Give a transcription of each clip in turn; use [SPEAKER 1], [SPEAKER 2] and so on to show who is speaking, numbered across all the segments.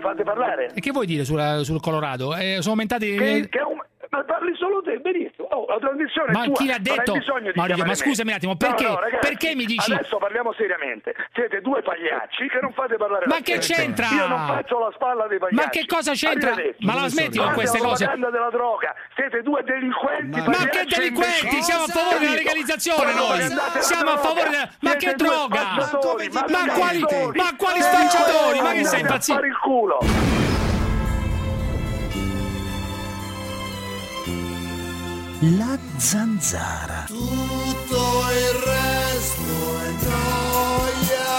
[SPEAKER 1] fate parlare.
[SPEAKER 2] E che vuoi dire sulla- sul Colorado? Eh, sono aumentati...
[SPEAKER 1] Che, che è un- ma parli solo te, benissimo. Oh, la trasmissione
[SPEAKER 2] Ma
[SPEAKER 1] è tua.
[SPEAKER 2] chi l'ha
[SPEAKER 1] non
[SPEAKER 2] detto?
[SPEAKER 1] hai bisogno di
[SPEAKER 2] Maurizio,
[SPEAKER 1] chiamare
[SPEAKER 2] ma
[SPEAKER 1] me.
[SPEAKER 2] scusami un attimo,
[SPEAKER 1] No,
[SPEAKER 2] perché-
[SPEAKER 1] no, ragazzi,
[SPEAKER 2] perché mi dici-
[SPEAKER 1] Adesso parliamo seriamente. Siete due pagliacci che non fate parlare
[SPEAKER 2] Ma
[SPEAKER 1] la
[SPEAKER 2] che
[SPEAKER 1] gente.
[SPEAKER 2] c'entra?
[SPEAKER 1] Io non faccio la spalla dei
[SPEAKER 2] Ma
[SPEAKER 1] pagliacci.
[SPEAKER 2] che cosa c'entra?
[SPEAKER 1] Arrivederci.
[SPEAKER 2] Ma la smetti con
[SPEAKER 1] Fate
[SPEAKER 2] queste
[SPEAKER 1] la
[SPEAKER 2] cose?
[SPEAKER 1] propaganda della droga. Siete due delinquenti
[SPEAKER 2] Ma che
[SPEAKER 1] pagliacci
[SPEAKER 2] delinquenti?
[SPEAKER 1] imbecilli.
[SPEAKER 2] Siamo a favore della
[SPEAKER 1] Capito?
[SPEAKER 2] legalizzazione noi!
[SPEAKER 1] Propagandate la
[SPEAKER 2] Siamo a
[SPEAKER 1] droga.
[SPEAKER 2] favore della... Ma
[SPEAKER 1] Siete
[SPEAKER 2] che
[SPEAKER 1] due
[SPEAKER 2] droga!
[SPEAKER 1] spacciatori,
[SPEAKER 3] Ma
[SPEAKER 2] Ma quali,
[SPEAKER 1] spacciatori.
[SPEAKER 2] ma quali
[SPEAKER 1] Siete due
[SPEAKER 2] spacciatori? Ma che sei
[SPEAKER 1] andate a
[SPEAKER 2] impazzito?
[SPEAKER 1] fare il culo.
[SPEAKER 3] La zanzara.
[SPEAKER 4] tutto il resto è gioia.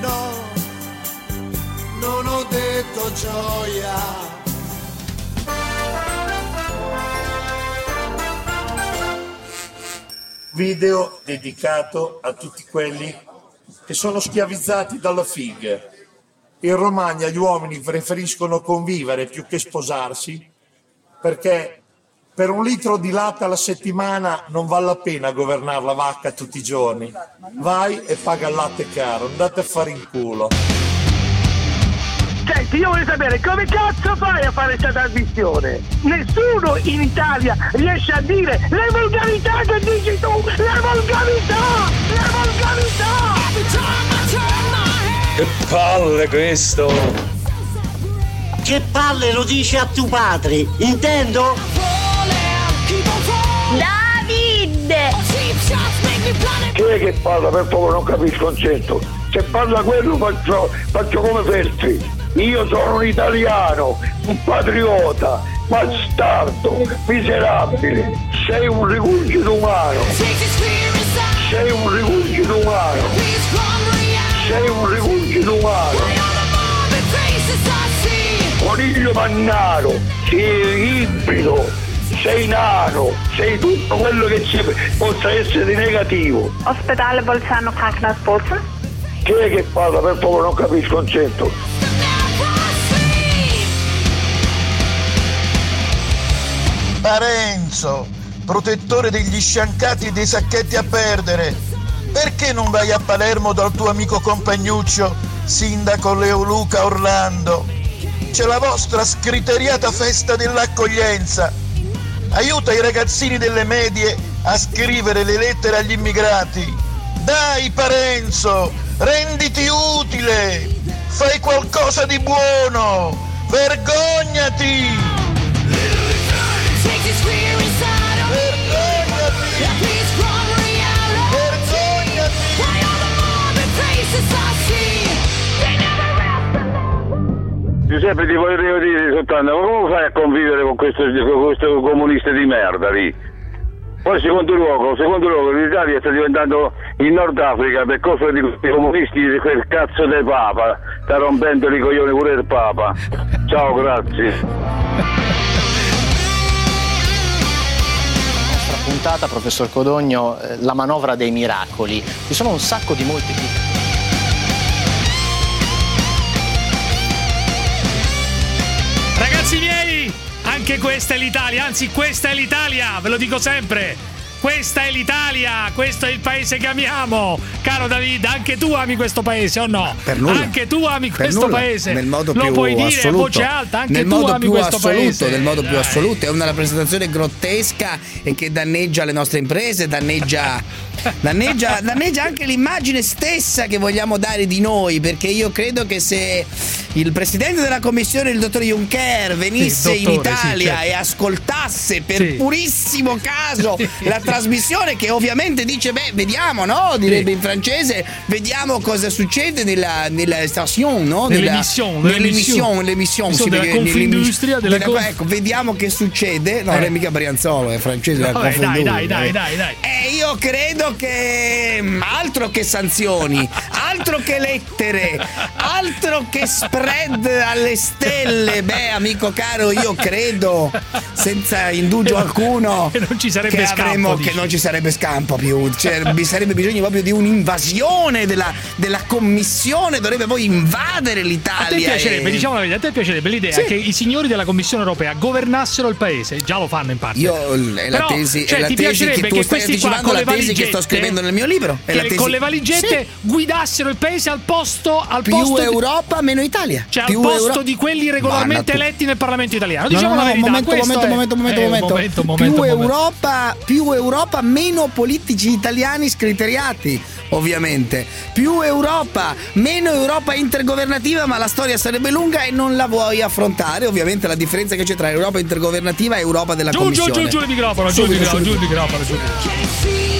[SPEAKER 4] No, non ho detto gioia.
[SPEAKER 5] video dedicato a tutti quelli che sono schiavizzati dalla FIG. In Romagna gli uomini preferiscono convivere più che sposarsi perché per un litro di latte alla settimana non vale la pena governare la vacca tutti i giorni. Vai e paga il latte caro, andate a fare in culo.
[SPEAKER 1] Senti, io voglio sapere come cazzo fai a fare questa trasmissione? Nessuno in Italia riesce a dire le volgarità che dici tu! Le volgarità! Le volgarità!
[SPEAKER 6] Che palle lo dici a tuo padre, intendo?
[SPEAKER 7] Davide!
[SPEAKER 1] Chi è che parla? Per favore non capisco un cento. Se parla quello faccio, faccio come Feltri. Io sono un italiano, un patriota, bastardo, miserabile. Sei un rigurgito umano, sei un rigurgito umano, sei un rigurgito umano. Coniglio Mannaro, sei ibrido, sei nano, sei tutto quello che ci possa essere di negativo.
[SPEAKER 8] Ospedale Bolzano Krankenhaus
[SPEAKER 1] Chi è che parla? Per favore non capisco un cento.
[SPEAKER 4] Parenzo, protettore degli sciancati e dei sacchetti a perdere. Perché non vai a Palermo dal tuo amico compagnuccio, sindaco Leoluca Orlando? C'è la vostra scriteriata festa dell'accoglienza. Aiuta i ragazzini delle medie a scrivere le lettere agli immigrati. Dai Parenzo, renditi utile, fai qualcosa di buono, vergognati!
[SPEAKER 1] Giuseppe ti volevo dire soltanto, ma come fai a convivere con questo, con questo comunista di merda lì? Poi secondo luogo, secondo luogo l'Italia sta diventando il Nord Africa per colpa di questi comunisti di quel cazzo del Papa, sta rompendo i coglioni pure il Papa. Ciao, grazie.
[SPEAKER 6] Puntata, professor Codogno, eh, la manovra dei miracoli. Ci sono un sacco di molti piccoli.
[SPEAKER 2] Ragazzi miei, anche questa è l'Italia, anzi questa è l'Italia, ve lo dico sempre. Questa è l'Italia, questo è il paese che amiamo. Caro David, anche tu ami questo paese o no?
[SPEAKER 3] Per nulla.
[SPEAKER 2] Anche tu ami
[SPEAKER 3] Per
[SPEAKER 2] questo
[SPEAKER 3] nulla.
[SPEAKER 2] paese.
[SPEAKER 3] Nel modo
[SPEAKER 2] lo
[SPEAKER 3] più
[SPEAKER 2] puoi dire a
[SPEAKER 3] assoluto.
[SPEAKER 2] voce alta, anche
[SPEAKER 3] nel
[SPEAKER 2] tu
[SPEAKER 3] modo
[SPEAKER 2] ami
[SPEAKER 3] più
[SPEAKER 2] questo
[SPEAKER 3] assoluto,
[SPEAKER 2] paese. Eh.
[SPEAKER 3] Nel modo più
[SPEAKER 2] Dai.
[SPEAKER 3] assoluto. È una rappresentazione grottesca e che danneggia le nostre imprese, danneggia. Danneggia, danneggia anche l'immagine stessa che vogliamo dare di noi, perché io credo che se il presidente della commissione, il dottor Juncker, venisse
[SPEAKER 2] Il dottore,
[SPEAKER 3] in
[SPEAKER 2] sì,
[SPEAKER 3] Italia
[SPEAKER 2] certo.
[SPEAKER 3] e ascoltasse per
[SPEAKER 2] Sì.
[SPEAKER 3] purissimo caso
[SPEAKER 2] Sì,
[SPEAKER 3] la
[SPEAKER 2] sì.
[SPEAKER 3] trasmissione, che ovviamente dice: Beh, vediamo, no? Direbbe in francese, vediamo cosa succede nella, nella station, no?
[SPEAKER 2] Nell'emission,
[SPEAKER 3] della,
[SPEAKER 2] nell'emission.
[SPEAKER 3] nell'emission, l'emission,
[SPEAKER 2] Insomma,
[SPEAKER 3] sì,
[SPEAKER 2] della
[SPEAKER 3] perché nell'emis-
[SPEAKER 2] Confindustria, della Conf-
[SPEAKER 3] ecco, vediamo che succede. No,
[SPEAKER 2] Eh.
[SPEAKER 3] non è mica Brianzolo, è francese. la
[SPEAKER 2] Vabbè, dai,
[SPEAKER 3] Confindustria.
[SPEAKER 2] dai, dai, dai, dai.
[SPEAKER 3] E Eh, io credo che mm, altro che sanzioni, altro che lettere, altro che spread alle stelle. Beh, amico caro, io credo senza indugio alcuno
[SPEAKER 2] Che non ci sarebbe
[SPEAKER 3] che
[SPEAKER 2] scampo,
[SPEAKER 3] avremmo-
[SPEAKER 2] dici.
[SPEAKER 3] che non ci sarebbe scampo più. Cioè, vi sarebbe bisogno proprio di un'invasione della, della commissione, dovrebbe poi invadere
[SPEAKER 2] A te
[SPEAKER 3] l'Italia.
[SPEAKER 2] piacerebbe,
[SPEAKER 3] e-
[SPEAKER 2] diciamo la verità, a te piacerebbe l'idea
[SPEAKER 3] Sì.
[SPEAKER 2] che i signori della Commissione europea governassero il paese, già lo fanno in parte.
[SPEAKER 3] Io mm, è la
[SPEAKER 2] Però,
[SPEAKER 3] tesi,
[SPEAKER 2] cioè,
[SPEAKER 3] è la
[SPEAKER 2] ti
[SPEAKER 3] tesi
[SPEAKER 2] piacerebbe
[SPEAKER 3] che tu
[SPEAKER 2] che
[SPEAKER 3] stai
[SPEAKER 2] questi qua
[SPEAKER 3] anticipando
[SPEAKER 2] con
[SPEAKER 3] la
[SPEAKER 2] le
[SPEAKER 3] tesi che sto
[SPEAKER 2] valigette-
[SPEAKER 3] scrivendo nel mio libro. È
[SPEAKER 2] che
[SPEAKER 3] la tesi-
[SPEAKER 2] con le valigette
[SPEAKER 3] Sì.
[SPEAKER 2] guidassero il paese al posto, al
[SPEAKER 3] Più
[SPEAKER 2] posto di-
[SPEAKER 3] Europa, meno Italia.
[SPEAKER 2] cioè al
[SPEAKER 3] Più
[SPEAKER 2] posto
[SPEAKER 3] Euro-
[SPEAKER 2] di quelli regolarmente
[SPEAKER 3] Guarda tu.
[SPEAKER 2] eletti nel Parlamento
[SPEAKER 3] No,
[SPEAKER 2] italiano. Diciamo
[SPEAKER 3] no,
[SPEAKER 2] la
[SPEAKER 3] no,
[SPEAKER 2] verità.
[SPEAKER 3] momento,
[SPEAKER 2] questo
[SPEAKER 3] momento,
[SPEAKER 2] è-
[SPEAKER 3] momento, momento,
[SPEAKER 2] è un
[SPEAKER 3] momento.
[SPEAKER 2] momento, momento,
[SPEAKER 3] più,
[SPEAKER 2] momento.
[SPEAKER 3] Europa, più Europa, meno politici italiani scriteriati, ovviamente. Più Europa, meno Europa intergovernativa, ma la storia sarebbe lunga e non la vuoi affrontare. Ovviamente la differenza che c'è tra Europa intergovernativa e Europa della
[SPEAKER 2] Giù, giù,
[SPEAKER 3] Commissione.
[SPEAKER 2] giù, giù il microfono, giù il
[SPEAKER 3] Subito,
[SPEAKER 2] microfono, giù
[SPEAKER 3] subito.
[SPEAKER 2] il microfono, giù.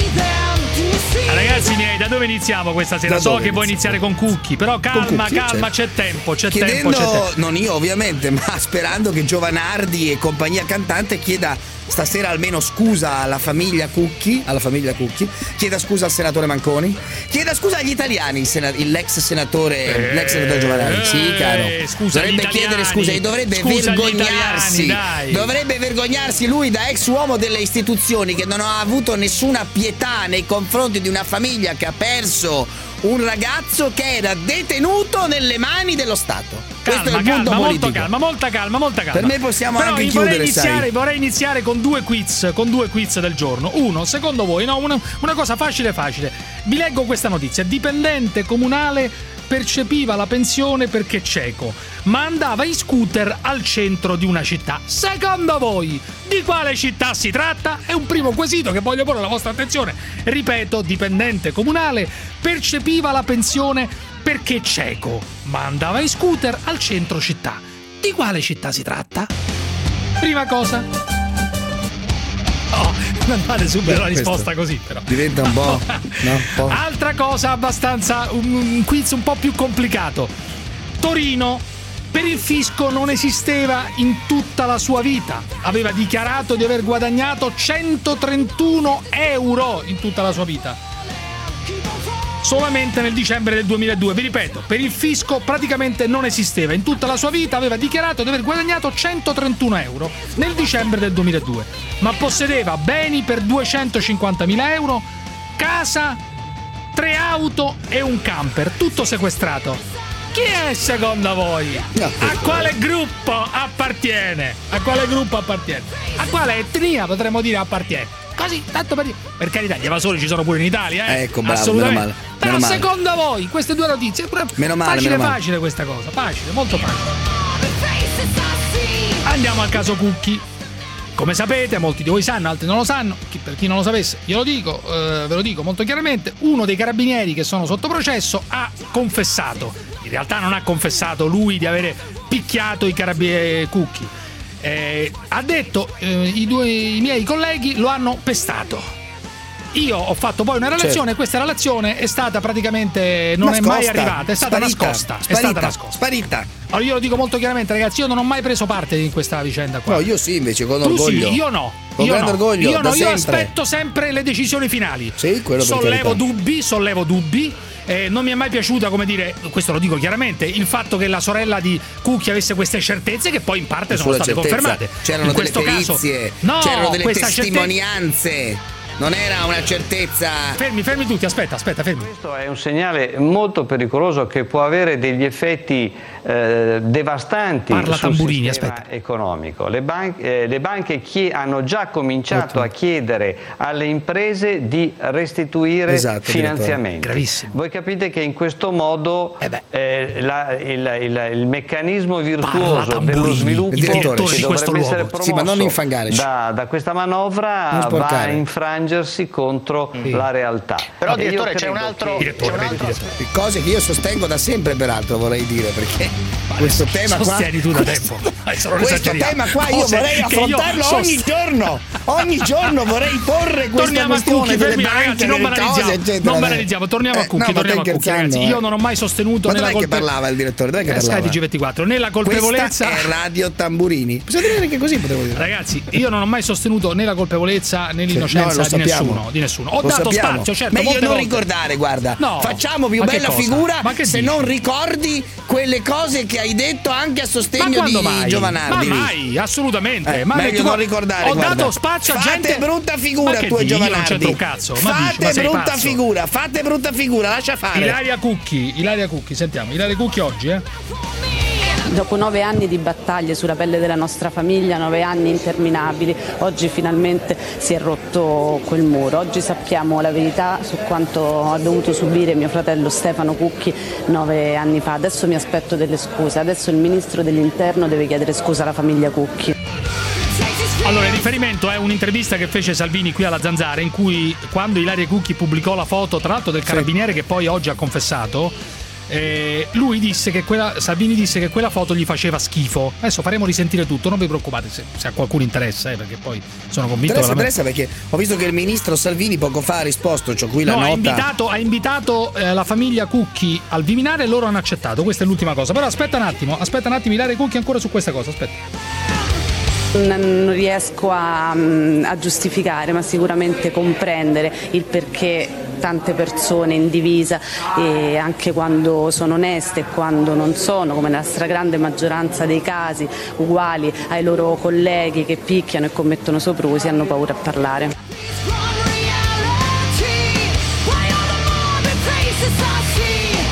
[SPEAKER 2] Ah, Ragazzi miei, da dove iniziamo questa sera?
[SPEAKER 3] Da
[SPEAKER 2] so
[SPEAKER 3] dove
[SPEAKER 2] che vuoi iniziare con Cucchi, però calma,
[SPEAKER 3] Cucchi,
[SPEAKER 2] calma,
[SPEAKER 3] certo.
[SPEAKER 2] c'è tempo, c'è tempo,
[SPEAKER 3] Chiedendo,
[SPEAKER 2] c'è tempo.
[SPEAKER 3] non io ovviamente, ma sperando che Giovanardi e compagnia cantante chieda stasera almeno scusa alla famiglia Cucchi, alla famiglia Cucchi, chieda scusa al senatore Manconi, chieda scusa agli italiani, il sena- il- l'ex senatore,
[SPEAKER 2] Eh,
[SPEAKER 3] l'ex senatore Giovanardi. Sì,
[SPEAKER 2] eh,
[SPEAKER 3] caro.
[SPEAKER 2] scusa agli
[SPEAKER 3] dovrebbe
[SPEAKER 2] italiani.
[SPEAKER 3] chiedere scusa e dovrebbe
[SPEAKER 2] Scusa agli
[SPEAKER 3] vergognarsi.
[SPEAKER 2] italiani, dai.
[SPEAKER 3] dovrebbe vergognarsi lui da ex uomo delle istituzioni che non ha avuto nessuna pietà nei confronti di una famiglia che ha perso un ragazzo che era detenuto nelle mani dello Stato. Questo è
[SPEAKER 2] Calma,
[SPEAKER 3] il punto
[SPEAKER 2] calma, molto
[SPEAKER 3] politico.
[SPEAKER 2] calma, molta calma, molta calma.
[SPEAKER 3] Per me possiamo
[SPEAKER 2] Però
[SPEAKER 3] anche
[SPEAKER 2] io
[SPEAKER 3] chiudere,
[SPEAKER 2] vorrei iniziare,
[SPEAKER 3] sai.
[SPEAKER 2] vorrei iniziare con due quiz, con due quiz del giorno. Uno, secondo voi, no, una, una cosa facile facile. Vi leggo questa notizia. Dipendente comunale percepiva la pensione perché cieco, ma andava in scooter al centro di una città. Secondo voi di quale città si tratta? È un primo quesito che voglio porre alla vostra attenzione. Ripeto, dipendente comunale percepiva la pensione perché cieco, ma andava in scooter al centro città. Di quale città si tratta? Prima cosa. Oh, non fate subito la
[SPEAKER 3] Questo.
[SPEAKER 2] risposta così, però.
[SPEAKER 3] Diventa un po'. no? Un po'.
[SPEAKER 2] Altra cosa abbastanza. Un, un quiz un po' più complicato. Torino. Per il fisco non esisteva in tutta la sua vita. Aveva dichiarato di aver guadagnato 131 euro in tutta la sua vita. Solamente nel dicembre del 2002, vi ripeto, per il fisco praticamente non esisteva. In tutta la sua vita aveva dichiarato di aver guadagnato 131 euro nel dicembre del 2002, ma possedeva beni per 250.000 euro, casa, tre auto e un camper, tutto sequestrato. Chi è secondo voi? A quale gruppo appartiene? A quale gruppo appartiene? A quale etnia potremmo dire appartiene? Così, tanto per dire. Per carità, gli evasori ci sono pure in Italia, eh?
[SPEAKER 3] Ecco, bravo,
[SPEAKER 2] Assolutamente.
[SPEAKER 3] meno male,
[SPEAKER 2] Però
[SPEAKER 3] meno male.
[SPEAKER 2] secondo voi queste due notizie? Pure
[SPEAKER 3] Meno male,
[SPEAKER 2] facile,
[SPEAKER 3] meno male.
[SPEAKER 2] facile questa cosa, facile, molto facile. Andiamo al caso Cucchi. Come sapete, molti di voi sanno, altri non lo sanno. Chi- per chi non lo sapesse, glielo dico, eh, ve lo dico molto chiaramente. Uno dei carabinieri che sono sotto processo ha confessato. In realtà non ha confessato lui di avere picchiato i carabinieri Cucchi. Eh, ha detto eh, i due i miei colleghi lo hanno pestato. Io ho fatto poi una relazione,
[SPEAKER 3] Certo.
[SPEAKER 2] questa relazione è stata praticamente non è mai
[SPEAKER 3] Nascosta,
[SPEAKER 2] arrivata, è stata
[SPEAKER 3] sparita,
[SPEAKER 2] nascosta, è
[SPEAKER 3] Sparita,
[SPEAKER 2] stata nascosta.
[SPEAKER 3] sparita.
[SPEAKER 2] Allora io lo dico molto chiaramente, ragazzi, io non ho mai preso parte in questa vicenda qua.
[SPEAKER 3] No, io sì, invece, con
[SPEAKER 2] Tu
[SPEAKER 3] orgoglio.
[SPEAKER 2] sì, io no.
[SPEAKER 3] Con
[SPEAKER 2] io
[SPEAKER 3] grande
[SPEAKER 2] no.
[SPEAKER 3] orgoglio,
[SPEAKER 2] Io,
[SPEAKER 3] da
[SPEAKER 2] no, io
[SPEAKER 3] sempre.
[SPEAKER 2] aspetto sempre le decisioni finali.
[SPEAKER 3] Sì, quello per
[SPEAKER 2] sollevo
[SPEAKER 3] carità.
[SPEAKER 2] dubbi, sollevo dubbi. Eh, non mi è mai piaciuta, come dire, questo lo dico chiaramente, il fatto che la sorella di Cucchi avesse queste certezze che poi in parte sono
[SPEAKER 3] Sulla
[SPEAKER 2] state
[SPEAKER 3] certezza.
[SPEAKER 2] confermate.
[SPEAKER 3] C'erano
[SPEAKER 2] in
[SPEAKER 3] delle
[SPEAKER 2] questo caso-
[SPEAKER 3] perizie, Cioè,
[SPEAKER 2] no,
[SPEAKER 3] c'erano delle
[SPEAKER 2] questa certezza-
[SPEAKER 3] testimonianze. Non era una certezza.
[SPEAKER 2] Fermi, fermi tutti, aspetta, aspetta, fermi.
[SPEAKER 9] Questo è un segnale molto pericoloso che può avere degli effetti eh, devastanti
[SPEAKER 2] Parla
[SPEAKER 9] sul
[SPEAKER 2] Tamburini,
[SPEAKER 9] sistema
[SPEAKER 2] aspetta.
[SPEAKER 9] economico. Le, ban- eh, le banche chi- hanno già cominciato a chiedere alle imprese di restituire
[SPEAKER 3] Esatto, direttore.
[SPEAKER 9] finanziamenti.
[SPEAKER 2] Gravissimo.
[SPEAKER 9] Voi capite che in questo modo
[SPEAKER 2] Eh beh.
[SPEAKER 9] eh, la- il, il- il meccanismo virtuoso
[SPEAKER 2] Tamburini,
[SPEAKER 9] dello
[SPEAKER 2] il
[SPEAKER 9] sviluppo che
[SPEAKER 3] direttore di
[SPEAKER 2] questo
[SPEAKER 9] dovrebbe essere
[SPEAKER 2] luogo.
[SPEAKER 9] promosso
[SPEAKER 3] Sì, ma non infangare.
[SPEAKER 9] da, da questa
[SPEAKER 3] Non
[SPEAKER 9] manovra va a
[SPEAKER 3] sporcare.
[SPEAKER 9] infrangersi contro la realtà.
[SPEAKER 10] Però,
[SPEAKER 9] E io
[SPEAKER 10] direttore, c'è un
[SPEAKER 9] credo
[SPEAKER 10] altro-
[SPEAKER 9] che-
[SPEAKER 2] Direttore,
[SPEAKER 10] C'è un
[SPEAKER 2] vedi,
[SPEAKER 10] altro-
[SPEAKER 2] direttore.
[SPEAKER 3] Cose che io sostengo da sempre, peraltro, vorrei dire, perché questo tema qua.
[SPEAKER 2] Sostieni tu da tempo. Adesso non
[SPEAKER 3] questo
[SPEAKER 2] esageriamo.
[SPEAKER 3] tema qua io
[SPEAKER 2] Cose
[SPEAKER 3] vorrei
[SPEAKER 2] che io
[SPEAKER 3] affrontarlo
[SPEAKER 2] sost-
[SPEAKER 3] ogni giorno ogni giorno vorrei porre questa
[SPEAKER 2] Torniamo a
[SPEAKER 3] questione
[SPEAKER 2] Cucchi,
[SPEAKER 3] delle
[SPEAKER 2] fermi
[SPEAKER 3] banche,
[SPEAKER 2] ragazzi, non
[SPEAKER 3] delle cose,
[SPEAKER 2] banalizziamo.
[SPEAKER 3] eccetera.
[SPEAKER 2] Non
[SPEAKER 3] Dai.
[SPEAKER 2] banalizziamo, torniamo a
[SPEAKER 3] Eh,
[SPEAKER 2] Cucchi,
[SPEAKER 3] no, ma
[SPEAKER 2] torniamo a
[SPEAKER 3] stai
[SPEAKER 2] Cucchi,
[SPEAKER 3] scherzando,
[SPEAKER 2] ragazzi.
[SPEAKER 3] eh.
[SPEAKER 2] Io non ho mai sostenuto
[SPEAKER 3] ma
[SPEAKER 2] nella
[SPEAKER 3] dov'è che
[SPEAKER 2] colpe-
[SPEAKER 3] parlava il direttore? Dov'è che
[SPEAKER 2] Eh, Sky
[SPEAKER 3] parlava?
[SPEAKER 2] TG24, né la colpevolezza
[SPEAKER 3] Questa è Radio Tamburini. Possiamo dire anche così, potevo dire.
[SPEAKER 2] Ragazzi, io non ho mai sostenuto né la colpevolezza né l'innocenza
[SPEAKER 3] No, lo
[SPEAKER 2] di,
[SPEAKER 3] sappiamo.
[SPEAKER 2] nessuno, di nessuno. Ho
[SPEAKER 3] Lo
[SPEAKER 2] dato
[SPEAKER 3] sappiamo.
[SPEAKER 2] spazio, certo.
[SPEAKER 3] Meglio
[SPEAKER 2] molte
[SPEAKER 3] non
[SPEAKER 2] volte.
[SPEAKER 3] ricordare, guarda.
[SPEAKER 2] No.
[SPEAKER 3] Facciamo più
[SPEAKER 2] Ma che
[SPEAKER 3] bella
[SPEAKER 2] cosa?
[SPEAKER 3] figura
[SPEAKER 2] Ma che
[SPEAKER 3] se
[SPEAKER 2] dici?
[SPEAKER 3] non ricordi quelle cose che hai detto anche a
[SPEAKER 2] Ma
[SPEAKER 3] sostegno di
[SPEAKER 2] quando mai?
[SPEAKER 3] Giovanardi.
[SPEAKER 2] Ma mai, assolutamente.
[SPEAKER 3] Eh,
[SPEAKER 2] ma
[SPEAKER 3] meglio
[SPEAKER 2] tu-
[SPEAKER 3] non ricordare,
[SPEAKER 2] Ho
[SPEAKER 3] guarda.
[SPEAKER 2] dato spazio a
[SPEAKER 3] fate
[SPEAKER 2] gente.
[SPEAKER 3] brutta figura
[SPEAKER 2] ma che
[SPEAKER 3] tu e
[SPEAKER 2] dici? Io
[SPEAKER 3] Giovanardi.
[SPEAKER 2] Non c'entro un cazzo. Ma
[SPEAKER 3] fate
[SPEAKER 2] dici, ma sei
[SPEAKER 3] brutta
[SPEAKER 2] pazzo?
[SPEAKER 3] figura, fate brutta figura, lascia fare.
[SPEAKER 2] Ilaria Cucchi, Ilaria Cucchi, sentiamo, Ilaria Cucchi oggi, eh?
[SPEAKER 11] Dopo nove anni di battaglie sulla pelle della nostra famiglia, nove anni interminabili, oggi finalmente si è rotto quel muro. Oggi sappiamo la verità su quanto ha dovuto subire mio fratello Stefano Cucchi nove anni fa. Adesso mi aspetto delle scuse, adesso il ministro dell'interno deve chiedere scusa alla famiglia Cucchi.
[SPEAKER 2] Allora, il riferimento è un'intervista che fece Salvini qui alla Zanzara in cui quando Ilaria Cucchi pubblicò la foto, tra l'altro del carabiniere che poi oggi ha confessato, eh, lui disse che quella, Salvini disse che quella foto gli faceva schifo. Adesso faremo risentire tutto, non vi preoccupate se, se a qualcuno interessa, eh, perché poi sono convinto
[SPEAKER 3] Interessa,
[SPEAKER 2] veramente-
[SPEAKER 3] interessa perché ho visto che il ministro Salvini poco fa ha risposto, c'ho qui la
[SPEAKER 2] No, ha
[SPEAKER 3] nota.
[SPEAKER 2] invitato, ha invitato, eh, la famiglia Cucchi al Viminare e loro hanno accettato. Questa è l'ultima cosa. Però aspetta un attimo, aspetta un attimo, Ilaria Cucchi ancora su questa cosa, aspetta.
[SPEAKER 11] Non non riesco a, mm, a giustificare, ma sicuramente comprendere il perché tante persone in divisa, e anche quando sono oneste e quando non sono, come nella stragrande maggioranza dei casi, uguali ai loro colleghi che picchiano e commettono soprusi, hanno paura a parlare.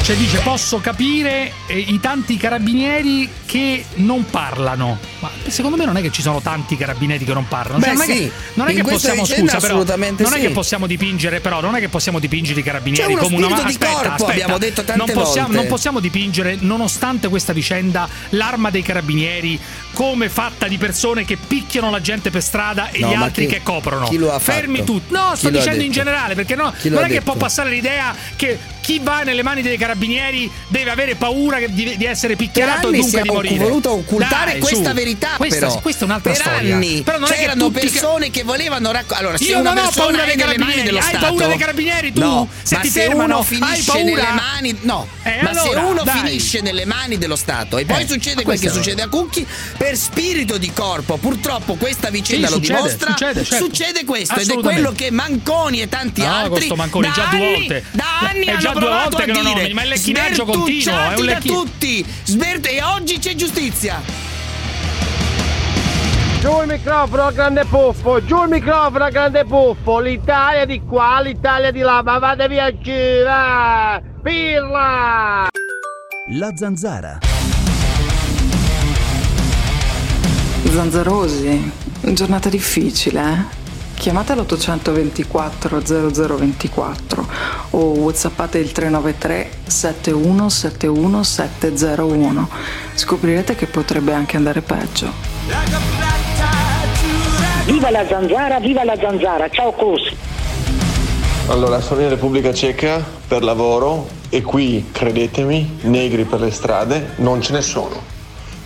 [SPEAKER 2] Cioè dice posso capire eh, i tanti carabinieri che non parlano. Ma secondo me non è che ci sono tanti carabinieri che non parlano. Cioè,
[SPEAKER 3] Beh,
[SPEAKER 2] non è
[SPEAKER 3] sì.
[SPEAKER 2] che, non è
[SPEAKER 3] In
[SPEAKER 2] che
[SPEAKER 3] questa
[SPEAKER 2] possiamo
[SPEAKER 3] vicenda
[SPEAKER 2] scusa, però,
[SPEAKER 3] assolutamente
[SPEAKER 2] non è
[SPEAKER 3] sì.
[SPEAKER 2] che possiamo dipingere però, non è che possiamo dipingere i carabinieri
[SPEAKER 3] C'è uno
[SPEAKER 2] come una
[SPEAKER 3] spirito di
[SPEAKER 2] aspetta,
[SPEAKER 3] corpo,
[SPEAKER 2] aspetta.
[SPEAKER 3] abbiamo detto tante
[SPEAKER 2] non possiamo,
[SPEAKER 3] volte.
[SPEAKER 2] non possiamo dipingere nonostante questa vicenda l'arma dei carabinieri come fatta di persone che picchiano la gente per strada e
[SPEAKER 3] No,
[SPEAKER 2] gli
[SPEAKER 3] ma
[SPEAKER 2] altri
[SPEAKER 3] chi-
[SPEAKER 2] che coprono.
[SPEAKER 3] chi lo ha
[SPEAKER 2] Fermi
[SPEAKER 3] fatto?
[SPEAKER 2] tutti. No,
[SPEAKER 3] Chi
[SPEAKER 2] sto
[SPEAKER 3] lo ha
[SPEAKER 2] dicendo in
[SPEAKER 3] detto?
[SPEAKER 2] generale perché no,
[SPEAKER 3] Chi lo
[SPEAKER 2] non
[SPEAKER 3] ha
[SPEAKER 2] è che può
[SPEAKER 3] detto?
[SPEAKER 2] passare l'idea che chi va nelle mani dei carabinieri deve avere paura che- di, di essere picchiato e
[SPEAKER 3] anni
[SPEAKER 2] dunque di
[SPEAKER 3] siamo
[SPEAKER 2] morire.
[SPEAKER 3] voluto occultare
[SPEAKER 2] Dai,
[SPEAKER 3] questa
[SPEAKER 2] su.
[SPEAKER 3] verità
[SPEAKER 2] questa,
[SPEAKER 3] però.
[SPEAKER 2] Questa è un'altra
[SPEAKER 3] per
[SPEAKER 2] storia.
[SPEAKER 3] anni
[SPEAKER 2] Però non è che
[SPEAKER 3] c'erano
[SPEAKER 2] tutti i ca-
[SPEAKER 3] persone che volevano raccontare allora se
[SPEAKER 2] Io
[SPEAKER 3] una
[SPEAKER 2] non ho
[SPEAKER 3] persona
[SPEAKER 2] paura
[SPEAKER 3] è
[SPEAKER 2] dei
[SPEAKER 3] nelle mani
[SPEAKER 2] carabinieri,
[SPEAKER 3] dello
[SPEAKER 2] hai
[SPEAKER 3] Stato-
[SPEAKER 2] paura dei carabinieri tu?
[SPEAKER 3] no,
[SPEAKER 2] Se
[SPEAKER 3] ma
[SPEAKER 2] ti
[SPEAKER 3] se
[SPEAKER 2] fermano,
[SPEAKER 3] uno
[SPEAKER 2] hai
[SPEAKER 3] finisce
[SPEAKER 2] paura?
[SPEAKER 3] nelle mani no
[SPEAKER 2] Eh,
[SPEAKER 3] ma se
[SPEAKER 2] allora,
[SPEAKER 3] uno
[SPEAKER 2] dai.
[SPEAKER 3] finisce nelle mani dello Stato e
[SPEAKER 2] Eh,
[SPEAKER 3] poi succede quel
[SPEAKER 2] questo
[SPEAKER 3] che
[SPEAKER 2] è-
[SPEAKER 3] succede a Cucchi per spirito di corpo purtroppo questa vicenda
[SPEAKER 2] Sì,
[SPEAKER 3] lo
[SPEAKER 2] succede,
[SPEAKER 3] dimostra
[SPEAKER 2] succede, certo.
[SPEAKER 3] succede questo ed è
[SPEAKER 2] Assolutamente.
[SPEAKER 3] quello che Manconi e tanti
[SPEAKER 2] No,
[SPEAKER 3] altri
[SPEAKER 2] questo Manconi
[SPEAKER 3] da
[SPEAKER 2] già due
[SPEAKER 3] anni-
[SPEAKER 2] volte.
[SPEAKER 3] da anni
[SPEAKER 2] È
[SPEAKER 3] hanno
[SPEAKER 2] già due
[SPEAKER 3] provato
[SPEAKER 2] volte
[SPEAKER 3] a
[SPEAKER 2] che lo
[SPEAKER 3] dire
[SPEAKER 2] nomini, ma il lecchinaggio continuo, è un
[SPEAKER 3] sbertucciati da
[SPEAKER 2] lecchi-
[SPEAKER 3] tutti sberto e oggi c'è giustizia
[SPEAKER 1] Giù il microfono al grande puffo, giù il microfono al grande puffo, l'Italia di qua, l'Italia di là, ma vada via a girare! Pirla!
[SPEAKER 12] La zanzara.
[SPEAKER 13] Zanzarosi, giornata difficile, eh? Chiamate l'824 0024 o whatsappate il 393 7171 701. Scoprirete che potrebbe anche andare peggio.
[SPEAKER 14] Viva la zanzara, viva la zanzara, ciao Cus.
[SPEAKER 15] Allora, sono in Repubblica Ceca per lavoro e qui, credetemi, negri per le strade non ce ne sono.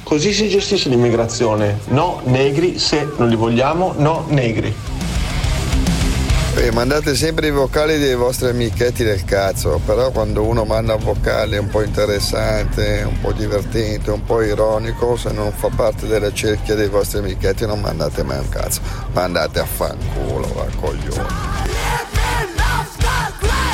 [SPEAKER 15] Così si gestisce l'immigrazione. No negri se non li vogliamo, no negri.
[SPEAKER 16] Eh, mandate sempre i vocali dei vostri amichetti del cazzo, però quando uno manda un vocale un po' interessante, un po' divertente, un po' ironico, se non fa parte della cerchia dei vostri amichetti non mandate mai un cazzo, mandate a fanculo, a coglione.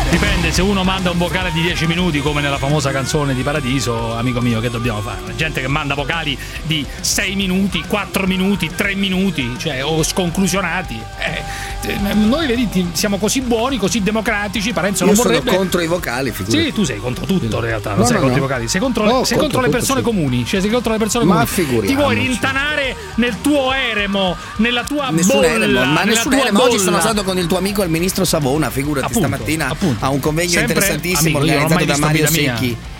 [SPEAKER 2] Dipende, se uno manda un vocale di 10 minuti, come nella famosa canzone di Paradiso, amico mio, che dobbiamo fare? Gente che manda vocali di 6 minuti, 4 minuti, 3 minuti, cioè, o sconclusionati. Eh, eh, noi vedi, ti- siamo così buoni, così democratici, Parenzo
[SPEAKER 3] io
[SPEAKER 2] non
[SPEAKER 3] sono
[SPEAKER 2] vorrebbe...
[SPEAKER 3] contro i vocali figurati.
[SPEAKER 2] Sì, tu sei contro tutto in realtà, non
[SPEAKER 3] No,
[SPEAKER 2] sei
[SPEAKER 3] no,
[SPEAKER 2] contro
[SPEAKER 3] no.
[SPEAKER 2] i vocali, sei contro, le-
[SPEAKER 3] No,
[SPEAKER 2] sei
[SPEAKER 3] contro
[SPEAKER 2] contro le
[SPEAKER 3] tutto,
[SPEAKER 2] persone
[SPEAKER 3] sì.
[SPEAKER 2] comuni, cioè sei contro le persone
[SPEAKER 3] Ma
[SPEAKER 2] comuni. Ti vuoi
[SPEAKER 3] figuriamoci.
[SPEAKER 2] rintanare nel tuo eremo, nella tua
[SPEAKER 3] Nessun
[SPEAKER 2] bolla,
[SPEAKER 3] eremo, ma
[SPEAKER 2] nella
[SPEAKER 3] nessun
[SPEAKER 2] tua
[SPEAKER 3] eremo. Oggi sono
[SPEAKER 2] bolla.
[SPEAKER 3] stato con il tuo amico il ministro Savona, figurati
[SPEAKER 2] Appunto,
[SPEAKER 3] stamattina a un convegno
[SPEAKER 2] Sempre
[SPEAKER 3] interessantissimo
[SPEAKER 2] amico, io non ho
[SPEAKER 3] organizzato
[SPEAKER 2] mai
[SPEAKER 3] da Mario
[SPEAKER 2] visto vita mia.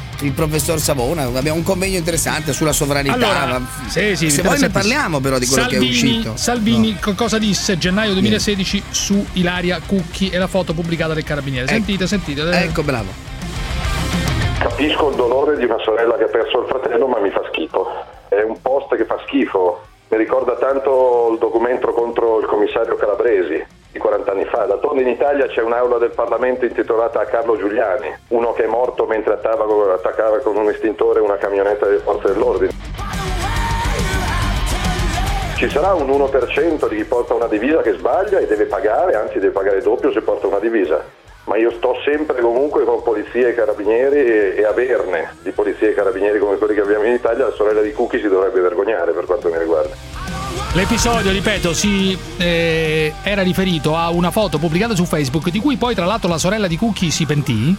[SPEAKER 3] Secchi. Il professor Savona, abbiamo un convegno interessante sulla sovranità.
[SPEAKER 2] Allora,
[SPEAKER 3] ma-
[SPEAKER 2] sì, sì,
[SPEAKER 3] se voi ne
[SPEAKER 2] interessante.
[SPEAKER 3] parliamo però di quello
[SPEAKER 2] Salvini,
[SPEAKER 3] che è uscito.
[SPEAKER 2] Salvini co- cosa disse gennaio 2016 su Ilaria Cucchi e la foto pubblicata del carabiniere? Sentite, sentite. Ecco,
[SPEAKER 3] bravo.
[SPEAKER 17] Capisco il dolore di una sorella che ha perso il fratello, ma mi fa schifo. È un post che fa schifo. Mi ricorda tanto il documento contro il commissario Calabresi di 40 anni fa. D'altronde in Italia c'è un'aula del Parlamento intitolata a Carlo Giuliani, uno che è morto mentre attaccava, attaccava con un estintore una camionetta delle forze dell'ordine. Ci sarà un 1% di chi porta una divisa che sbaglia e deve pagare, anzi deve pagare doppio se porta una divisa. Ma io sto sempre comunque con polizia e carabinieri e, e averne di polizia e carabinieri come quelli che abbiamo in Italia, la sorella di Cucchi si dovrebbe vergognare per quanto mi riguarda.
[SPEAKER 2] L'episodio, ripeto, si eh, era riferito a una foto pubblicata su Facebook di cui poi tra l'altro la sorella di Cucchi si pentì.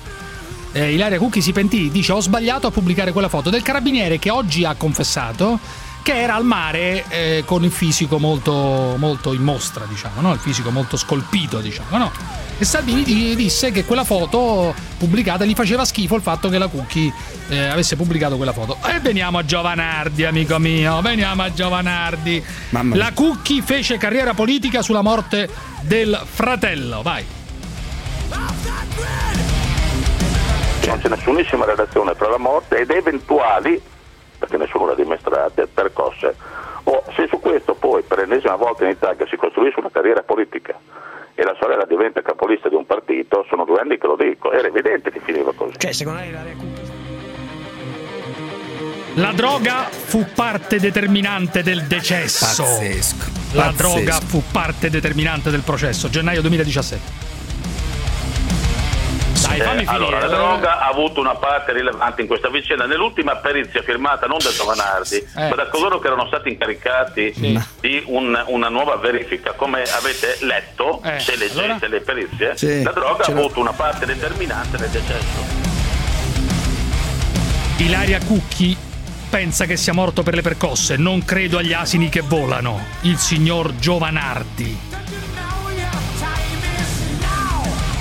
[SPEAKER 2] eh, Ilaria Cucchi si pentì, dice ho sbagliato a pubblicare quella foto del carabiniere che oggi ha confessato che era al mare eh, con il fisico molto, molto in mostra, diciamo, no? il fisico molto scolpito, diciamo. No? E Salvini di- disse che quella foto pubblicata gli faceva schifo il fatto che la Cucchi eh, avesse pubblicato quella foto. E veniamo a Giovanardi, amico mio, veniamo a Giovanardi.
[SPEAKER 3] Mamma mia.
[SPEAKER 2] La Cucchi fece carriera politica sulla morte del fratello, vai.
[SPEAKER 18] Cioè, non c'è nessunissima relazione tra la morte ed eventuali, perché nessuno l'ha dimostrata, percosse. O se su questo poi per l'ennesima volta in Italia si costruisce una carriera politica e la sorella diventa capolista di un partito, sono due anni che lo dico, era evidente che finiva così.
[SPEAKER 2] La droga fu parte determinante del decesso.
[SPEAKER 3] Pazzesco,
[SPEAKER 2] La
[SPEAKER 3] pazzesco.
[SPEAKER 2] droga fu parte determinante del processo, gennaio 2017. Dai,
[SPEAKER 18] Eh,
[SPEAKER 2] fammi finire.
[SPEAKER 18] allora, la droga ha avuto una parte rilevante in questa vicenda. Nell'ultima perizia firmata non da Giovanardi,
[SPEAKER 2] Eh,
[SPEAKER 18] ma da coloro che erano stati incaricati di un- una nuova verifica, come avete letto,
[SPEAKER 2] Eh,
[SPEAKER 18] se leggete le perizie,
[SPEAKER 2] Sì,
[SPEAKER 18] la droga
[SPEAKER 2] ce
[SPEAKER 18] ha
[SPEAKER 2] l'ho.
[SPEAKER 18] avuto una parte determinante nel decesso.
[SPEAKER 2] Ilaria Cucchi pensa che sia morto per le percosse. Non credo agli asini che volano. Il signor Giovanardi.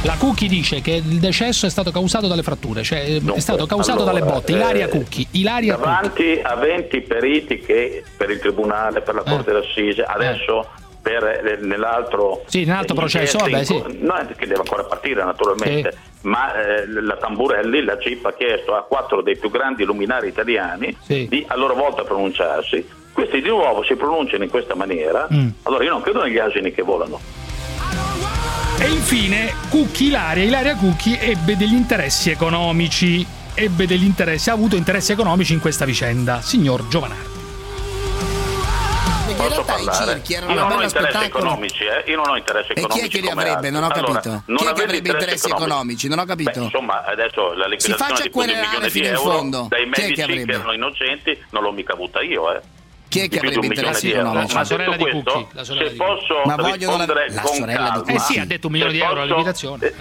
[SPEAKER 2] La Cucchi dice che il decesso è stato causato dalle fratture, cioè è stato causato
[SPEAKER 18] allora,
[SPEAKER 2] dalle botte. Ilaria
[SPEAKER 18] eh,
[SPEAKER 2] Cucchi, Ilaria Cucchi.
[SPEAKER 18] Davanti a 20 periti che per il tribunale, per la
[SPEAKER 2] Eh.
[SPEAKER 18] Corte d'Assise, adesso per, eh, nell'altro,
[SPEAKER 2] Sì, nell'altro processo, vabbè, sì.
[SPEAKER 18] No, è che deve ancora partire naturalmente, ma eh, la Tamburelli, la CIP, ha chiesto a quattro dei più grandi luminari italiani di a loro volta pronunciarsi. Questi di nuovo si pronunciano in questa maniera,
[SPEAKER 2] Mm.
[SPEAKER 18] allora io non credo negli asini che volano.
[SPEAKER 2] E infine Cucchi Ilaria, Ilaria Cucchi ebbe degli interessi economici, ebbe degli interessi, ha avuto interessi economici in questa vicenda, signor Giovanardi.
[SPEAKER 18] Posso parlare?
[SPEAKER 3] circhi
[SPEAKER 18] Io
[SPEAKER 3] erano
[SPEAKER 18] non
[SPEAKER 3] bello
[SPEAKER 18] ho interessi
[SPEAKER 3] spettacolo.
[SPEAKER 18] economici, eh? Io non ho interessi
[SPEAKER 3] E chi
[SPEAKER 18] economici.
[SPEAKER 3] è che li
[SPEAKER 18] come
[SPEAKER 3] avrebbe?
[SPEAKER 18] altri.
[SPEAKER 3] Non ho
[SPEAKER 18] Allora,
[SPEAKER 3] capito.
[SPEAKER 18] non
[SPEAKER 3] chi è che
[SPEAKER 18] avete
[SPEAKER 3] avrebbe interessi economici? Non ho capito.
[SPEAKER 18] Insomma, adesso la
[SPEAKER 3] Si
[SPEAKER 18] liquidazione
[SPEAKER 3] faccia
[SPEAKER 18] di più di un
[SPEAKER 3] querelare
[SPEAKER 18] milione di
[SPEAKER 3] fino in
[SPEAKER 18] euro
[SPEAKER 3] fondo.
[SPEAKER 18] dai
[SPEAKER 3] Chi è che
[SPEAKER 18] medici che,
[SPEAKER 3] avrebbe?
[SPEAKER 18] erano innocenti non l'ho mica avuta io, eh.
[SPEAKER 3] Chi è
[SPEAKER 18] Di
[SPEAKER 3] che
[SPEAKER 18] più di
[SPEAKER 3] avrebbe
[SPEAKER 18] un milione
[SPEAKER 3] interessi
[SPEAKER 18] di euro.
[SPEAKER 3] economici?
[SPEAKER 18] Ma detto questo, se posso
[SPEAKER 3] Ma vogliono la-
[SPEAKER 18] rispondere
[SPEAKER 3] la
[SPEAKER 18] con
[SPEAKER 3] sorella di
[SPEAKER 18] calma,
[SPEAKER 2] Eh sì, ha detto un milione
[SPEAKER 18] se
[SPEAKER 2] di euro la
[SPEAKER 18] posso-
[SPEAKER 2] liquidazione.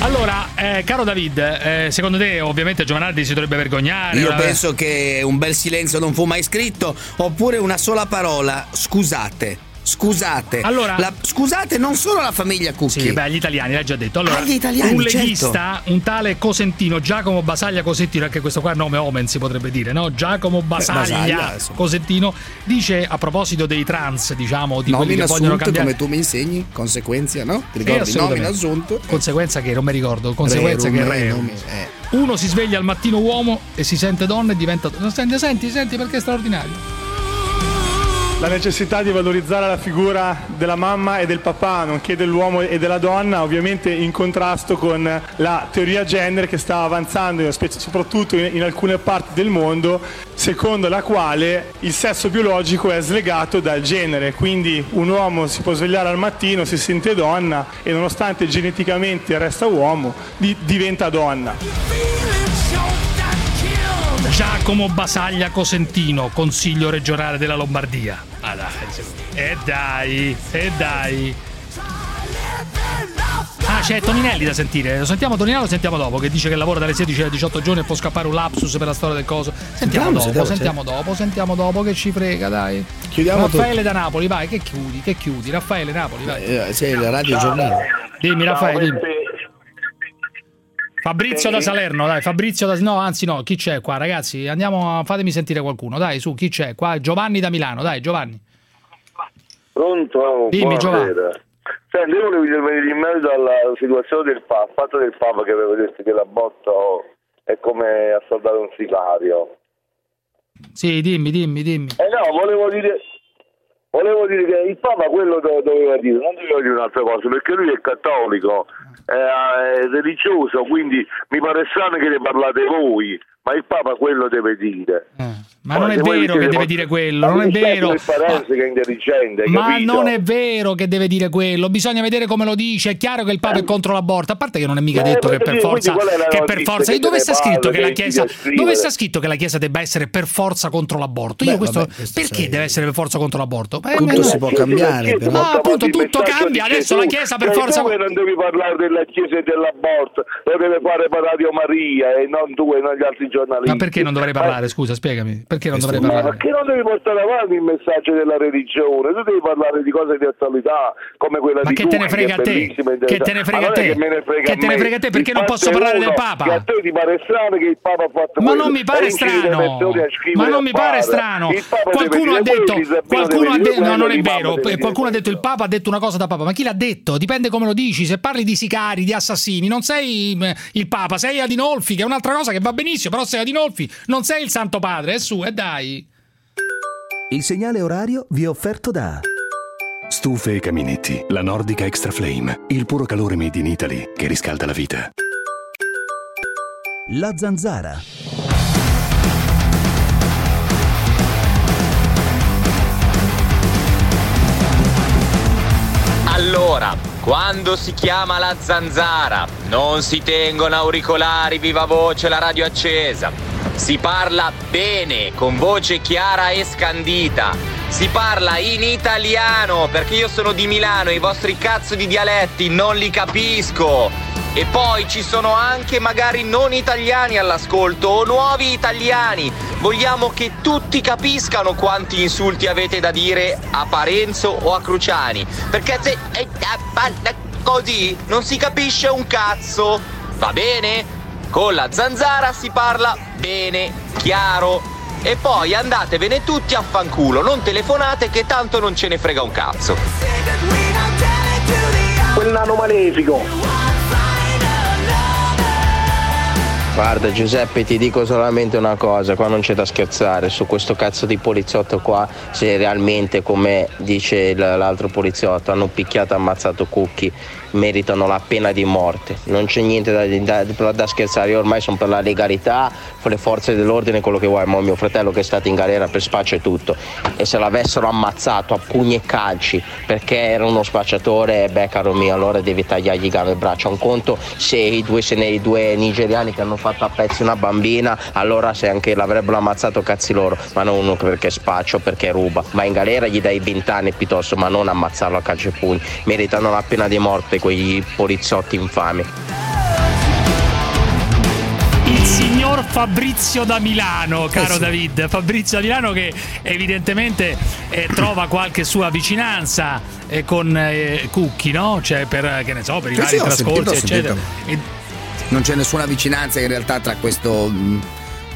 [SPEAKER 2] Allora, eh, caro David, eh, secondo te ovviamente Giovanardi si dovrebbe vergognare? eh,
[SPEAKER 3] Io
[SPEAKER 2] vabbè.
[SPEAKER 3] penso che un bel silenzio non fu mai scritto, oppure una sola parola, scusate. Scusate,
[SPEAKER 2] Allora-
[SPEAKER 3] La- scusate non solo la famiglia Cucchi.
[SPEAKER 2] Sì, beh, gli italiani, l'hai già detto. Allora,
[SPEAKER 3] Ah, gli italiani,
[SPEAKER 2] un
[SPEAKER 3] certo.
[SPEAKER 2] leghista, un tale Cosentino, Giacomo Basaglia Cosentino, anche questo qua è nome omen si potrebbe dire, no? Giacomo Basaglia,
[SPEAKER 3] Basaglia, insomma.
[SPEAKER 2] Cosentino dice a proposito dei trans, diciamo, di quelli
[SPEAKER 3] Nomina
[SPEAKER 2] che vogliono
[SPEAKER 3] assunto,
[SPEAKER 2] cambiare
[SPEAKER 3] come tu mi insegni, conseguenza, no? Ti
[SPEAKER 2] Sì,
[SPEAKER 3] ricordi?
[SPEAKER 2] assolutamente.
[SPEAKER 3] nomina assunto.
[SPEAKER 2] Conseguenza che non mi ricordo, conseguenza
[SPEAKER 3] Rerum,
[SPEAKER 2] che rerum.
[SPEAKER 3] rerum, eh.
[SPEAKER 2] Uno si sveglia al mattino uomo e si sente donna e diventa donna. Senti, senti, senti perché è straordinario.
[SPEAKER 19] La necessità di valorizzare la figura della mamma e del papà, nonché dell'uomo e della donna, ovviamente in contrasto con la teoria gender che sta avanzando, in specie- soprattutto in, in alcune parti del mondo, secondo la quale il sesso biologico è slegato dal genere. Quindi un uomo si può svegliare al mattino, si sente donna e nonostante geneticamente resta uomo, di- diventa donna.
[SPEAKER 2] Giacomo Basaglia Cosentino, consiglio regionale della Lombardia. Ah, dai. E dai, e dai. Ah, c'è Toninelli da sentire. Lo sentiamo Toninelli o lo sentiamo dopo? Che dice che lavora dalle 16 alle 18 giorni e può scappare un lapsus per la storia del coso. Sentiamo
[SPEAKER 20] Vediamo se
[SPEAKER 2] dopo,
[SPEAKER 20] dopo,
[SPEAKER 2] sentiamo
[SPEAKER 20] sì.
[SPEAKER 2] dopo, sentiamo dopo che ci frega, dai.
[SPEAKER 20] Chiudiamo
[SPEAKER 2] Raffaele da Napoli, vai, che chiudi, che chiudi. Raffaele Napoli, vai.
[SPEAKER 20] Eh, sì, il radio giornale.
[SPEAKER 2] Dimmi Raffaele, dimmi.
[SPEAKER 20] Sì.
[SPEAKER 2] Fabrizio da Salerno, dai, Fabrizio da No, anzi no, chi c'è qua, ragazzi? Andiamo, a- fatemi sentire qualcuno. Dai, su, chi c'è qua? Giovanni da Milano, dai, Giovanni.
[SPEAKER 21] Pronto?
[SPEAKER 2] Dimmi, Giovanni.
[SPEAKER 21] Buonasera. Senti, io volevo intervenire in merito alla situazione del Papa, al fatto del Papa che aveva detto che la botta è come assaltare un sicario.
[SPEAKER 2] Sì, dimmi, dimmi, dimmi.
[SPEAKER 21] Eh no, volevo dire, volevo dire che il Papa quello do- doveva dire, non doveva dire un'altra cosa, perché lui è cattolico, è, è religioso, quindi mi pare strano che ne parlate voi, ma il Papa quello deve dire.
[SPEAKER 2] Eh, Ma non
[SPEAKER 21] Poi,
[SPEAKER 2] è
[SPEAKER 21] se voi
[SPEAKER 2] vero
[SPEAKER 21] vi
[SPEAKER 2] che
[SPEAKER 21] chiedete,
[SPEAKER 2] deve
[SPEAKER 21] ma-
[SPEAKER 2] dire quello, non è
[SPEAKER 21] rispetto
[SPEAKER 2] vero.
[SPEAKER 21] del Parenzo che è intelligente, hai
[SPEAKER 2] Ma
[SPEAKER 21] capito?
[SPEAKER 2] non è vero che deve dire quello, bisogna vedere come lo dice. È chiaro che il Papa è contro l'aborto, a parte che non è mica
[SPEAKER 21] Eh,
[SPEAKER 2] detto che
[SPEAKER 21] voglio
[SPEAKER 2] per
[SPEAKER 21] dire, quindi
[SPEAKER 2] forza.
[SPEAKER 21] qual è la
[SPEAKER 2] Che per
[SPEAKER 21] notizia
[SPEAKER 2] forza.
[SPEAKER 21] che
[SPEAKER 2] E dove
[SPEAKER 21] te
[SPEAKER 2] sta
[SPEAKER 21] ne
[SPEAKER 2] scritto
[SPEAKER 21] parla,
[SPEAKER 2] che la
[SPEAKER 21] che ti
[SPEAKER 2] Chiesa.
[SPEAKER 21] descrive?
[SPEAKER 2] Dove sta scritto che la Chiesa debba essere per forza contro l'aborto? Io
[SPEAKER 21] Beh,
[SPEAKER 2] questo.
[SPEAKER 21] vabbè, questo
[SPEAKER 2] perché
[SPEAKER 21] sai.
[SPEAKER 2] deve essere per forza contro l'aborto? Eh,
[SPEAKER 21] Tutto
[SPEAKER 2] no.
[SPEAKER 21] si può cambiare, però.
[SPEAKER 2] Ma Ah, appunto
[SPEAKER 21] Il
[SPEAKER 2] tutto
[SPEAKER 21] messaggio
[SPEAKER 2] cambia.
[SPEAKER 21] di
[SPEAKER 2] Adesso la
[SPEAKER 21] Gesù,
[SPEAKER 2] Chiesa per
[SPEAKER 21] sei
[SPEAKER 2] forza.
[SPEAKER 21] tu che non devi parlare della Chiesa e dell'aborto, lo deve fare Radio Maria e non tu e non gli altri giornalisti. Eh,
[SPEAKER 2] Ma perché non dovrei parlare? Scusa, spiegami. Perché non dovrei
[SPEAKER 21] Ma
[SPEAKER 2] parlare?
[SPEAKER 21] perché non devi portare avanti il messaggio della religione? Tu devi parlare di cose di attualità, come quella
[SPEAKER 2] Ma
[SPEAKER 21] di
[SPEAKER 2] che
[SPEAKER 21] Cucchi,
[SPEAKER 2] te ne frega a
[SPEAKER 21] che è
[SPEAKER 2] te?
[SPEAKER 21] bellissima e
[SPEAKER 2] Che te ne
[SPEAKER 21] interessante.
[SPEAKER 2] frega
[SPEAKER 21] Ma non è
[SPEAKER 2] a te?
[SPEAKER 21] Che me ne frega
[SPEAKER 2] Che
[SPEAKER 21] a
[SPEAKER 2] te ne
[SPEAKER 21] me.
[SPEAKER 2] frega a te? Perché
[SPEAKER 21] Il
[SPEAKER 2] non
[SPEAKER 21] fatto
[SPEAKER 2] posso
[SPEAKER 21] è
[SPEAKER 2] parlare del
[SPEAKER 21] uno,
[SPEAKER 2] Papa?
[SPEAKER 21] che a te ti pare strano che il Papa ha fatto
[SPEAKER 2] Ma
[SPEAKER 21] quello.
[SPEAKER 2] non mi
[SPEAKER 21] E
[SPEAKER 2] pare
[SPEAKER 21] incide
[SPEAKER 2] strano.
[SPEAKER 21] persone a scrivere
[SPEAKER 2] Ma
[SPEAKER 21] a
[SPEAKER 2] non mi pare
[SPEAKER 21] fare.
[SPEAKER 2] strano.
[SPEAKER 21] Il Papa deve
[SPEAKER 2] Qualcuno
[SPEAKER 21] dire
[SPEAKER 2] ha detto,
[SPEAKER 21] quello, Isabella
[SPEAKER 2] qualcuno
[SPEAKER 21] deve
[SPEAKER 2] ha
[SPEAKER 21] dire
[SPEAKER 2] detto, no,
[SPEAKER 21] quello,
[SPEAKER 2] non è
[SPEAKER 21] il Papa
[SPEAKER 2] vero.
[SPEAKER 21] deve dire
[SPEAKER 2] Qualcuno ha detto il Papa ha detto una cosa da Papa, ma chi l'ha detto? Dipende come lo dici. Se parli di sicari, di assassini, non sei mh, il Papa, sei Adinolfi, che è un'altra cosa che va benissimo, però sei Adinolfi, non sei il Santo Padre, è su, e dai.
[SPEAKER 22] Il segnale orario vi è offerto da
[SPEAKER 23] Stufe e caminetti, la Nordica Extra Flame, il puro calore made in Italy che riscalda la vita.
[SPEAKER 22] La Zanzara.
[SPEAKER 24] Allora, quando si chiama la zanzara, non si tengono auricolari, viva voce, la radio accesa. Si parla bene, con voce chiara e scandita. Si parla in italiano, perché io sono di Milano e i vostri cazzo di dialetti non li capisco. E poi ci sono anche magari non italiani all'ascolto o nuovi italiani. Vogliamo che tutti capiscano quanti insulti avete da dire a Parenzo o a Cruciani. Perché se eh, ah, parla così non si capisce un cazzo. Va bene? Con la zanzara si parla bene, chiaro. E poi andatevene tutti a fanculo, non telefonate che tanto non ce ne frega un cazzo.
[SPEAKER 25] Quel nano malefico.
[SPEAKER 26] Guarda Giuseppe ti dico solamente una cosa, qua non c'è da scherzare, su questo cazzo di poliziotto qua, se realmente come dice il- l'altro poliziotto hanno picchiato e ammazzato Cucchi, meritano la pena di morte, non c'è niente da, da- da scherzare, io ormai sono per la legalità, per le forze dell'ordine, quello che vuoi, ma mio fratello che è stato in galera per spaccio e tutto, e se l'avessero ammazzato a pugni e calci perché era uno spacciatore, beh caro mio, allora devi tagliargli gambe e braccia, un conto se i due, se ne- i due nigeriani che hanno fatto a pezzi una bambina, allora se anche l'avrebbero ammazzato cazzi loro, ma non uno perché spaccio, perché ruba, ma in galera gli dai 20 anni piuttosto, ma non ammazzarlo a calci e pugni, meritano la pena di morte quei poliziotti infami.
[SPEAKER 2] Il signor Fabrizio da Milano, caro
[SPEAKER 23] sì.
[SPEAKER 2] David. Fabrizio da Milano che evidentemente eh, trova qualche sua vicinanza eh, con eh, Cucchi, no? Cioè per, eh, che ne so, per i
[SPEAKER 3] Sì,
[SPEAKER 2] vari
[SPEAKER 3] sì, ho sentito,
[SPEAKER 2] trascorsi,
[SPEAKER 3] ho
[SPEAKER 2] eccetera.
[SPEAKER 3] Non c'è nessuna vicinanza in realtà tra questo. mh,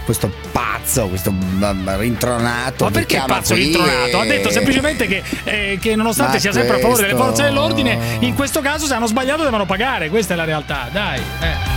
[SPEAKER 3] questo pazzo, questo mh, mh, rintronato.
[SPEAKER 2] Ma perché pazzo rintronato? Ha detto semplicemente che, eh, che nonostante
[SPEAKER 3] Ma
[SPEAKER 2] sia sempre a favore delle
[SPEAKER 3] questo-
[SPEAKER 2] forze dell'ordine, in questo caso se hanno sbagliato devono pagare, questa è la realtà, dai. eh.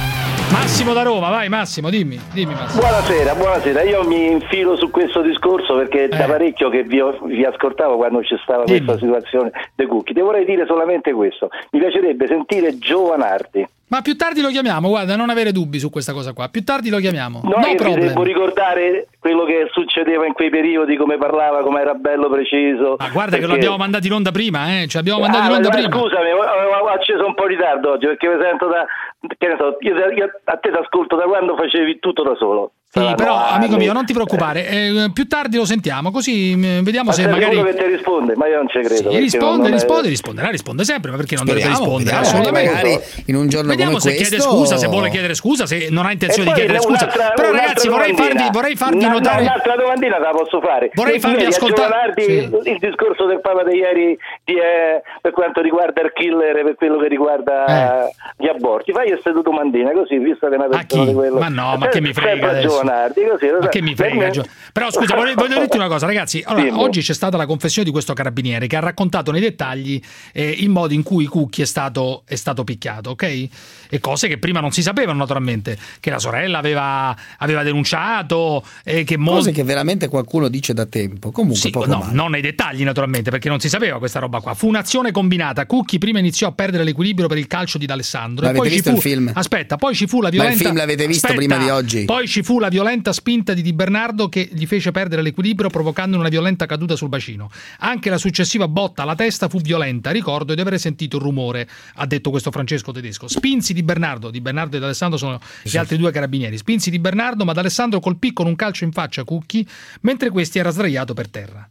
[SPEAKER 2] Massimo da Roma, vai Massimo, dimmi, dimmi Massimo.
[SPEAKER 25] Buonasera, buonasera. Io mi infilo su questo discorso perché
[SPEAKER 2] Eh.
[SPEAKER 25] da parecchio che vi, vi ascoltavo quando c'è stata questa situazione dei Cucchi. Ti vorrei dire solamente questo. Mi piacerebbe sentire Giovanardi.
[SPEAKER 2] Ma più tardi lo chiamiamo, guarda, non avere dubbi su questa cosa qua. Più tardi lo chiamiamo.
[SPEAKER 25] No,
[SPEAKER 2] no
[SPEAKER 25] io vi
[SPEAKER 2] problem.
[SPEAKER 25] devo ricordare quello che succedeva in quei periodi, come parlava, come era bello preciso. Ma
[SPEAKER 2] Guarda che lo abbiamo mandato in onda prima, eh. Ci abbiamo mandato
[SPEAKER 25] Ah,
[SPEAKER 2] in onda
[SPEAKER 25] ma- ma
[SPEAKER 2] prima.
[SPEAKER 25] Scusami, avevo acceso un po' in ritardo oggi perché mi sento da. Che ne so, io, io a te ti ascolto da quando facevi tutto da solo.
[SPEAKER 2] Sì,
[SPEAKER 25] Saranno
[SPEAKER 2] però, amico
[SPEAKER 25] anni.
[SPEAKER 2] mio, non ti preoccupare, eh, più tardi lo sentiamo, così eh, vediamo
[SPEAKER 25] Ma
[SPEAKER 2] se
[SPEAKER 25] sei
[SPEAKER 2] magari.
[SPEAKER 25] sicuro che ti risponde, ma io non ci credo.
[SPEAKER 2] Sì,
[SPEAKER 25] perché non-
[SPEAKER 2] risponde,
[SPEAKER 25] non è-
[SPEAKER 2] risponde, risponderà, risponde sempre, ma perché non dovrebbe
[SPEAKER 25] Speriamo,
[SPEAKER 2] rispondere?
[SPEAKER 25] vediamo,
[SPEAKER 2] assolutamente.
[SPEAKER 25] magari
[SPEAKER 3] in un giorno
[SPEAKER 2] vediamo
[SPEAKER 3] come
[SPEAKER 2] se chiede
[SPEAKER 3] questo-
[SPEAKER 2] scusa, se vuole chiedere scusa, se non ha intenzione
[SPEAKER 25] E
[SPEAKER 2] di
[SPEAKER 25] poi
[SPEAKER 2] chiedere scusa.
[SPEAKER 25] un'altra-
[SPEAKER 2] però,
[SPEAKER 25] un'altra
[SPEAKER 2] ragazzi, vorrei
[SPEAKER 25] domandina.
[SPEAKER 2] farvi, vorrei farvi
[SPEAKER 25] Una- una-
[SPEAKER 2] notare.
[SPEAKER 25] Un'altra domandina te la posso fare.
[SPEAKER 2] Vorrei
[SPEAKER 25] E
[SPEAKER 2] farvi
[SPEAKER 25] ieri a
[SPEAKER 2] ascoltare-
[SPEAKER 25] Giovanardi
[SPEAKER 2] sì.
[SPEAKER 25] il discorso del Papa di ieri di, eh, per quanto riguarda il killer e per quello che riguarda
[SPEAKER 2] Eh.
[SPEAKER 25] gli aborti. Fai queste due domandine così, visto che è una persona di quello.
[SPEAKER 2] Ma no, ma
[SPEAKER 25] Eh,
[SPEAKER 2] che mi frega
[SPEAKER 25] sempre a
[SPEAKER 2] adesso?
[SPEAKER 25] Giovanardi, così, lo
[SPEAKER 2] Ma
[SPEAKER 25] sai. eh.
[SPEAKER 2] che mi
[SPEAKER 25] Per
[SPEAKER 2] frega?
[SPEAKER 25] me-
[SPEAKER 2] Gio- Però scusa, voglio, voglio dirti una cosa, ragazzi. Allora,
[SPEAKER 25] Dimmi.
[SPEAKER 2] oggi c'è stata la confessione di questo carabiniere che ha raccontato nei dettagli eh, il modo in cui Cucchi è stato, è stato picchiato, ok? E cose che prima non si sapevano, naturalmente. Che la sorella aveva, aveva denunciato, eh, che molti.
[SPEAKER 3] Cose che veramente qualcuno dice da tempo. Comunque, poco
[SPEAKER 2] No,
[SPEAKER 3] male.
[SPEAKER 2] non nei dettagli naturalmente, perché non si sapeva questa roba qua. Fu un'azione combinata. Cucchi prima iniziò a perdere l'equilibrio per il calcio di D'Alessandro. e
[SPEAKER 3] L'avete
[SPEAKER 2] poi ci
[SPEAKER 3] visto
[SPEAKER 2] fu...
[SPEAKER 3] il film?
[SPEAKER 2] Aspetta, poi ci fu la
[SPEAKER 3] Ma il
[SPEAKER 2] violenza.
[SPEAKER 3] film l'avete visto
[SPEAKER 2] Aspetta,
[SPEAKER 3] prima di oggi?
[SPEAKER 2] Poi ci fu la violenta spinta di Di Bernardo che gli fece perdere l'equilibrio provocando una violenta caduta sul bacino. Anche la successiva botta alla testa fu violenta, ricordo di aver sentito il rumore, ha detto questo Francesco tedesco. Spinsi Di Bernardo, Di Bernardo ed Alessandro sono gli altri due carabinieri. Spinsi Di Bernardo, ma D'Alessandro colpì con un calcio in faccia Cucchi mentre questi era sdraiato per terra.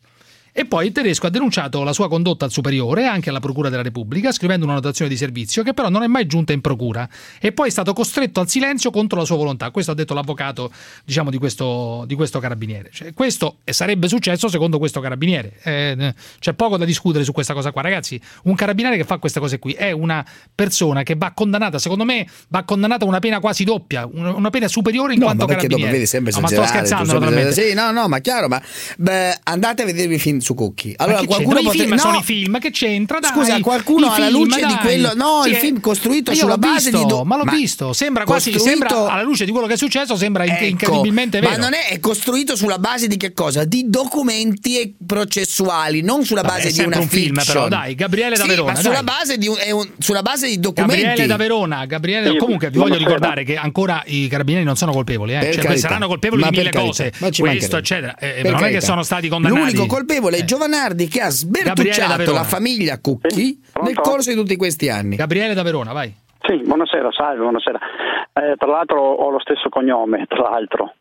[SPEAKER 2] E poi il tedesco ha denunciato la sua condotta al superiore e anche alla Procura della Repubblica, scrivendo una notazione di servizio che però non è mai giunta in Procura. E poi è stato costretto al silenzio contro la sua volontà. Questo ha detto l'avvocato, diciamo, di questo, di questo carabiniere. Cioè, questo sarebbe successo secondo questo carabiniere. Eh, c'è poco da discutere su questa cosa qua, ragazzi. Un carabiniere che fa queste cose qui è una persona che va condannata, secondo me, va condannata a una pena quasi doppia, una una pena superiore in
[SPEAKER 3] No,
[SPEAKER 2] quanto
[SPEAKER 3] ma perché dopo
[SPEAKER 2] carabiniere.
[SPEAKER 3] vedi sempre
[SPEAKER 2] No, ma sto
[SPEAKER 3] esagerare,
[SPEAKER 2] scherzando,
[SPEAKER 3] tu sempre-
[SPEAKER 2] naturalmente.
[SPEAKER 3] Sì, no, no, ma chiaro, ma beh, andate a vedervi i film su Cucchi.
[SPEAKER 2] Ma
[SPEAKER 3] Allora,
[SPEAKER 2] che
[SPEAKER 3] qualcuno
[SPEAKER 2] c'entra? I
[SPEAKER 3] potre-
[SPEAKER 2] film sono
[SPEAKER 3] no,
[SPEAKER 2] i film che c'entra dai.
[SPEAKER 3] Scusa, qualcuno
[SPEAKER 2] I
[SPEAKER 3] alla
[SPEAKER 2] film,
[SPEAKER 3] luce di
[SPEAKER 2] dai.
[SPEAKER 3] quello- no, il
[SPEAKER 2] eh,
[SPEAKER 3] film costruito
[SPEAKER 2] ma io
[SPEAKER 3] sulla
[SPEAKER 2] l'ho
[SPEAKER 3] base di
[SPEAKER 2] visto,
[SPEAKER 3] do-
[SPEAKER 2] ma l'ho
[SPEAKER 3] ma
[SPEAKER 2] visto, sembra quasi
[SPEAKER 3] costruito-
[SPEAKER 2] sembra alla luce di quello che è successo sembra inc-
[SPEAKER 3] Ecco,
[SPEAKER 2] incredibilmente vero.
[SPEAKER 3] Ma non è, è costruito sulla base di che cosa? Di documenti e processuali, non sulla
[SPEAKER 2] Vabbè,
[SPEAKER 3] base
[SPEAKER 2] è
[SPEAKER 3] di
[SPEAKER 2] sempre
[SPEAKER 3] una
[SPEAKER 2] un film,
[SPEAKER 3] fiction.
[SPEAKER 2] però, dai, Gabriele da
[SPEAKER 3] Sì,
[SPEAKER 2] Verona,
[SPEAKER 3] Ma sulla
[SPEAKER 2] dai.
[SPEAKER 3] base, di un- è un- sulla base di documenti.
[SPEAKER 2] Gabriele da Verona, Gabriele,
[SPEAKER 3] Sì,
[SPEAKER 2] comunque vi voglio
[SPEAKER 3] buonasera.
[SPEAKER 2] ricordare che ancora i carabinieri non sono colpevoli, eh.
[SPEAKER 3] Per
[SPEAKER 2] Cioè,
[SPEAKER 3] carità.
[SPEAKER 2] saranno colpevoli
[SPEAKER 3] Ma
[SPEAKER 2] di
[SPEAKER 3] per
[SPEAKER 2] mille
[SPEAKER 3] carità.
[SPEAKER 2] cose,
[SPEAKER 3] Ma ci mancherebbe.
[SPEAKER 2] questo eccetera,
[SPEAKER 3] Per
[SPEAKER 2] Eh, ma non è che
[SPEAKER 3] carità.
[SPEAKER 2] sono stati condannati. Eh.
[SPEAKER 3] L'unico colpevole è Giovanardi che ha
[SPEAKER 2] Gabriele da
[SPEAKER 3] sbertucciato
[SPEAKER 2] Verona.
[SPEAKER 3] la famiglia Cucchi nel corso di tutti questi anni.
[SPEAKER 2] Gabriele da Verona, vai.
[SPEAKER 27] Sì, buonasera, salve, buonasera. Eh, tra l'altro ho lo stesso cognome, tra l'altro.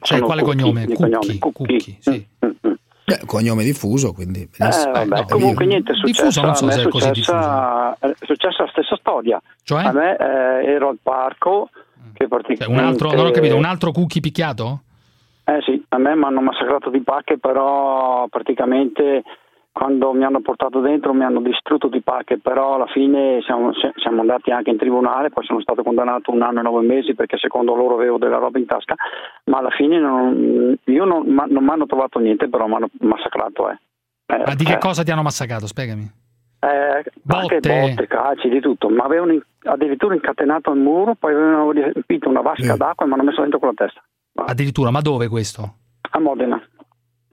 [SPEAKER 2] Cioè,
[SPEAKER 27] Sono
[SPEAKER 2] quale
[SPEAKER 27] Cucchi,
[SPEAKER 2] cognome?
[SPEAKER 27] di
[SPEAKER 2] Cucchi, Cucchi, sì.
[SPEAKER 3] Beh, Eh, cognome diffuso, quindi
[SPEAKER 27] Eh, vabbè, comunque niente è successo.
[SPEAKER 2] Diffuso, non so
[SPEAKER 27] a me
[SPEAKER 2] se è così
[SPEAKER 27] successa, eh, è successa la stessa storia.
[SPEAKER 2] Cioè?
[SPEAKER 27] A me eh, ero al parco che
[SPEAKER 2] Cioè,
[SPEAKER 27] praticamente...
[SPEAKER 2] un altro, non ho capito, un altro Cucchi picchiato?
[SPEAKER 27] Eh sì, a me mi hanno massacrato di pacche, però praticamente quando mi hanno portato dentro mi hanno distrutto di pacche, però alla fine siamo, se- siamo andati anche in tribunale, poi sono stato condannato un anno e nove mesi perché secondo loro avevo della roba in tasca, ma alla fine non, io non, ma- non mi hanno trovato niente, però mi hanno massacrato. Eh. Eh,
[SPEAKER 2] Ma di che
[SPEAKER 27] eh,
[SPEAKER 2] cosa ti hanno massacrato? Spiegami.
[SPEAKER 27] eh, pacche,
[SPEAKER 2] Botte.
[SPEAKER 27] botte, calci, di tutto, ma avevano in- addirittura incatenato al muro, poi avevano riempito una vasca d'acqua e mi hanno messo dentro con la testa,
[SPEAKER 2] Addirittura, ma dove questo?
[SPEAKER 27] a Modena.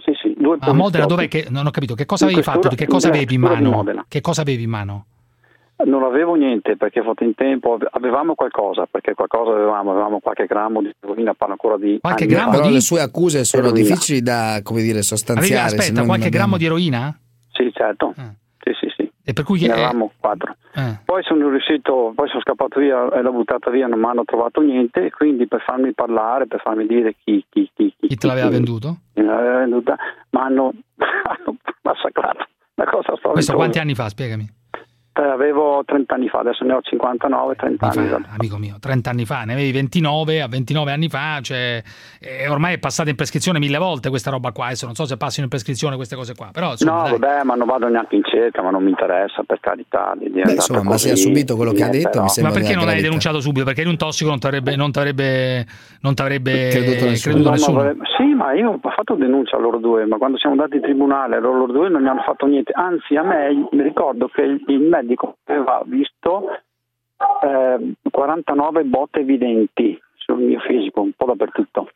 [SPEAKER 27] Sì, sì, due
[SPEAKER 2] A Modena Ah,
[SPEAKER 27] poliziotti.
[SPEAKER 2] dov'è che non ho capito che cosa
[SPEAKER 27] In
[SPEAKER 2] avevi fatto,
[SPEAKER 27] questura-
[SPEAKER 2] che cosa
[SPEAKER 27] nella
[SPEAKER 2] avevi in
[SPEAKER 27] questura di
[SPEAKER 2] mano?
[SPEAKER 27] Modena.
[SPEAKER 2] Che cosa avevi in mano?
[SPEAKER 27] Non avevo niente perché ho fatto in tempo, avevamo qualcosa, perché qualcosa avevamo, avevamo qualche grammo di eroina, parlo ancora di... anni fa.
[SPEAKER 3] Però le sue accuse sono
[SPEAKER 27] Eroina.
[SPEAKER 3] difficili da come dire, sostanziare.
[SPEAKER 2] Avevi,
[SPEAKER 3] se
[SPEAKER 2] aspetta,
[SPEAKER 3] non
[SPEAKER 2] qualche
[SPEAKER 3] abbiamo-
[SPEAKER 2] grammo di eroina? Ah.
[SPEAKER 27] Sì, certo. Sì, sì, sì.
[SPEAKER 2] E per cui
[SPEAKER 27] ne avevamo quattro.
[SPEAKER 2] Eh.
[SPEAKER 27] Poi sono riuscito, poi sono scappato via e l'ho buttata via, non mi hanno trovato niente, quindi per farmi parlare, per farmi dire chi, chi, chi, chi,
[SPEAKER 2] Chi te l'aveva
[SPEAKER 27] chi-
[SPEAKER 2] venduto?
[SPEAKER 27] chi me l'aveva venduta, mi hanno hanno massacrato. Una cosa spaventosa.
[SPEAKER 2] Questo quanti anni fa? Spiegami.
[SPEAKER 27] Eh, Avevo 30 anni fa, adesso ne ho 59, 30 anni.
[SPEAKER 2] Fa, amico mio, 30 anni fa, ne avevi 29, a 29 anni fa, cioè, eh, ormai è passata in prescrizione mille volte questa roba qua, adesso non so se passino in prescrizione queste cose qua, però insomma,
[SPEAKER 27] No,
[SPEAKER 2] dai.
[SPEAKER 27] vabbè, ma non vado neanche in cerca, ma non mi interessa, per carità. Di, di andata
[SPEAKER 3] insomma, ma se
[SPEAKER 27] così,
[SPEAKER 3] ha subito quello che ha
[SPEAKER 27] niente,
[SPEAKER 3] detto, mi
[SPEAKER 27] no.
[SPEAKER 2] ma perché non l'hai denunciato subito? Perché lui un tossico non t'avrebbe non t'avrebbe- non t'avrebbe eh, creduto a nessuno.
[SPEAKER 27] No, ma vorrei- sì, ma io ho fatto denuncia a loro due, ma quando siamo andati in tribunale loro, loro due non mi hanno fatto niente. Anzi, a me mi ricordo che il, il medico aveva visto eh, 49 botte evidenti sul mio fisico, un po' dappertutto.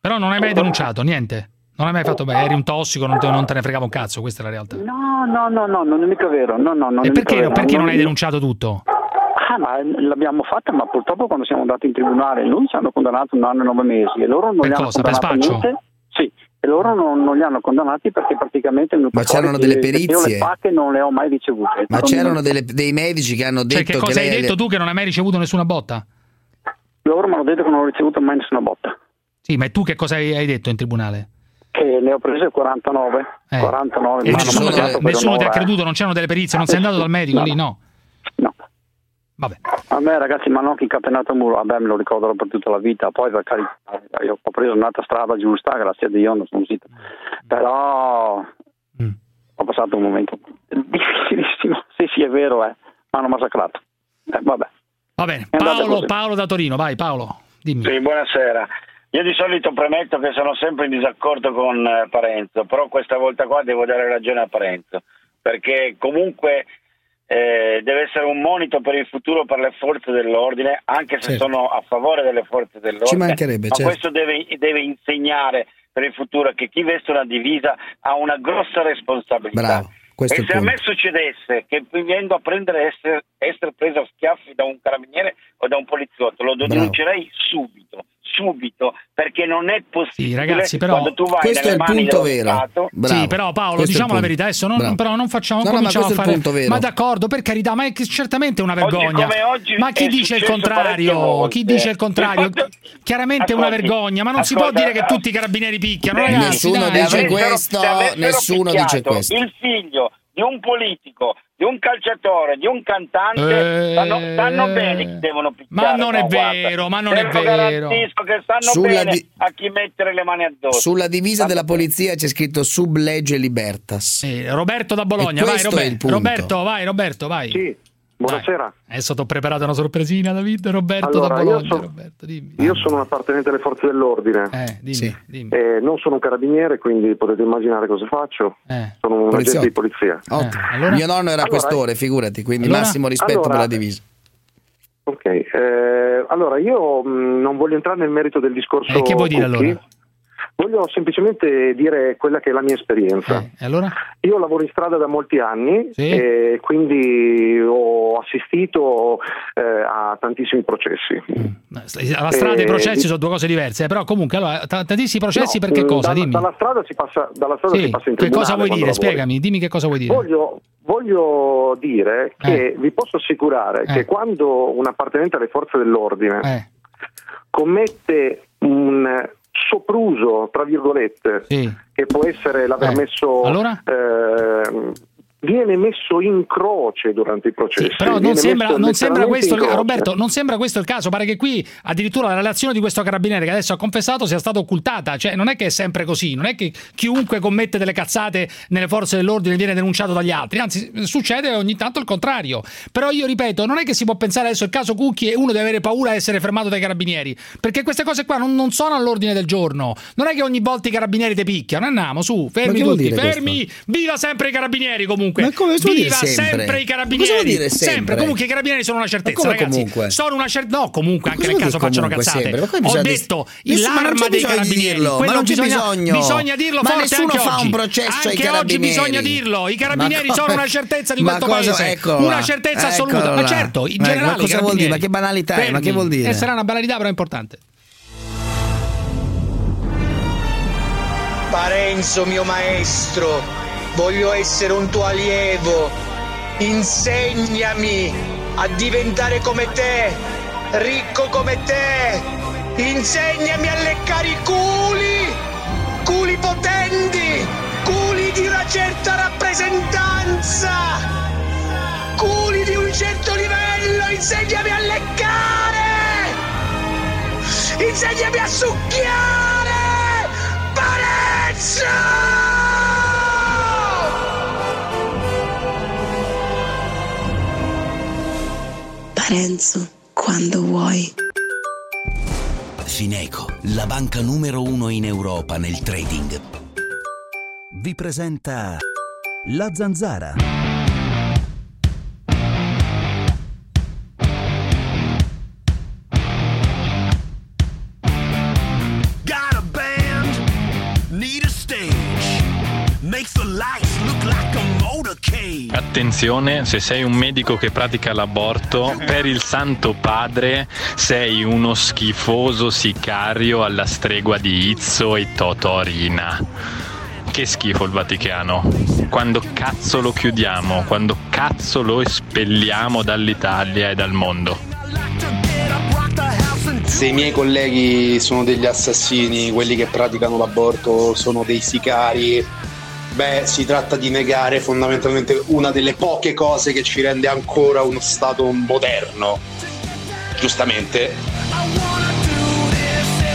[SPEAKER 2] Però non hai mai denunciato, niente. Non hai mai fatto bene, eri un tossico, non te, non te ne fregava un cazzo, questa è la realtà.
[SPEAKER 27] No, no, no, no, non è mica vero. No, no, non è
[SPEAKER 2] e
[SPEAKER 27] mica
[SPEAKER 2] perché,
[SPEAKER 27] vero.
[SPEAKER 2] perché non hai denunciato tutto?
[SPEAKER 27] Ah, ma l'abbiamo fatta, ma purtroppo quando siamo andati in tribunale noi ci hanno condannato un anno e nove mesi e loro non
[SPEAKER 2] Per
[SPEAKER 27] li hanno
[SPEAKER 2] cosa? Per
[SPEAKER 27] condannato
[SPEAKER 2] spaccio?
[SPEAKER 27] niente. Sì, e loro non, non li hanno condannati perché praticamente il mio
[SPEAKER 3] Ma
[SPEAKER 27] peccato
[SPEAKER 3] c'erano
[SPEAKER 27] è che-
[SPEAKER 3] delle
[SPEAKER 27] che Io
[SPEAKER 3] perizie?
[SPEAKER 27] le pacche non le ho mai ricevute.
[SPEAKER 3] Ma
[SPEAKER 27] Non-
[SPEAKER 3] c'erano delle- dei medici che hanno
[SPEAKER 2] Cioè,
[SPEAKER 3] detto
[SPEAKER 2] che cosa
[SPEAKER 3] che
[SPEAKER 2] hai
[SPEAKER 3] lei
[SPEAKER 2] detto tu che non hai mai ricevuto nessuna botta?
[SPEAKER 27] Loro mi hanno detto che non ho ricevuto mai nessuna botta,
[SPEAKER 2] Sì, ma e tu che cosa hai hai detto in tribunale?
[SPEAKER 27] che ne ho prese 49.
[SPEAKER 2] Eh.
[SPEAKER 27] 49
[SPEAKER 2] E
[SPEAKER 27] mi hanno
[SPEAKER 2] nessuno,
[SPEAKER 27] mandato per
[SPEAKER 2] nessuno ti ha
[SPEAKER 27] un'ora, eh.
[SPEAKER 2] creduto, non c'erano delle perizie,
[SPEAKER 28] Ah,
[SPEAKER 2] non sei andato dal medico
[SPEAKER 27] No,
[SPEAKER 2] lì, no.
[SPEAKER 27] A me ragazzi mi hanno anche incatenato al muro, vabbè me lo ricorderò per tutta la vita, poi per carità io ho preso un'altra strada giusta, grazie a Dio non sono uscito, però ho passato un momento difficilissimo, sì sì è vero, eh. mi hanno massacrato, Eh, vabbè.
[SPEAKER 2] Va bene,
[SPEAKER 27] andata
[SPEAKER 2] Paolo,
[SPEAKER 27] così.
[SPEAKER 2] Paolo da Torino, vai Paolo, dimmi.
[SPEAKER 29] Sì, buonasera. Io di solito premetto che sono sempre in disaccordo con eh, Parenzo, però questa volta qua devo dare ragione a Parenzo, perché comunque eh, deve essere un monito per il futuro per le forze dell'ordine, anche se
[SPEAKER 3] Certo.
[SPEAKER 29] sono a favore delle forze dell'ordine.
[SPEAKER 3] Ci mancherebbe,
[SPEAKER 29] ma
[SPEAKER 3] certo.
[SPEAKER 29] questo deve, deve insegnare per il futuro che chi veste una divisa ha una grossa responsabilità.
[SPEAKER 3] Bravo, questo è
[SPEAKER 29] e
[SPEAKER 3] il
[SPEAKER 29] se a
[SPEAKER 3] punto.
[SPEAKER 29] me succedesse che venendo a prendere essere, essere preso a schiaffi da un carabiniere o da un poliziotto, lo
[SPEAKER 3] Bravo.
[SPEAKER 29] denuncerei subito
[SPEAKER 28] subito, perché non è possibile
[SPEAKER 2] ragazzi, però,
[SPEAKER 28] quando tu vai
[SPEAKER 2] questo
[SPEAKER 28] nelle
[SPEAKER 2] è il
[SPEAKER 28] mani
[SPEAKER 2] punto
[SPEAKER 28] dello
[SPEAKER 2] vero.
[SPEAKER 28] Stato.
[SPEAKER 2] Sì, però
[SPEAKER 3] Questo
[SPEAKER 2] Paolo,
[SPEAKER 3] è il
[SPEAKER 2] diciamo la
[SPEAKER 3] punto.
[SPEAKER 2] verità adesso, non,
[SPEAKER 3] Bravo.
[SPEAKER 2] però non facciamo
[SPEAKER 3] No, no, ma
[SPEAKER 2] cominciamo
[SPEAKER 3] questo è
[SPEAKER 2] a
[SPEAKER 3] il
[SPEAKER 2] fare
[SPEAKER 3] punto vero.
[SPEAKER 2] Ma d'accordo, per carità, ma è che certamente è una vergogna.
[SPEAKER 28] come oggi
[SPEAKER 2] ma chi
[SPEAKER 28] è
[SPEAKER 2] dice il
[SPEAKER 28] successo parecchie
[SPEAKER 2] contrario?
[SPEAKER 28] volte.
[SPEAKER 2] Chi dice il contrario?
[SPEAKER 28] Il fatto-
[SPEAKER 2] Chiaramente è una
[SPEAKER 28] Ascolti,
[SPEAKER 2] vergogna, ma non si può
[SPEAKER 28] ascolta,
[SPEAKER 2] dire che tutti i carabinieri picchiano, ragazzi.
[SPEAKER 3] Nessuno
[SPEAKER 2] dai.
[SPEAKER 3] dice questo,
[SPEAKER 28] se Eh, avessero
[SPEAKER 3] nessuno
[SPEAKER 28] picchiato
[SPEAKER 3] dice questo.
[SPEAKER 28] Il figlio di un politico, di un calciatore, di un cantante,
[SPEAKER 2] Eh,
[SPEAKER 28] sanno, sanno bene chi devono
[SPEAKER 2] ma
[SPEAKER 28] picchiare.
[SPEAKER 2] non è
[SPEAKER 28] no, guarda.
[SPEAKER 2] vero, ma non è
[SPEAKER 28] Te lo
[SPEAKER 2] vero.
[SPEAKER 28] garantisco che sanno
[SPEAKER 3] Sulla
[SPEAKER 28] bene
[SPEAKER 3] di-
[SPEAKER 28] a chi mettere le mani addosso.
[SPEAKER 3] Sulla divisa della polizia c'è scritto sub legge libertas.
[SPEAKER 2] Roberto da Bologna,
[SPEAKER 3] E
[SPEAKER 2] vai
[SPEAKER 3] questo è il
[SPEAKER 2] Roberto.
[SPEAKER 3] punto.
[SPEAKER 2] Roberto, vai Roberto, vai. Sì.
[SPEAKER 15] Buonasera.
[SPEAKER 2] Adesso ti ho preparato una sorpresina, David. Roberto
[SPEAKER 15] Allora,
[SPEAKER 2] da
[SPEAKER 15] io
[SPEAKER 2] Bologna.
[SPEAKER 15] sono-
[SPEAKER 2] Roberto, dimmi.
[SPEAKER 15] Io sono un appartenente alle forze dell'ordine. Eh, non sono un carabiniere, quindi potete immaginare cosa faccio.
[SPEAKER 2] Eh.
[SPEAKER 15] Sono un agente di polizia.
[SPEAKER 3] Ottimo. Mio nonno era
[SPEAKER 15] Allora-
[SPEAKER 3] questore, figurati, quindi
[SPEAKER 15] Allora-
[SPEAKER 3] massimo rispetto
[SPEAKER 15] Allora-
[SPEAKER 3] per la divisa.
[SPEAKER 15] Ok, eh, allora io mh, non voglio entrare nel merito del discorso.
[SPEAKER 2] Eh, che vuoi dire,
[SPEAKER 15] Cucchi. Voglio semplicemente dire quella che è la mia esperienza.
[SPEAKER 2] E allora?
[SPEAKER 15] Io lavoro in strada da molti anni
[SPEAKER 2] Eh. Sì.
[SPEAKER 15] e quindi ho assistito eh, a tantissimi processi.
[SPEAKER 2] La strada e i
[SPEAKER 15] Eh,
[SPEAKER 2] processi
[SPEAKER 15] di-
[SPEAKER 2] sono due cose diverse, eh, però comunque allora, t- tantissimi processi
[SPEAKER 15] No,
[SPEAKER 2] per che
[SPEAKER 15] mh,
[SPEAKER 2] cosa?
[SPEAKER 15] dalla-
[SPEAKER 2] Dimmi.
[SPEAKER 15] Dalla strada si passa, dalla strada
[SPEAKER 2] Sì,
[SPEAKER 15] si passa in
[SPEAKER 2] che
[SPEAKER 15] tribunale
[SPEAKER 2] cosa vuoi
[SPEAKER 15] quando
[SPEAKER 2] dire?
[SPEAKER 15] lavori.
[SPEAKER 2] Spiegami, dimmi che cosa vuoi dire. Eh.
[SPEAKER 15] Voglio, voglio dire che vi posso assicurare che quando un appartenente alle forze dell'ordine
[SPEAKER 2] Eh.
[SPEAKER 15] commette un sopruso, tra virgolette, che può essere
[SPEAKER 2] Eh.
[SPEAKER 15] l'aver messo... ehm, viene messo in croce durante i processi.
[SPEAKER 2] Però non
[SPEAKER 15] viene
[SPEAKER 2] sembra,
[SPEAKER 15] messo
[SPEAKER 2] non sembra
[SPEAKER 15] letteralmente
[SPEAKER 2] questo,
[SPEAKER 15] in eh. croce.
[SPEAKER 2] Roberto, non sembra questo il caso. Pare che qui addirittura la relazione di questo carabiniere che adesso ha confessato sia stata occultata. Cioè, non è che è sempre così. Non è che chiunque commette delle cazzate nelle forze dell'ordine viene denunciato dagli altri. Anzi, succede ogni tanto il contrario. Però io ripeto, non è che si può pensare adesso il caso Cucchi e uno deve avere paura di essere fermato dai carabinieri. Perché queste cose qua non, non sono all'ordine del giorno. Non è che ogni volta i carabinieri ti picchiano. Andiamo, su,
[SPEAKER 3] Ma
[SPEAKER 2] fermi
[SPEAKER 3] che vuol
[SPEAKER 2] tutti,
[SPEAKER 3] dire
[SPEAKER 2] fermi. Viva sempre i carabinieri comunque.
[SPEAKER 3] Ma come- cosa vuol dire
[SPEAKER 2] Viva
[SPEAKER 3] sempre?
[SPEAKER 2] i
[SPEAKER 3] Ma cosa
[SPEAKER 2] carabinieri.
[SPEAKER 3] vuol dire
[SPEAKER 2] sempre.
[SPEAKER 3] sempre?
[SPEAKER 2] Comunque i carabinieri sono una certezza,
[SPEAKER 3] come
[SPEAKER 2] ragazzi.
[SPEAKER 3] comunque?
[SPEAKER 2] Sono una certezza. No, comunque,
[SPEAKER 3] cosa
[SPEAKER 2] anche nel
[SPEAKER 3] vuol
[SPEAKER 2] caso
[SPEAKER 3] dire
[SPEAKER 2] facciano
[SPEAKER 3] comunque
[SPEAKER 2] cazzate.
[SPEAKER 3] sempre? Ma qua
[SPEAKER 2] Ho
[SPEAKER 3] bisogna dis-
[SPEAKER 2] detto
[SPEAKER 3] Nessuno- ma non
[SPEAKER 2] l'arma
[SPEAKER 3] c'è
[SPEAKER 2] dei
[SPEAKER 3] bisogno di
[SPEAKER 2] carabinieri.
[SPEAKER 3] dirlo, ma
[SPEAKER 2] Quello
[SPEAKER 3] non c'è
[SPEAKER 2] bisogna,
[SPEAKER 3] bisogno.
[SPEAKER 2] bisogna dirlo
[SPEAKER 3] Ma
[SPEAKER 2] forte
[SPEAKER 3] nessuno
[SPEAKER 2] anche
[SPEAKER 3] fa
[SPEAKER 2] oggi.
[SPEAKER 3] un processo ai
[SPEAKER 2] anche oggi
[SPEAKER 3] carabinieri.
[SPEAKER 2] bisogna dirlo. I carabinieri
[SPEAKER 3] Ma come-
[SPEAKER 2] sono una certezza di
[SPEAKER 3] ma
[SPEAKER 2] questo
[SPEAKER 3] cosa- ecco,
[SPEAKER 2] paese.
[SPEAKER 3] eccola,
[SPEAKER 2] una certezza assoluta. Ma
[SPEAKER 3] eccola.
[SPEAKER 2] certo, in
[SPEAKER 3] Ecco, Ma cosa
[SPEAKER 2] generale. i
[SPEAKER 3] vuol dire?
[SPEAKER 2] carabinieri.
[SPEAKER 3] Ma che banalità è? Ma
[SPEAKER 2] Fermi.
[SPEAKER 3] che vuol dire?
[SPEAKER 2] Eh, sarà una banalità, però è importante.
[SPEAKER 1] Parenzo mio maestro, voglio essere un tuo allievo. Insegnami a diventare come te, ricco come te. Insegnami a leccare i culi, culi potenti, culi di una certa rappresentanza, culi di un certo livello. Insegnami a leccare, insegnami a succhiare. Parenzo!
[SPEAKER 27] Parenzo, quando vuoi.
[SPEAKER 22] Fineco, la banca numero uno in Europa nel trading.
[SPEAKER 30] Vi presenta La Zanzara.
[SPEAKER 31] Got a band, need a stage. Makes the lights look like a motorcade.
[SPEAKER 32] Attenzione, se sei un medico che pratica l'aborto, per il Santo Padre sei uno schifoso sicario alla stregua di Izzo e Totorina. Che schifo il Vaticano. Quando cazzo lo chiudiamo? Quando cazzo lo espelliamo dall'Italia e dal mondo?
[SPEAKER 33] Se i miei colleghi sono degli assassini, quelli che praticano l'aborto sono dei sicari, beh, si tratta di negare fondamentalmente una delle poche cose che ci rende ancora uno Stato moderno. Giustamente.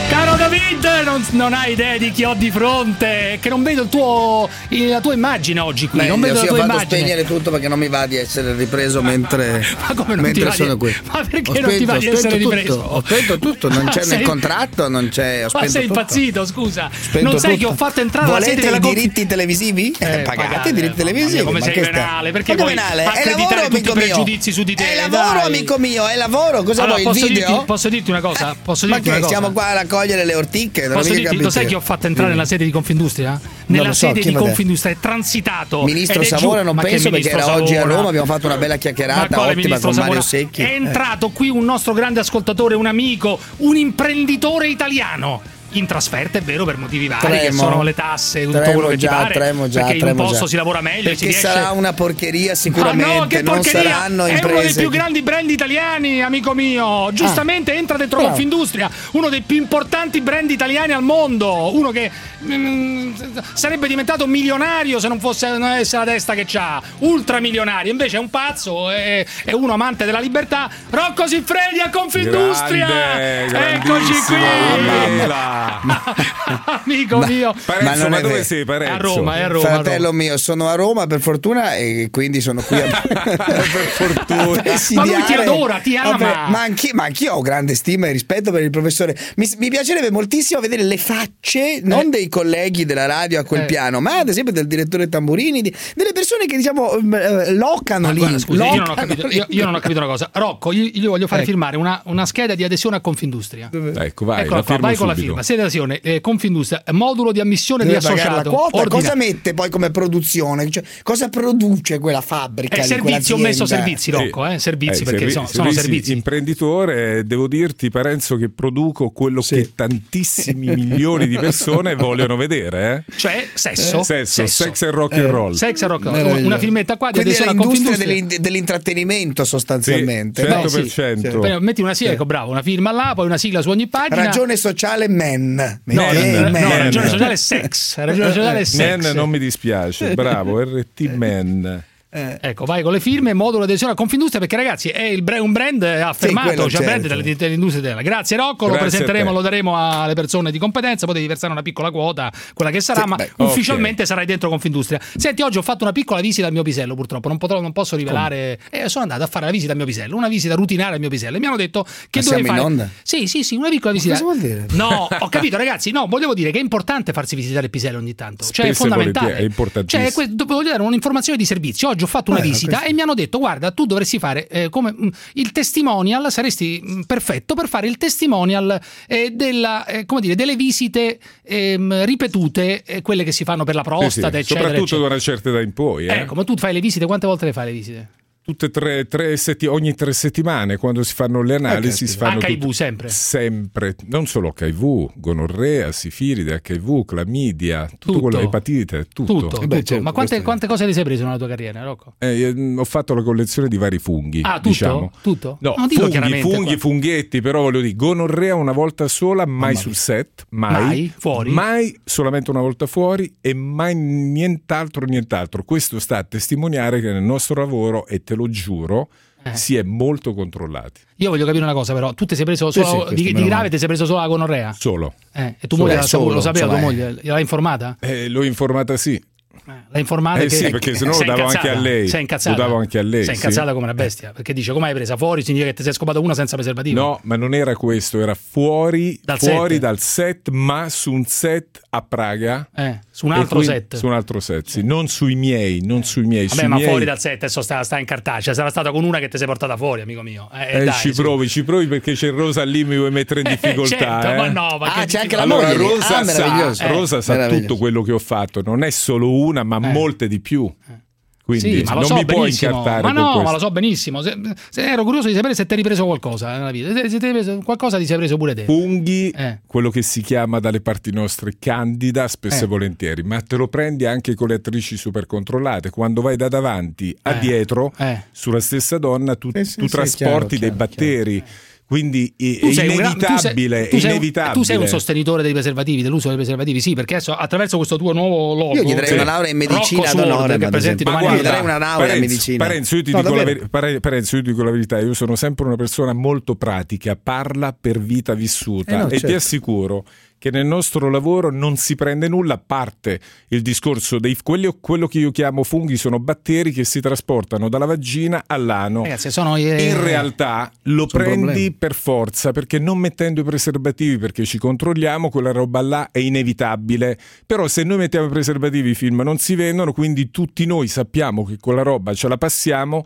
[SPEAKER 2] Caro David, non, non hai idea di chi ho di fronte. Che non vedo il tuo, il- la tua immagine oggi qui.
[SPEAKER 3] Meglio,
[SPEAKER 2] non vedo
[SPEAKER 3] sì,
[SPEAKER 2] la
[SPEAKER 3] ho
[SPEAKER 2] tua
[SPEAKER 3] fatto
[SPEAKER 2] immagine.
[SPEAKER 3] spegnere tutto perché non mi va di essere ripreso mentre,
[SPEAKER 2] non
[SPEAKER 3] mentre
[SPEAKER 2] ti va di-
[SPEAKER 3] sono qui.
[SPEAKER 2] Ma perché
[SPEAKER 3] Ho
[SPEAKER 2] non ti va
[SPEAKER 3] spento-
[SPEAKER 2] di
[SPEAKER 3] ho
[SPEAKER 2] essere
[SPEAKER 3] spento
[SPEAKER 2] ripreso?
[SPEAKER 3] tutto, Ho spento tutto, non
[SPEAKER 2] Ma
[SPEAKER 3] c'è
[SPEAKER 2] sei-
[SPEAKER 3] nel contratto, non c'è. Eh, Ho
[SPEAKER 2] Ma
[SPEAKER 3] spento
[SPEAKER 2] sei
[SPEAKER 3] tutto.
[SPEAKER 2] impazzito, scusa.
[SPEAKER 3] Spento
[SPEAKER 2] non sai
[SPEAKER 3] tutto.
[SPEAKER 2] che ho fatto entrare
[SPEAKER 3] Volete
[SPEAKER 2] la sede della
[SPEAKER 3] i
[SPEAKER 2] co-
[SPEAKER 3] diritti televisivi? Eh, pagate,
[SPEAKER 2] pagate,
[SPEAKER 3] i diritti
[SPEAKER 2] mamma mia,
[SPEAKER 3] televisivi.
[SPEAKER 2] come
[SPEAKER 3] ma
[SPEAKER 2] sei
[SPEAKER 3] che sta-
[SPEAKER 2] venale, perché
[SPEAKER 3] ma che
[SPEAKER 2] vuoi
[SPEAKER 3] venale? È
[SPEAKER 2] accreditare
[SPEAKER 3] lavoro,
[SPEAKER 2] tutti i
[SPEAKER 3] amico
[SPEAKER 2] pregiudizi
[SPEAKER 3] mio.
[SPEAKER 2] su di te,
[SPEAKER 3] È lavoro,
[SPEAKER 2] dai.
[SPEAKER 3] amico mio, è lavoro. Cosa vuoi?
[SPEAKER 2] Allora,
[SPEAKER 3] Il
[SPEAKER 2] posso
[SPEAKER 3] video? Eh,
[SPEAKER 2] dirti, posso dirti una cosa? Posso
[SPEAKER 3] ma
[SPEAKER 2] dirti
[SPEAKER 3] che
[SPEAKER 2] una cosa?
[SPEAKER 3] siamo qua a raccogliere le Orticche, non
[SPEAKER 2] Posso
[SPEAKER 3] è mica
[SPEAKER 2] dirti, lo sai
[SPEAKER 3] capito.
[SPEAKER 2] chi ho fatto entrare
[SPEAKER 3] Dimmi.
[SPEAKER 2] nella sede di Confindustria?
[SPEAKER 3] Non
[SPEAKER 2] Nella
[SPEAKER 3] lo so,
[SPEAKER 2] sede
[SPEAKER 3] chi
[SPEAKER 2] di
[SPEAKER 3] lo dà?
[SPEAKER 2] Confindustria è transitato.
[SPEAKER 3] Ministro
[SPEAKER 2] ed è giù.
[SPEAKER 3] Savona, non
[SPEAKER 2] Ma che
[SPEAKER 3] penso perché
[SPEAKER 2] ministro
[SPEAKER 3] era oggi a
[SPEAKER 2] Savona?
[SPEAKER 3] Roma, abbiamo fatto una bella
[SPEAKER 2] Ma
[SPEAKER 3] chiacchierata
[SPEAKER 2] quale
[SPEAKER 3] ottima
[SPEAKER 2] ministro
[SPEAKER 3] con Mario
[SPEAKER 2] Savona?
[SPEAKER 3] Secchi. Eh.
[SPEAKER 2] È entrato qui un nostro grande ascoltatore, un amico, un imprenditore italiano. In trasferta, è vero, per motivi vari, che
[SPEAKER 3] Tremo.
[SPEAKER 2] sono le tasse, tutto
[SPEAKER 3] Tremo
[SPEAKER 2] quello che
[SPEAKER 3] già,
[SPEAKER 2] ti pare.
[SPEAKER 3] tremo già,
[SPEAKER 2] perché in un
[SPEAKER 3] tremo
[SPEAKER 2] posto
[SPEAKER 3] già.
[SPEAKER 2] si lavora meglio,
[SPEAKER 3] Perché
[SPEAKER 2] si riesce...
[SPEAKER 3] sarà una porcheria sicuramente,
[SPEAKER 2] Ah no, che
[SPEAKER 3] non
[SPEAKER 2] porcheria!
[SPEAKER 3] saranno
[SPEAKER 2] È uno dei
[SPEAKER 3] imprese.
[SPEAKER 2] più grandi brand italiani, amico mio. Giustamente entra dentro
[SPEAKER 3] Ah. bravo.
[SPEAKER 2] Confindustria, uno dei più importanti brand italiani al mondo, uno che mm, sarebbe diventato milionario se non fosse non avesse la testa che c'ha, ultramilionario. Invece è un pazzo, è, è uno amante della libertà. Rocco Siffredi a Confindustria! Eccoci qui! amico mio.
[SPEAKER 3] Ma non è vero.
[SPEAKER 2] È A Roma, è a Roma. a Roma.
[SPEAKER 3] Eh, Fratello mio, sono a Roma per fortuna e quindi sono qui a, per fortuna.
[SPEAKER 2] Ma lui ti adora, ti ama.
[SPEAKER 3] ma, anch'io, ma anch'io ho grande stima e rispetto per il professore. Mi, mi piacerebbe moltissimo vedere le facce, non dei colleghi della radio a quel
[SPEAKER 2] Eh.
[SPEAKER 3] piano, ma ad esempio del direttore Tamburini, di- delle persone che diciamo mm, eh, locano lì.
[SPEAKER 2] Guarda, scusi, io non, ho
[SPEAKER 3] locano
[SPEAKER 2] capito,
[SPEAKER 3] lì.
[SPEAKER 2] io- io non ho capito una cosa. Rocco, io, io voglio fare
[SPEAKER 3] Ecco.
[SPEAKER 2] firmare una, una scheda di adesione a Confindustria.
[SPEAKER 10] Ecco, vai,
[SPEAKER 2] Eccola
[SPEAKER 10] la
[SPEAKER 2] qua,
[SPEAKER 10] firmo
[SPEAKER 2] vai con la
[SPEAKER 10] subito.
[SPEAKER 2] firma. Scheda di adesione, eh, Confindustria, modulo di ammissione di
[SPEAKER 3] Deve pagare Eh, la
[SPEAKER 2] associato.
[SPEAKER 3] quota.
[SPEAKER 2] ordina.
[SPEAKER 3] Cosa mette poi come produzione? Cioè, cosa produce quella fabbrica?
[SPEAKER 2] È
[SPEAKER 3] lì,
[SPEAKER 2] servizi, ho
[SPEAKER 3] quell'azienda?
[SPEAKER 2] Eh, messo servizi, Rocco, eh, servizi, perché
[SPEAKER 10] servi-
[SPEAKER 2] sono, sono servizi.
[SPEAKER 10] Imprenditore, devo dirti, Parenzo, che produco quello che tantissimi milioni di persone vogliono vedere. eh.
[SPEAKER 2] Cioè, sesso. Eh,
[SPEAKER 10] Eh, sesso, sex and rock and roll.
[SPEAKER 2] Sex and rock and roll. Una firmetta qua di
[SPEAKER 3] Quindi è
[SPEAKER 2] adesione a
[SPEAKER 3] l'industria
[SPEAKER 2] Confindustria.
[SPEAKER 3] dell'in- dell'intrattenimento sostanzialmente.
[SPEAKER 10] Sì,
[SPEAKER 3] no?
[SPEAKER 10] 100%.
[SPEAKER 3] Sì.
[SPEAKER 2] Poi Metti una sigla,
[SPEAKER 10] Eh.
[SPEAKER 2] ecco, bravo, una firma là, poi una sigla su ogni pagina.
[SPEAKER 3] Ragione sociale men. Eh,
[SPEAKER 2] No,
[SPEAKER 10] Men,
[SPEAKER 2] ragione- no,
[SPEAKER 10] men.
[SPEAKER 2] ragione sociale è sex. Ragione sociale è sex.
[SPEAKER 10] Eh,
[SPEAKER 2] Eh.
[SPEAKER 10] Men non mi dispiace, bravo, RT Men. Eh.
[SPEAKER 2] Ecco, vai con le firme, modulo di adesione a Confindustria perché ragazzi è il bre- un brand affermato,
[SPEAKER 10] quello,
[SPEAKER 2] cioè
[SPEAKER 10] certo.
[SPEAKER 2] brand delle- dell'industria italiana. Grazie Rocco, lo
[SPEAKER 10] Grazie
[SPEAKER 2] presenteremo,
[SPEAKER 10] a te.
[SPEAKER 2] lo daremo alle persone di competenza, poi devi versare una piccola quota, quella che sarà,
[SPEAKER 10] Sì,
[SPEAKER 2] ma
[SPEAKER 10] beh,
[SPEAKER 2] ufficialmente sarai dentro Confindustria. Senti, oggi ho fatto una piccola visita al mio pisello purtroppo, non, potrò, non posso rivelare, eh, sono andato a fare la visita al mio pisello, una visita routinaria al mio pisello e mi hanno detto che
[SPEAKER 3] Ma
[SPEAKER 2] dovevi
[SPEAKER 3] siamo in
[SPEAKER 2] fare...
[SPEAKER 3] onda?
[SPEAKER 2] Sì, sì, sì, una piccola visita.
[SPEAKER 3] cosa vuol dire?
[SPEAKER 2] No, ho capito ragazzi, no, volevo dire che è importante farsi visitare il pisello ogni tanto, cioè
[SPEAKER 10] Spesso
[SPEAKER 2] è
[SPEAKER 10] e
[SPEAKER 2] fondamentale.
[SPEAKER 10] volentieri, è importantissimo.
[SPEAKER 2] Cioè, que- dovevo dare un'informazione di servizio. Oggi ho fatto una
[SPEAKER 10] Eh,
[SPEAKER 2] visita
[SPEAKER 10] questo-
[SPEAKER 2] e mi hanno detto: Guarda, tu dovresti fare eh, come mh, il testimonial, saresti mh, perfetto per fare il testimonial eh, della, eh, come dire, delle visite ehm, ripetute, eh, quelle che si fanno per la
[SPEAKER 10] Sì,
[SPEAKER 2] prostata,
[SPEAKER 10] sì,
[SPEAKER 2] eccetera.
[SPEAKER 10] Soprattutto
[SPEAKER 2] eccetera.
[SPEAKER 10] da una certa età in poi. eh.
[SPEAKER 2] Ecco, ma tu fai le visite, quante volte le fai le visite?
[SPEAKER 10] Tutte e tre, tre setti- ogni tre settimane, quando si fanno le analisi, si fanno
[SPEAKER 2] HIV
[SPEAKER 10] tutte-
[SPEAKER 2] sempre.
[SPEAKER 10] sempre, non solo HIV, gonorrea, sifiride, HIV, clamidia, tutto, quello, epatite, tutto.
[SPEAKER 2] Tutto, tutto. ma quante, quante cose ti sei preso nella tua carriera, Rocco?
[SPEAKER 10] Eh, ehm, ho fatto la collezione di vari funghi.
[SPEAKER 2] Ah, tutto?
[SPEAKER 10] Diciamo.
[SPEAKER 2] Tutto?
[SPEAKER 10] No,
[SPEAKER 2] No, dillo
[SPEAKER 10] funghi,
[SPEAKER 2] chiaramente
[SPEAKER 10] funghi,
[SPEAKER 2] qua.
[SPEAKER 10] funghetti, però voglio dire, gonorrea una volta sola, mai sul set, mai,
[SPEAKER 2] Mai, fuori.
[SPEAKER 10] mai solamente una volta fuori e mai nient'altro, nient'altro. Questo sta a testimoniare che nel nostro lavoro, e te lo giuro,
[SPEAKER 2] Eh.
[SPEAKER 10] si è molto controllati.
[SPEAKER 2] Io voglio capire una cosa, però. Tu ti sei preso
[SPEAKER 10] Sì, sì,
[SPEAKER 2] solo
[SPEAKER 10] questo
[SPEAKER 2] di,
[SPEAKER 10] me
[SPEAKER 2] di
[SPEAKER 10] lo
[SPEAKER 2] grave,
[SPEAKER 10] mando.
[SPEAKER 2] ti sei preso solo la gonorrea?
[SPEAKER 10] Solo.
[SPEAKER 2] Eh, e tu
[SPEAKER 10] Solo.
[SPEAKER 2] moglie
[SPEAKER 10] Eh,
[SPEAKER 2] la sa- lo
[SPEAKER 10] solo,
[SPEAKER 2] sapeva, tua
[SPEAKER 10] insomma,
[SPEAKER 2] moglie l'ha informata?
[SPEAKER 10] Eh, l'ho informata sì.
[SPEAKER 2] L'ha informata?
[SPEAKER 10] Eh
[SPEAKER 2] che-
[SPEAKER 10] sì, perché sennò
[SPEAKER 2] Sei
[SPEAKER 10] lo davo
[SPEAKER 2] incazzata?
[SPEAKER 10] anche a lei.
[SPEAKER 2] Sei incazzata?
[SPEAKER 10] Lo davo anche a lei,
[SPEAKER 2] Sei
[SPEAKER 10] sì.
[SPEAKER 2] incazzata come una bestia. Perché dice, come hai presa fuori? Significa che ti sei scopata una senza preservativo.
[SPEAKER 10] No, ma non era questo, era fuori,
[SPEAKER 2] Dal
[SPEAKER 10] fuori
[SPEAKER 2] set.
[SPEAKER 10] dal set, ma su un set a Praga.
[SPEAKER 2] Eh, su un
[SPEAKER 10] E
[SPEAKER 2] altro
[SPEAKER 10] quindi-
[SPEAKER 2] set.
[SPEAKER 10] Su un altro set, sì. Non sui miei, non sui miei.
[SPEAKER 2] Vabbè,
[SPEAKER 10] sui
[SPEAKER 2] ma
[SPEAKER 10] miei-
[SPEAKER 2] fuori dal set adesso sta, sta in cartacea. Sarà stata con una che ti sei portata fuori, amico mio. Eh,
[SPEAKER 10] Eh,
[SPEAKER 2] dai,
[SPEAKER 10] ci
[SPEAKER 2] su.
[SPEAKER 10] provi, ci provi perché c'è Rosa lì, mi vuoi mettere in
[SPEAKER 2] Eh,
[SPEAKER 10] difficoltà.
[SPEAKER 2] certo,
[SPEAKER 10] eh.
[SPEAKER 2] ma no, ma Ah, che- c'è anche la
[SPEAKER 10] allora,
[SPEAKER 2] moglie lì.
[SPEAKER 10] Rosa
[SPEAKER 2] Ah, meraviglioso.
[SPEAKER 10] sa, Rosa
[SPEAKER 2] Eh,
[SPEAKER 10] sa
[SPEAKER 2] meraviglioso.
[SPEAKER 10] tutto quello che ho fatto, non è solo una, ma molte di più. Quindi
[SPEAKER 2] Eh. Sì, ma lo
[SPEAKER 10] non
[SPEAKER 2] so
[SPEAKER 10] mi puoi
[SPEAKER 2] benissimo.
[SPEAKER 10] incartare.
[SPEAKER 2] Ma
[SPEAKER 10] con
[SPEAKER 2] no, ma
[SPEAKER 10] questo.
[SPEAKER 2] lo so benissimo. Se, se ero curioso di sapere se ti hai ripreso qualcosa nella vita. Se, se ti hai preso qualcosa ti sei preso pure te.
[SPEAKER 10] Funghi,
[SPEAKER 2] Eh.
[SPEAKER 10] quello che si chiama dalle parti nostre candida, spesso
[SPEAKER 2] Eh.
[SPEAKER 10] e volentieri, ma te lo prendi anche con le attrici super controllate. Quando vai da davanti a
[SPEAKER 2] Eh.
[SPEAKER 10] dietro,
[SPEAKER 2] Eh.
[SPEAKER 10] sulla stessa donna, tu,
[SPEAKER 2] sì,
[SPEAKER 10] tu
[SPEAKER 2] sì,
[SPEAKER 10] trasporti
[SPEAKER 2] chiaro,
[SPEAKER 10] dei
[SPEAKER 2] chiaro,
[SPEAKER 10] batteri. Quindi è
[SPEAKER 2] Eh. Tu
[SPEAKER 10] è
[SPEAKER 2] sei un gra- tu sei-
[SPEAKER 10] inevitabile.
[SPEAKER 2] tu sei un-
[SPEAKER 10] inevitabile.
[SPEAKER 2] tu sei un sostenitore dei preservativi, dell'uso dei preservativi, sì, perché adesso attraverso questo tuo nuovo logo
[SPEAKER 3] Io gli darei
[SPEAKER 10] Sì.
[SPEAKER 3] una laurea in medicina
[SPEAKER 2] Rocco
[SPEAKER 3] ad
[SPEAKER 2] Sword,
[SPEAKER 3] onore.
[SPEAKER 2] che
[SPEAKER 3] ad
[SPEAKER 2] presenti
[SPEAKER 3] esempio.
[SPEAKER 2] domani
[SPEAKER 3] Gli darei una laurea in
[SPEAKER 10] Parenzo,
[SPEAKER 3] medicina.
[SPEAKER 10] Parenzo, io ti
[SPEAKER 3] No,
[SPEAKER 10] dico la
[SPEAKER 3] davvero.
[SPEAKER 10] veri- Pare- Parenzo, io ti dico la verità, io sono sempre una persona molto pratica, parla per vita vissuta
[SPEAKER 23] Eh no,
[SPEAKER 10] e ti
[SPEAKER 23] certo.
[SPEAKER 10] assicuro che nel nostro lavoro non si prende nulla a parte il discorso dei quello, quello che io chiamo funghi sono batteri che si trasportano dalla vagina all'ano.
[SPEAKER 2] Ragazzi, sono eh,
[SPEAKER 10] In realtà lo
[SPEAKER 2] sono
[SPEAKER 10] prendi
[SPEAKER 2] problemi.
[SPEAKER 10] per forza perché non mettendo i preservativi perché ci controlliamo, quella roba là è inevitabile. Però se noi mettiamo i preservativi i film non si vendono, quindi tutti noi sappiamo che quella roba ce la passiamo.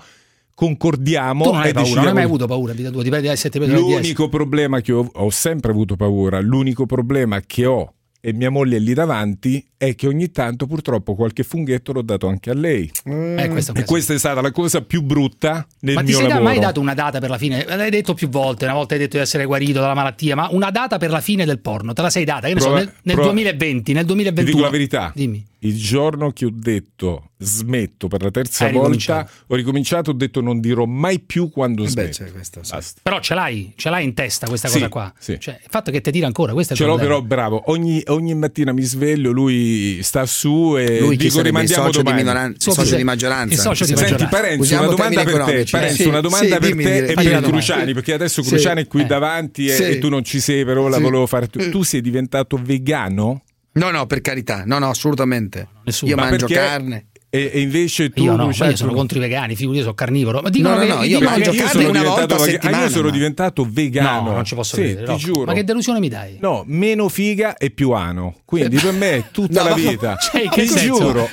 [SPEAKER 10] concordiamo
[SPEAKER 2] Tu non
[SPEAKER 10] e
[SPEAKER 2] hai paura, non hai
[SPEAKER 10] decidiamo
[SPEAKER 2] mai avuto paura in vita tua, ti prendi dai 7 metri di
[SPEAKER 10] L'unico problema che ho, ho sempre avuto paura, l'unico problema che ho e mia moglie è lì davanti è che ogni tanto purtroppo qualche funghetto l'ho dato anche a lei.
[SPEAKER 2] Eh, questo è un
[SPEAKER 10] e questa è stata la cosa più brutta nel
[SPEAKER 2] Ma ti
[SPEAKER 10] mio
[SPEAKER 2] sei da-
[SPEAKER 10] lavoro.
[SPEAKER 2] mai dato una data per la fine? L'hai detto più volte, una volta hai detto di essere guarito dalla malattia, ma una data per la fine del porno, te la sei data? Che ne so,
[SPEAKER 10] Prova-
[SPEAKER 2] nel, nel
[SPEAKER 10] prova-
[SPEAKER 2] 2020, nel
[SPEAKER 10] Ti
[SPEAKER 2] 2021.
[SPEAKER 10] dico la verità.
[SPEAKER 2] Dimmi.
[SPEAKER 10] Il giorno che ho detto smetto per la terza
[SPEAKER 2] Hai
[SPEAKER 10] volta,
[SPEAKER 2] ricominciato.
[SPEAKER 10] ho ricominciato, ho detto non dirò mai più
[SPEAKER 3] Eh
[SPEAKER 10] quando
[SPEAKER 2] beh,
[SPEAKER 10] smetto.
[SPEAKER 3] cioè,
[SPEAKER 2] c'è
[SPEAKER 10] Basta.
[SPEAKER 2] Però ce l'hai, ce l'hai in testa questa
[SPEAKER 10] Sì,
[SPEAKER 2] cosa qua.
[SPEAKER 10] sì.
[SPEAKER 2] Cioè, il fatto che ti tira ancora, questo è il
[SPEAKER 10] Ce l'ho
[SPEAKER 2] problema.
[SPEAKER 10] però bravo, ogni, ogni mattina mi sveglio, lui sta su e
[SPEAKER 3] Lui chi
[SPEAKER 10] dico
[SPEAKER 3] sarebbe?
[SPEAKER 10] rimandiamo
[SPEAKER 3] Il socio di
[SPEAKER 10] domani.
[SPEAKER 3] minoran- il socio di maggioranza. Il socio di
[SPEAKER 10] Senti,
[SPEAKER 3] maggioranza.
[SPEAKER 10] Parenzo,
[SPEAKER 3] Usiamo
[SPEAKER 10] una domanda
[SPEAKER 3] termini
[SPEAKER 10] per te,
[SPEAKER 3] economici,
[SPEAKER 10] Parenzo,
[SPEAKER 3] eh.
[SPEAKER 10] una
[SPEAKER 3] Sì,
[SPEAKER 10] domanda
[SPEAKER 3] sì,
[SPEAKER 10] per
[SPEAKER 3] dimmi,
[SPEAKER 10] te
[SPEAKER 3] dire-
[SPEAKER 10] e
[SPEAKER 3] fagli
[SPEAKER 10] per
[SPEAKER 3] una domanda.
[SPEAKER 10] Cruciani, perché adesso
[SPEAKER 3] Sì.
[SPEAKER 10] Cruciani è qui
[SPEAKER 3] Eh.
[SPEAKER 10] davanti e,
[SPEAKER 3] Sì.
[SPEAKER 10] e tu non ci sei, però la
[SPEAKER 3] Sì.
[SPEAKER 10] volevo fare. Tu, tu sei diventato vegano?
[SPEAKER 3] No, no, per carità, no, no, assolutamente. Io
[SPEAKER 10] Ma
[SPEAKER 3] mangio
[SPEAKER 10] perché-
[SPEAKER 3] carne.
[SPEAKER 10] E, e invece tu
[SPEAKER 2] Io no,
[SPEAKER 10] Cruciani,
[SPEAKER 2] io sono
[SPEAKER 10] tu-
[SPEAKER 2] contro i vegani, figo, io sono carnivoro. Ma dicono
[SPEAKER 3] No, no,
[SPEAKER 2] che-
[SPEAKER 3] no, io
[SPEAKER 2] dicono
[SPEAKER 3] mangio
[SPEAKER 2] che-
[SPEAKER 3] carne una
[SPEAKER 10] diventato
[SPEAKER 3] volta a
[SPEAKER 10] vega- ah,
[SPEAKER 3] settimana.
[SPEAKER 10] io sono diventato vegano.
[SPEAKER 2] No, non ci posso
[SPEAKER 10] Sì,
[SPEAKER 2] credere.
[SPEAKER 10] Ti
[SPEAKER 2] no.
[SPEAKER 10] giuro.
[SPEAKER 2] Ma che delusione mi dai?
[SPEAKER 10] No, meno figa e più ano. Quindi per me è tutta
[SPEAKER 2] No,
[SPEAKER 10] la
[SPEAKER 2] ma-
[SPEAKER 10] vita.
[SPEAKER 2] cioè, in
[SPEAKER 10] ti
[SPEAKER 2] che senso? Cioè,
[SPEAKER 10] giuro.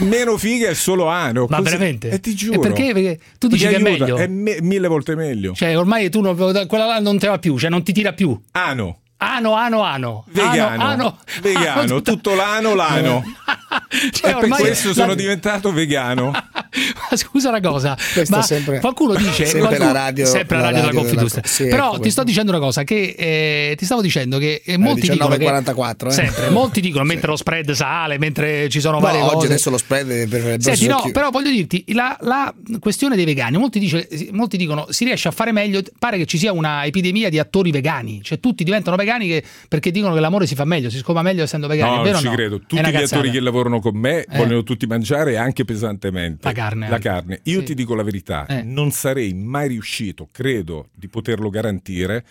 [SPEAKER 10] Meno figa e solo ano.
[SPEAKER 2] Ma
[SPEAKER 10] Così-
[SPEAKER 2] veramente?
[SPEAKER 10] E ti
[SPEAKER 2] E
[SPEAKER 10] giuro.
[SPEAKER 2] perché? Perché tu dici
[SPEAKER 10] Ti
[SPEAKER 2] che è
[SPEAKER 10] aiuta,
[SPEAKER 2] meglio.
[SPEAKER 10] me- mille volte meglio.
[SPEAKER 2] Cioè, ormai tu non, quella là non te va più, cioè non ti tira più.
[SPEAKER 10] Ano.
[SPEAKER 2] Ano, ano, ano.
[SPEAKER 10] Vegano.
[SPEAKER 2] Ano, ano.
[SPEAKER 10] Vegano.
[SPEAKER 2] Ano, tutta-
[SPEAKER 10] tutto l'ano, l'ano.
[SPEAKER 2] Ah, Cioè,
[SPEAKER 10] E Eh, per
[SPEAKER 2] ormai-
[SPEAKER 10] questo
[SPEAKER 2] la-
[SPEAKER 10] sono diventato vegano.
[SPEAKER 2] Ma Scusa una cosa,
[SPEAKER 3] Questo
[SPEAKER 2] ma
[SPEAKER 3] è sempre-
[SPEAKER 2] qualcuno dice
[SPEAKER 3] sempre
[SPEAKER 2] qualcuno-
[SPEAKER 3] la radio-
[SPEAKER 2] sempre la
[SPEAKER 3] la
[SPEAKER 2] radio della
[SPEAKER 3] radio della-
[SPEAKER 2] Confindustria.
[SPEAKER 3] sì, ecco
[SPEAKER 2] Però ti
[SPEAKER 3] quello.
[SPEAKER 2] sto dicendo una cosa che eh, ti stavo dicendo che eh, molti dicono che-
[SPEAKER 3] 19,44, eh.
[SPEAKER 2] sempre, molti dicono mentre lo spread sale, mentre ci sono
[SPEAKER 3] No,
[SPEAKER 2] varie
[SPEAKER 3] oggi
[SPEAKER 2] cose.
[SPEAKER 3] adesso lo spread è per
[SPEAKER 2] Senti, no, però voglio dirti, la, la questione dei vegani, molti, dice- molti dicono si riesce a fare meglio, pare che ci sia una epidemia di attori vegani, cioè tutti diventano vegani che- perché dicono che l'amore si fa meglio, si scopre meglio essendo vegani,
[SPEAKER 10] no,
[SPEAKER 2] è
[SPEAKER 10] non
[SPEAKER 2] vero o
[SPEAKER 10] ci
[SPEAKER 2] no?
[SPEAKER 10] credo.
[SPEAKER 2] È
[SPEAKER 10] Tutti gli
[SPEAKER 2] una cazzata.
[SPEAKER 10] attori che lavorano con me
[SPEAKER 2] Eh.
[SPEAKER 10] vogliono tutti mangiare anche pesantemente
[SPEAKER 2] La carne anche.
[SPEAKER 10] carne. Io
[SPEAKER 2] Sì.
[SPEAKER 10] ti dico la verità,
[SPEAKER 2] Eh.
[SPEAKER 10] non sarei mai riuscito, credo di poterlo garantire.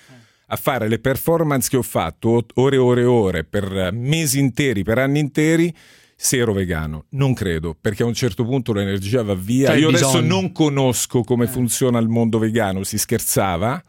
[SPEAKER 10] A fare le performance che ho fatto ot- ore e ore e ore per eh, mesi interi, per anni interi, se ero vegano. Non credo, perché a un certo punto l'energia va via.
[SPEAKER 2] C'è
[SPEAKER 10] Io adesso
[SPEAKER 2] Cioè, bisogno. Eh.
[SPEAKER 10] non conosco come funziona il mondo vegano, si scherzava,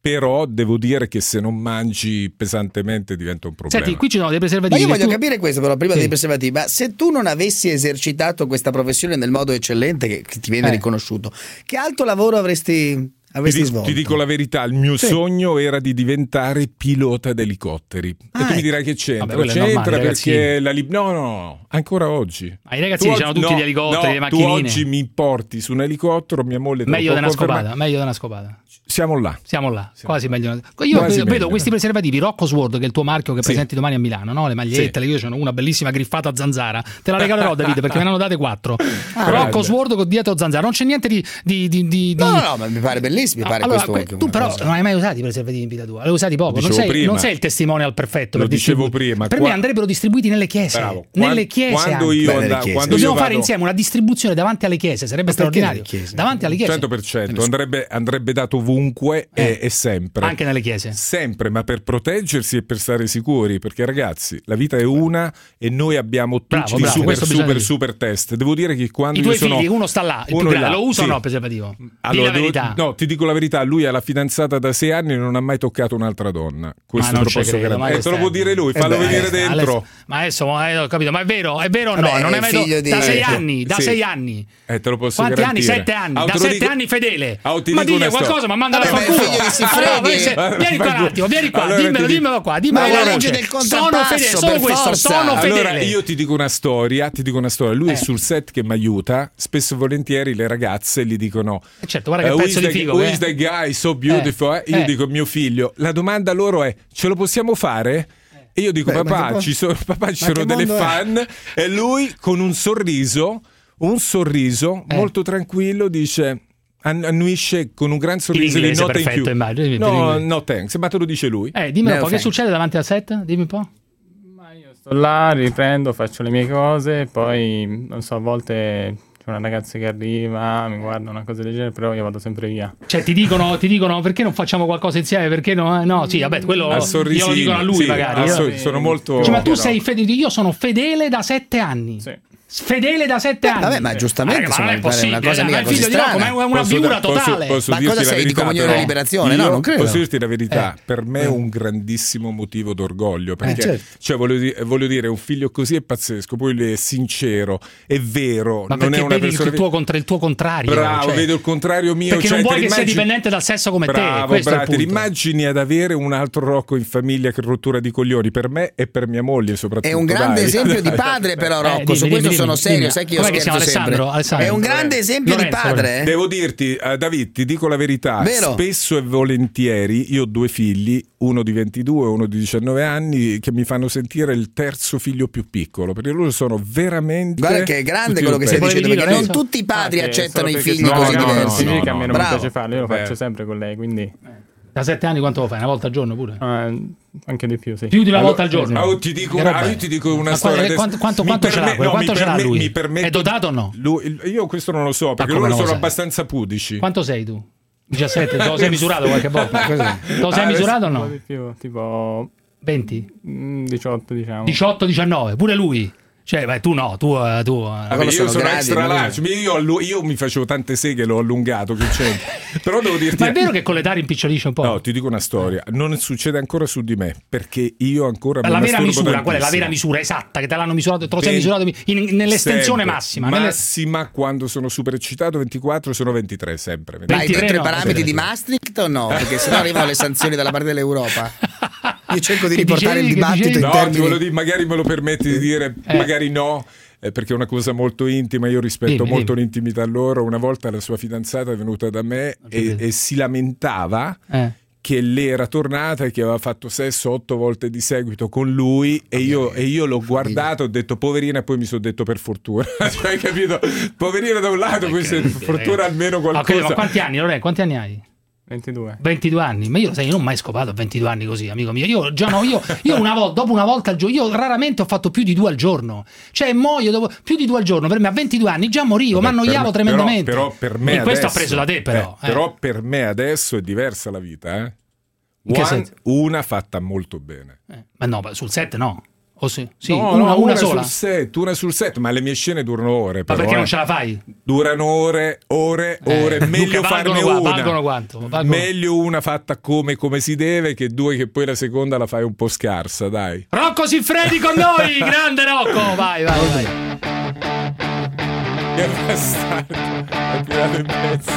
[SPEAKER 10] però devo dire che se non mangi pesantemente diventa un problema.
[SPEAKER 2] Senti, qui ci sono dei
[SPEAKER 3] Ma
[SPEAKER 2] preservativi.
[SPEAKER 3] io
[SPEAKER 2] che
[SPEAKER 3] voglio
[SPEAKER 2] tu-
[SPEAKER 3] capire questo però, prima
[SPEAKER 2] Sì.
[SPEAKER 3] dei preservativi, ma se tu non avessi esercitato questa professione nel modo eccellente che, che ti viene
[SPEAKER 2] Eh.
[SPEAKER 3] riconosciuto, che altro lavoro avresti,
[SPEAKER 10] Ti
[SPEAKER 3] avresti
[SPEAKER 10] dico,
[SPEAKER 3] svolto?
[SPEAKER 10] ti dico la verità, il mio
[SPEAKER 3] Sì.
[SPEAKER 10] sogno era di diventare pilota d'elicotteri. e tu mi dirai che c'entra?
[SPEAKER 2] Ah, Eh. Vabbè, quello è normale,
[SPEAKER 10] c'entra perché
[SPEAKER 2] ragazzini.
[SPEAKER 10] la lib- no, no, no, ancora oggi.
[SPEAKER 2] Ma i ragazzini
[SPEAKER 10] Tu
[SPEAKER 2] c'hanno
[SPEAKER 10] oggi-
[SPEAKER 2] tutti
[SPEAKER 10] no,
[SPEAKER 2] gli elicotteri,
[SPEAKER 10] no,
[SPEAKER 2] le macchinine.
[SPEAKER 10] Tu oggi mi porti su un elicottero, mia moglie te lo
[SPEAKER 2] Meglio
[SPEAKER 10] può
[SPEAKER 2] di una
[SPEAKER 10] confermare.
[SPEAKER 2] scopata, meglio di una scopata.
[SPEAKER 10] Siamo là.
[SPEAKER 2] Siamo là, quasi meglio. di una-
[SPEAKER 10] Quasi
[SPEAKER 2] Io vedo,
[SPEAKER 10] meglio.
[SPEAKER 2] vedo questi preservativi Rocco Sword, che è il tuo marchio che presenti domani a Milano, no? le magliette, le- io sono una bellissima griffata a zanzara. Te la regalerò, Davide, perché me ne hanno date quattro. Rocco
[SPEAKER 10] Ah,
[SPEAKER 3] grande.
[SPEAKER 2] Sword con dietro zanzara, non c'è niente di. di, di, di-
[SPEAKER 3] No, no,
[SPEAKER 2] di-
[SPEAKER 3] no, ma mi pare bellissimo, mi pare
[SPEAKER 2] Ah, allora,
[SPEAKER 3] questo
[SPEAKER 2] que-
[SPEAKER 3] anche
[SPEAKER 2] tu
[SPEAKER 3] una
[SPEAKER 2] però
[SPEAKER 3] cosa.
[SPEAKER 2] non hai mai usato i preservativi in vita tua, li hai usati poco. Non
[SPEAKER 10] dicevo
[SPEAKER 2] sei,
[SPEAKER 10] prima.
[SPEAKER 2] non sei il testimone al perfetto.
[SPEAKER 10] Lo
[SPEAKER 2] per
[SPEAKER 10] dicevo
[SPEAKER 2] distribu-
[SPEAKER 10] prima,
[SPEAKER 2] Per
[SPEAKER 10] qua-
[SPEAKER 2] me andrebbero distribuiti nelle chiese.
[SPEAKER 10] Bravo.
[SPEAKER 2] Nelle
[SPEAKER 10] Quan-
[SPEAKER 2] chiese.
[SPEAKER 10] quando
[SPEAKER 2] anche.
[SPEAKER 10] io Beh, nelle andavo- chiese. quando io
[SPEAKER 2] Dobbiamo fare
[SPEAKER 10] vado-
[SPEAKER 2] insieme una distribuzione davanti alle chiese,
[SPEAKER 3] perché
[SPEAKER 2] sarebbe straordinario.
[SPEAKER 3] nelle chiese?
[SPEAKER 2] Davanti alle chiese.
[SPEAKER 10] Certo,
[SPEAKER 2] Eh.
[SPEAKER 10] 100% andrebbe, andrebbe dato ovunque e, e sempre.
[SPEAKER 2] Anche nelle chiese.
[SPEAKER 10] Sempre, ma per proteggersi e per stare sicuri, perché ragazzi, la vita è una e noi abbiamo tutti
[SPEAKER 2] Bravo,
[SPEAKER 10] i
[SPEAKER 2] bravo,
[SPEAKER 10] super
[SPEAKER 2] questo bisogna
[SPEAKER 10] super
[SPEAKER 2] dire.
[SPEAKER 10] super test. Devo dire che quando
[SPEAKER 2] I tuoi
[SPEAKER 10] io sono
[SPEAKER 2] figli, uno sta là, il
[SPEAKER 10] uno
[SPEAKER 2] più
[SPEAKER 10] è
[SPEAKER 2] grande,
[SPEAKER 10] là,
[SPEAKER 2] lo
[SPEAKER 10] sì.
[SPEAKER 2] usa o no il preservativo? Dì
[SPEAKER 10] Allora,
[SPEAKER 2] la
[SPEAKER 10] devo-
[SPEAKER 2] verità.
[SPEAKER 10] no, ti dico la verità, lui ha la fidanzata da sei anni e non ha mai toccato un'altra donna. Questo
[SPEAKER 2] ma non
[SPEAKER 10] te lo
[SPEAKER 2] ci
[SPEAKER 10] posso
[SPEAKER 2] credo,
[SPEAKER 10] garantire.
[SPEAKER 2] ma
[SPEAKER 10] Eh,
[SPEAKER 2] questo
[SPEAKER 10] te lo
[SPEAKER 2] è-
[SPEAKER 10] può dire lui, fallo
[SPEAKER 2] Eh beh,
[SPEAKER 10] venire
[SPEAKER 2] eh,
[SPEAKER 10] dentro.
[SPEAKER 2] adesso- Ma adesso ma, eh, ho capito, ma è vero, è vero o no?
[SPEAKER 3] Vabbè,
[SPEAKER 2] non
[SPEAKER 3] è
[SPEAKER 2] è mai
[SPEAKER 3] figlio
[SPEAKER 2] do-
[SPEAKER 3] di-
[SPEAKER 2] da sei anni, da
[SPEAKER 10] Sì.
[SPEAKER 2] sei anni.
[SPEAKER 10] Eh, te lo posso
[SPEAKER 2] Quanti anni?
[SPEAKER 10] garantire.
[SPEAKER 2] Sette anni,
[SPEAKER 10] Ah,
[SPEAKER 2] da
[SPEAKER 10] te lo
[SPEAKER 2] sette
[SPEAKER 10] dico-
[SPEAKER 2] anni fedele.
[SPEAKER 10] Ah, ti dico
[SPEAKER 2] ma digli
[SPEAKER 10] una
[SPEAKER 2] qualcosa,
[SPEAKER 10] storia.
[SPEAKER 2] ma mandala a
[SPEAKER 10] Vabbè, ma
[SPEAKER 2] fanculo.
[SPEAKER 10] è figlio di
[SPEAKER 3] Siffredi.
[SPEAKER 2] Allora, vieni, se- vieni qua
[SPEAKER 10] Ma-
[SPEAKER 2] un attimo, vieni qua,
[SPEAKER 10] Allora,
[SPEAKER 2] dimmelo,
[SPEAKER 10] ti dico-
[SPEAKER 2] dimmelo qua, dimmelo
[SPEAKER 3] Ma
[SPEAKER 2] con
[SPEAKER 3] la
[SPEAKER 2] la
[SPEAKER 3] legge
[SPEAKER 2] voce.
[SPEAKER 3] del
[SPEAKER 2] Sono
[SPEAKER 3] contrappasso,
[SPEAKER 2] fedele, sono
[SPEAKER 3] per
[SPEAKER 2] questo,
[SPEAKER 3] forza.
[SPEAKER 2] sono fedele. Eh.
[SPEAKER 10] Allora io ti dico una storia, ti dico una storia. Lui è sul set che mi aiuta, spesso e volentieri le ragazze gli dicono
[SPEAKER 2] Eh, Certo, guarda che
[SPEAKER 10] "Eh, who is
[SPEAKER 2] pezzo di
[SPEAKER 10] the-
[SPEAKER 2] figo.
[SPEAKER 10] who
[SPEAKER 2] che è.
[SPEAKER 10] is the guy so beautiful?
[SPEAKER 2] Eh,
[SPEAKER 10] Eh, Io
[SPEAKER 2] eh.
[SPEAKER 10] dico mio figlio, la domanda loro è ce lo possiamo fare? E io dico
[SPEAKER 3] Beh, ma che
[SPEAKER 10] papà,
[SPEAKER 3] po-
[SPEAKER 10] ci sono, papà, ci
[SPEAKER 3] ma
[SPEAKER 10] sono
[SPEAKER 3] che
[SPEAKER 10] delle
[SPEAKER 3] mondo è?"
[SPEAKER 10] fan e lui con un sorriso, un sorriso
[SPEAKER 2] Eh.
[SPEAKER 10] molto tranquillo dice an- annuisce con un gran sorriso di
[SPEAKER 2] inglese,
[SPEAKER 10] nota in
[SPEAKER 2] perfetto,
[SPEAKER 10] più.
[SPEAKER 2] immagino, in
[SPEAKER 10] No,
[SPEAKER 2] inglese.
[SPEAKER 10] no thanks, ma te lo dice lui.
[SPEAKER 2] Eh, dimmi un
[SPEAKER 10] No
[SPEAKER 2] po', che
[SPEAKER 10] thanks.
[SPEAKER 2] succede davanti al set? Dimmi un po'.
[SPEAKER 34] Sto là, riprendo, faccio le mie cose, poi non so, a volte c'è una ragazza che arriva, mi guarda una cosa del genere, però io vado sempre via.
[SPEAKER 2] Cioè, ti dicono, ti dicono perché non facciamo qualcosa insieme? Perché no? eh, No, sì, vabbè, quello
[SPEAKER 10] Al
[SPEAKER 2] glielo
[SPEAKER 10] sorrisino,
[SPEAKER 2] dicono a lui
[SPEAKER 10] sì,
[SPEAKER 2] magari.
[SPEAKER 10] al
[SPEAKER 2] eh.
[SPEAKER 10] sor- sono molto
[SPEAKER 2] Cioè, ma tu sei fedele, io sono fedele da sette anni. Fedele da sette anni.
[SPEAKER 3] Vabbè, ma giustamente,
[SPEAKER 2] Raga, Ah, eh, ma non
[SPEAKER 3] insomma, mi
[SPEAKER 2] è
[SPEAKER 3] pare
[SPEAKER 2] possibile.
[SPEAKER 3] una cosa
[SPEAKER 2] dai,
[SPEAKER 3] mica
[SPEAKER 2] ma il
[SPEAKER 3] così
[SPEAKER 2] figlio di Rocco,
[SPEAKER 3] strana.
[SPEAKER 2] ma è una, una
[SPEAKER 10] Posso-
[SPEAKER 2] figura
[SPEAKER 10] posso-
[SPEAKER 2] totale.
[SPEAKER 10] posso
[SPEAKER 3] Ma
[SPEAKER 10] dirti
[SPEAKER 3] cosa
[SPEAKER 10] la
[SPEAKER 3] sei, di
[SPEAKER 10] verità,
[SPEAKER 3] Comunione
[SPEAKER 10] però?
[SPEAKER 3] e Liberazione? No,
[SPEAKER 10] Io
[SPEAKER 3] non credo.
[SPEAKER 10] Posso dirti la verità,
[SPEAKER 3] Eh.
[SPEAKER 10] per me è
[SPEAKER 3] Eh.
[SPEAKER 10] un grandissimo motivo d'orgoglio, perché
[SPEAKER 3] certo.
[SPEAKER 10] cioè, voglio, di- voglio dire, un figlio così è pazzesco, poi lui è sincero, è vero,
[SPEAKER 2] Ma
[SPEAKER 10] non è
[SPEAKER 2] perché
[SPEAKER 10] una
[SPEAKER 2] vedi
[SPEAKER 10] persona...
[SPEAKER 2] il tuo, contro il tuo contrario?
[SPEAKER 10] Bravo,
[SPEAKER 2] cioè.
[SPEAKER 10] vedo il contrario mio.
[SPEAKER 2] Perché
[SPEAKER 10] cioè,
[SPEAKER 2] non
[SPEAKER 10] te
[SPEAKER 2] vuoi che sia
[SPEAKER 10] l'immagini-
[SPEAKER 2] dipendente dal sesso come te.
[SPEAKER 10] Bravo,
[SPEAKER 2] Questo è il
[SPEAKER 10] bravo, ti
[SPEAKER 2] punto.
[SPEAKER 10] immagini ad avere un altro Rocco in famiglia che rottura di coglioni per me e per mia moglie soprattutto.
[SPEAKER 3] È un grande
[SPEAKER 10] dai.
[SPEAKER 3] esempio di padre,
[SPEAKER 2] Eh,
[SPEAKER 3] però, Rocco. Su questo sono serio, sai che io
[SPEAKER 2] Com'è che si
[SPEAKER 3] scherzo
[SPEAKER 2] chiama?
[SPEAKER 3] sempre.
[SPEAKER 2] Alessandro? Alessandro. eh.
[SPEAKER 3] È un grande esempio di padre. eh.
[SPEAKER 10] Devo dirti, eh, David, ti dico la verità.
[SPEAKER 3] Vero?
[SPEAKER 10] Spesso e volentieri io ho due figli, uno di 22 e uno di 19 anni, che mi fanno sentire il terzo figlio più piccolo, perché loro sono veramente...
[SPEAKER 3] Guarda che è
[SPEAKER 10] tutti
[SPEAKER 3] grande
[SPEAKER 10] Ah,
[SPEAKER 3] quello che stai
[SPEAKER 10] uguali.
[SPEAKER 3] dicendo, perché non tutti i padri
[SPEAKER 34] Eh,
[SPEAKER 3] accettano
[SPEAKER 34] solo
[SPEAKER 3] i
[SPEAKER 34] perché
[SPEAKER 3] figli
[SPEAKER 34] sono
[SPEAKER 3] così
[SPEAKER 34] ragazzi,
[SPEAKER 3] diversi.
[SPEAKER 34] sì, che a me non mi
[SPEAKER 3] Bravo.
[SPEAKER 34] piace farlo, io lo
[SPEAKER 10] Beh.
[SPEAKER 34] faccio sempre con lei, quindi Eh,
[SPEAKER 2] Da sette anni quanto lo fai? Una volta al giorno pure?
[SPEAKER 34] anche di più, sì.
[SPEAKER 2] Più di una
[SPEAKER 34] Allora-
[SPEAKER 2] volta al giorno.
[SPEAKER 10] Ah, oh, ti dico
[SPEAKER 2] Che
[SPEAKER 10] una,
[SPEAKER 2] roba
[SPEAKER 10] ah,
[SPEAKER 2] è?
[SPEAKER 10] io ti dico una
[SPEAKER 2] Ma
[SPEAKER 10] storia.
[SPEAKER 2] quanto-
[SPEAKER 10] adesso.
[SPEAKER 2] quanto- quanto-
[SPEAKER 10] Mi
[SPEAKER 2] quanto ce l'ha quello?
[SPEAKER 10] no,
[SPEAKER 2] Quanto
[SPEAKER 10] mi
[SPEAKER 2] ce l'ha lui?
[SPEAKER 10] mi permetto-
[SPEAKER 2] È dotato o no? Ah,
[SPEAKER 10] Lui- io questo non lo so, perché
[SPEAKER 2] come
[SPEAKER 10] loro
[SPEAKER 2] non lo
[SPEAKER 10] sono
[SPEAKER 2] sai?
[SPEAKER 10] abbastanza pudici.
[SPEAKER 2] Quanto sei tu? 17, te lo sei misurato qualche volta? Te lo sei
[SPEAKER 34] Ah,
[SPEAKER 2] misurato o
[SPEAKER 34] adesso un po'
[SPEAKER 2] no?
[SPEAKER 34] di più, tipo
[SPEAKER 2] 20?
[SPEAKER 34] 18, diciamo.
[SPEAKER 2] 18, 19, pure lui. Cioè, vai, tu no, tu... eh, tu eh.
[SPEAKER 10] Vabbè, io sono extra large, io, allu- io mi facevo tante seghe, l'ho allungato, che c'è. Però devo dirti
[SPEAKER 2] Ma è vero che con l'età rimpicciolisce un po'?
[SPEAKER 10] No, ti dico una storia, non succede ancora su di me, perché io ancora mi
[SPEAKER 2] la vera
[SPEAKER 10] masturbo
[SPEAKER 2] misura, qual è la vera
[SPEAKER 10] tantissimo.
[SPEAKER 2] misura esatta che te l'hanno misurato, te lo sei
[SPEAKER 10] Ven-
[SPEAKER 2] misurato in- nell'estensione
[SPEAKER 10] Sempre.
[SPEAKER 2] massima, nelle-
[SPEAKER 10] Massima quando sono super eccitato, 24, sono 23 sempre.
[SPEAKER 3] Ma hai
[SPEAKER 10] 23.
[SPEAKER 3] detto i
[SPEAKER 2] no,
[SPEAKER 3] parametri di Maastricht o no? Perché sennò arrivano le sanzioni dalla parte dell'Europa. Io cerco di
[SPEAKER 2] Che
[SPEAKER 3] riportare
[SPEAKER 2] dicevi,
[SPEAKER 3] il
[SPEAKER 2] che
[SPEAKER 3] dibattito
[SPEAKER 2] dicevi?
[SPEAKER 3] in
[SPEAKER 10] No, ti voglio
[SPEAKER 3] termini.
[SPEAKER 10] dire, magari me lo permetti di dire,
[SPEAKER 2] Eh.
[SPEAKER 10] magari no. eh, Perché è una cosa molto intima, io rispetto
[SPEAKER 2] Dimmi,
[SPEAKER 10] molto l'intimità loro. Una volta la sua fidanzata è venuta da me e, e si lamentava
[SPEAKER 2] Eh.
[SPEAKER 10] che lei era tornata e che aveva fatto sesso otto volte di seguito con lui e io, e io l'ho guardato ho detto poverina e poi mi sono detto per fortuna cioè, hai capito? poverina da un lato poi se fortuna almeno
[SPEAKER 2] Ah, ok,
[SPEAKER 10] qualcosa
[SPEAKER 2] ma quanti anni, Lore? Quanti anni hai?
[SPEAKER 34] 22.
[SPEAKER 2] 22 anni, ma io lo sai, io non ho mai scopato a 22 anni così, amico mio. Io già no, io, io una volta, dopo una volta al giorno, io raramente ho fatto più di due al giorno. Cioè, muoio dopo più di due al giorno, per me a 22 anni già morivo, mi
[SPEAKER 10] Vabbè,
[SPEAKER 2] annoiavo
[SPEAKER 10] per-
[SPEAKER 2] tremendamente.
[SPEAKER 10] Però, però per me
[SPEAKER 2] e questo ha
[SPEAKER 10] adesso-
[SPEAKER 2] preso da te, però.
[SPEAKER 10] eh,
[SPEAKER 2] eh.
[SPEAKER 10] Però per me adesso è diversa la vita, eh.
[SPEAKER 2] In che
[SPEAKER 10] One-
[SPEAKER 2] senso?
[SPEAKER 10] una fatta molto bene.
[SPEAKER 2] Ma no, ma sul 7 no. O sì, sì,
[SPEAKER 10] No,
[SPEAKER 2] una,
[SPEAKER 10] no,
[SPEAKER 2] una sola.
[SPEAKER 10] Sul set, una sul set, ma le mie scene durano ore.
[SPEAKER 2] Ma
[SPEAKER 10] però,
[SPEAKER 2] perché
[SPEAKER 10] eh.
[SPEAKER 2] non ce la fai?
[SPEAKER 10] Durano ore, ore,
[SPEAKER 2] Eh,
[SPEAKER 10] ore.
[SPEAKER 2] Luca,
[SPEAKER 10] Meglio
[SPEAKER 2] valgono
[SPEAKER 10] farne
[SPEAKER 2] qua-
[SPEAKER 10] una.
[SPEAKER 2] valgono quanto? Valgono-
[SPEAKER 10] Meglio una fatta come, come si deve che due che poi la seconda la fai un po' scarsa, dai.
[SPEAKER 2] Rocco Siffredi con noi, grande Rocco, vai, vai, vai.
[SPEAKER 10] Che bastardo. Ho tirato in pezzi.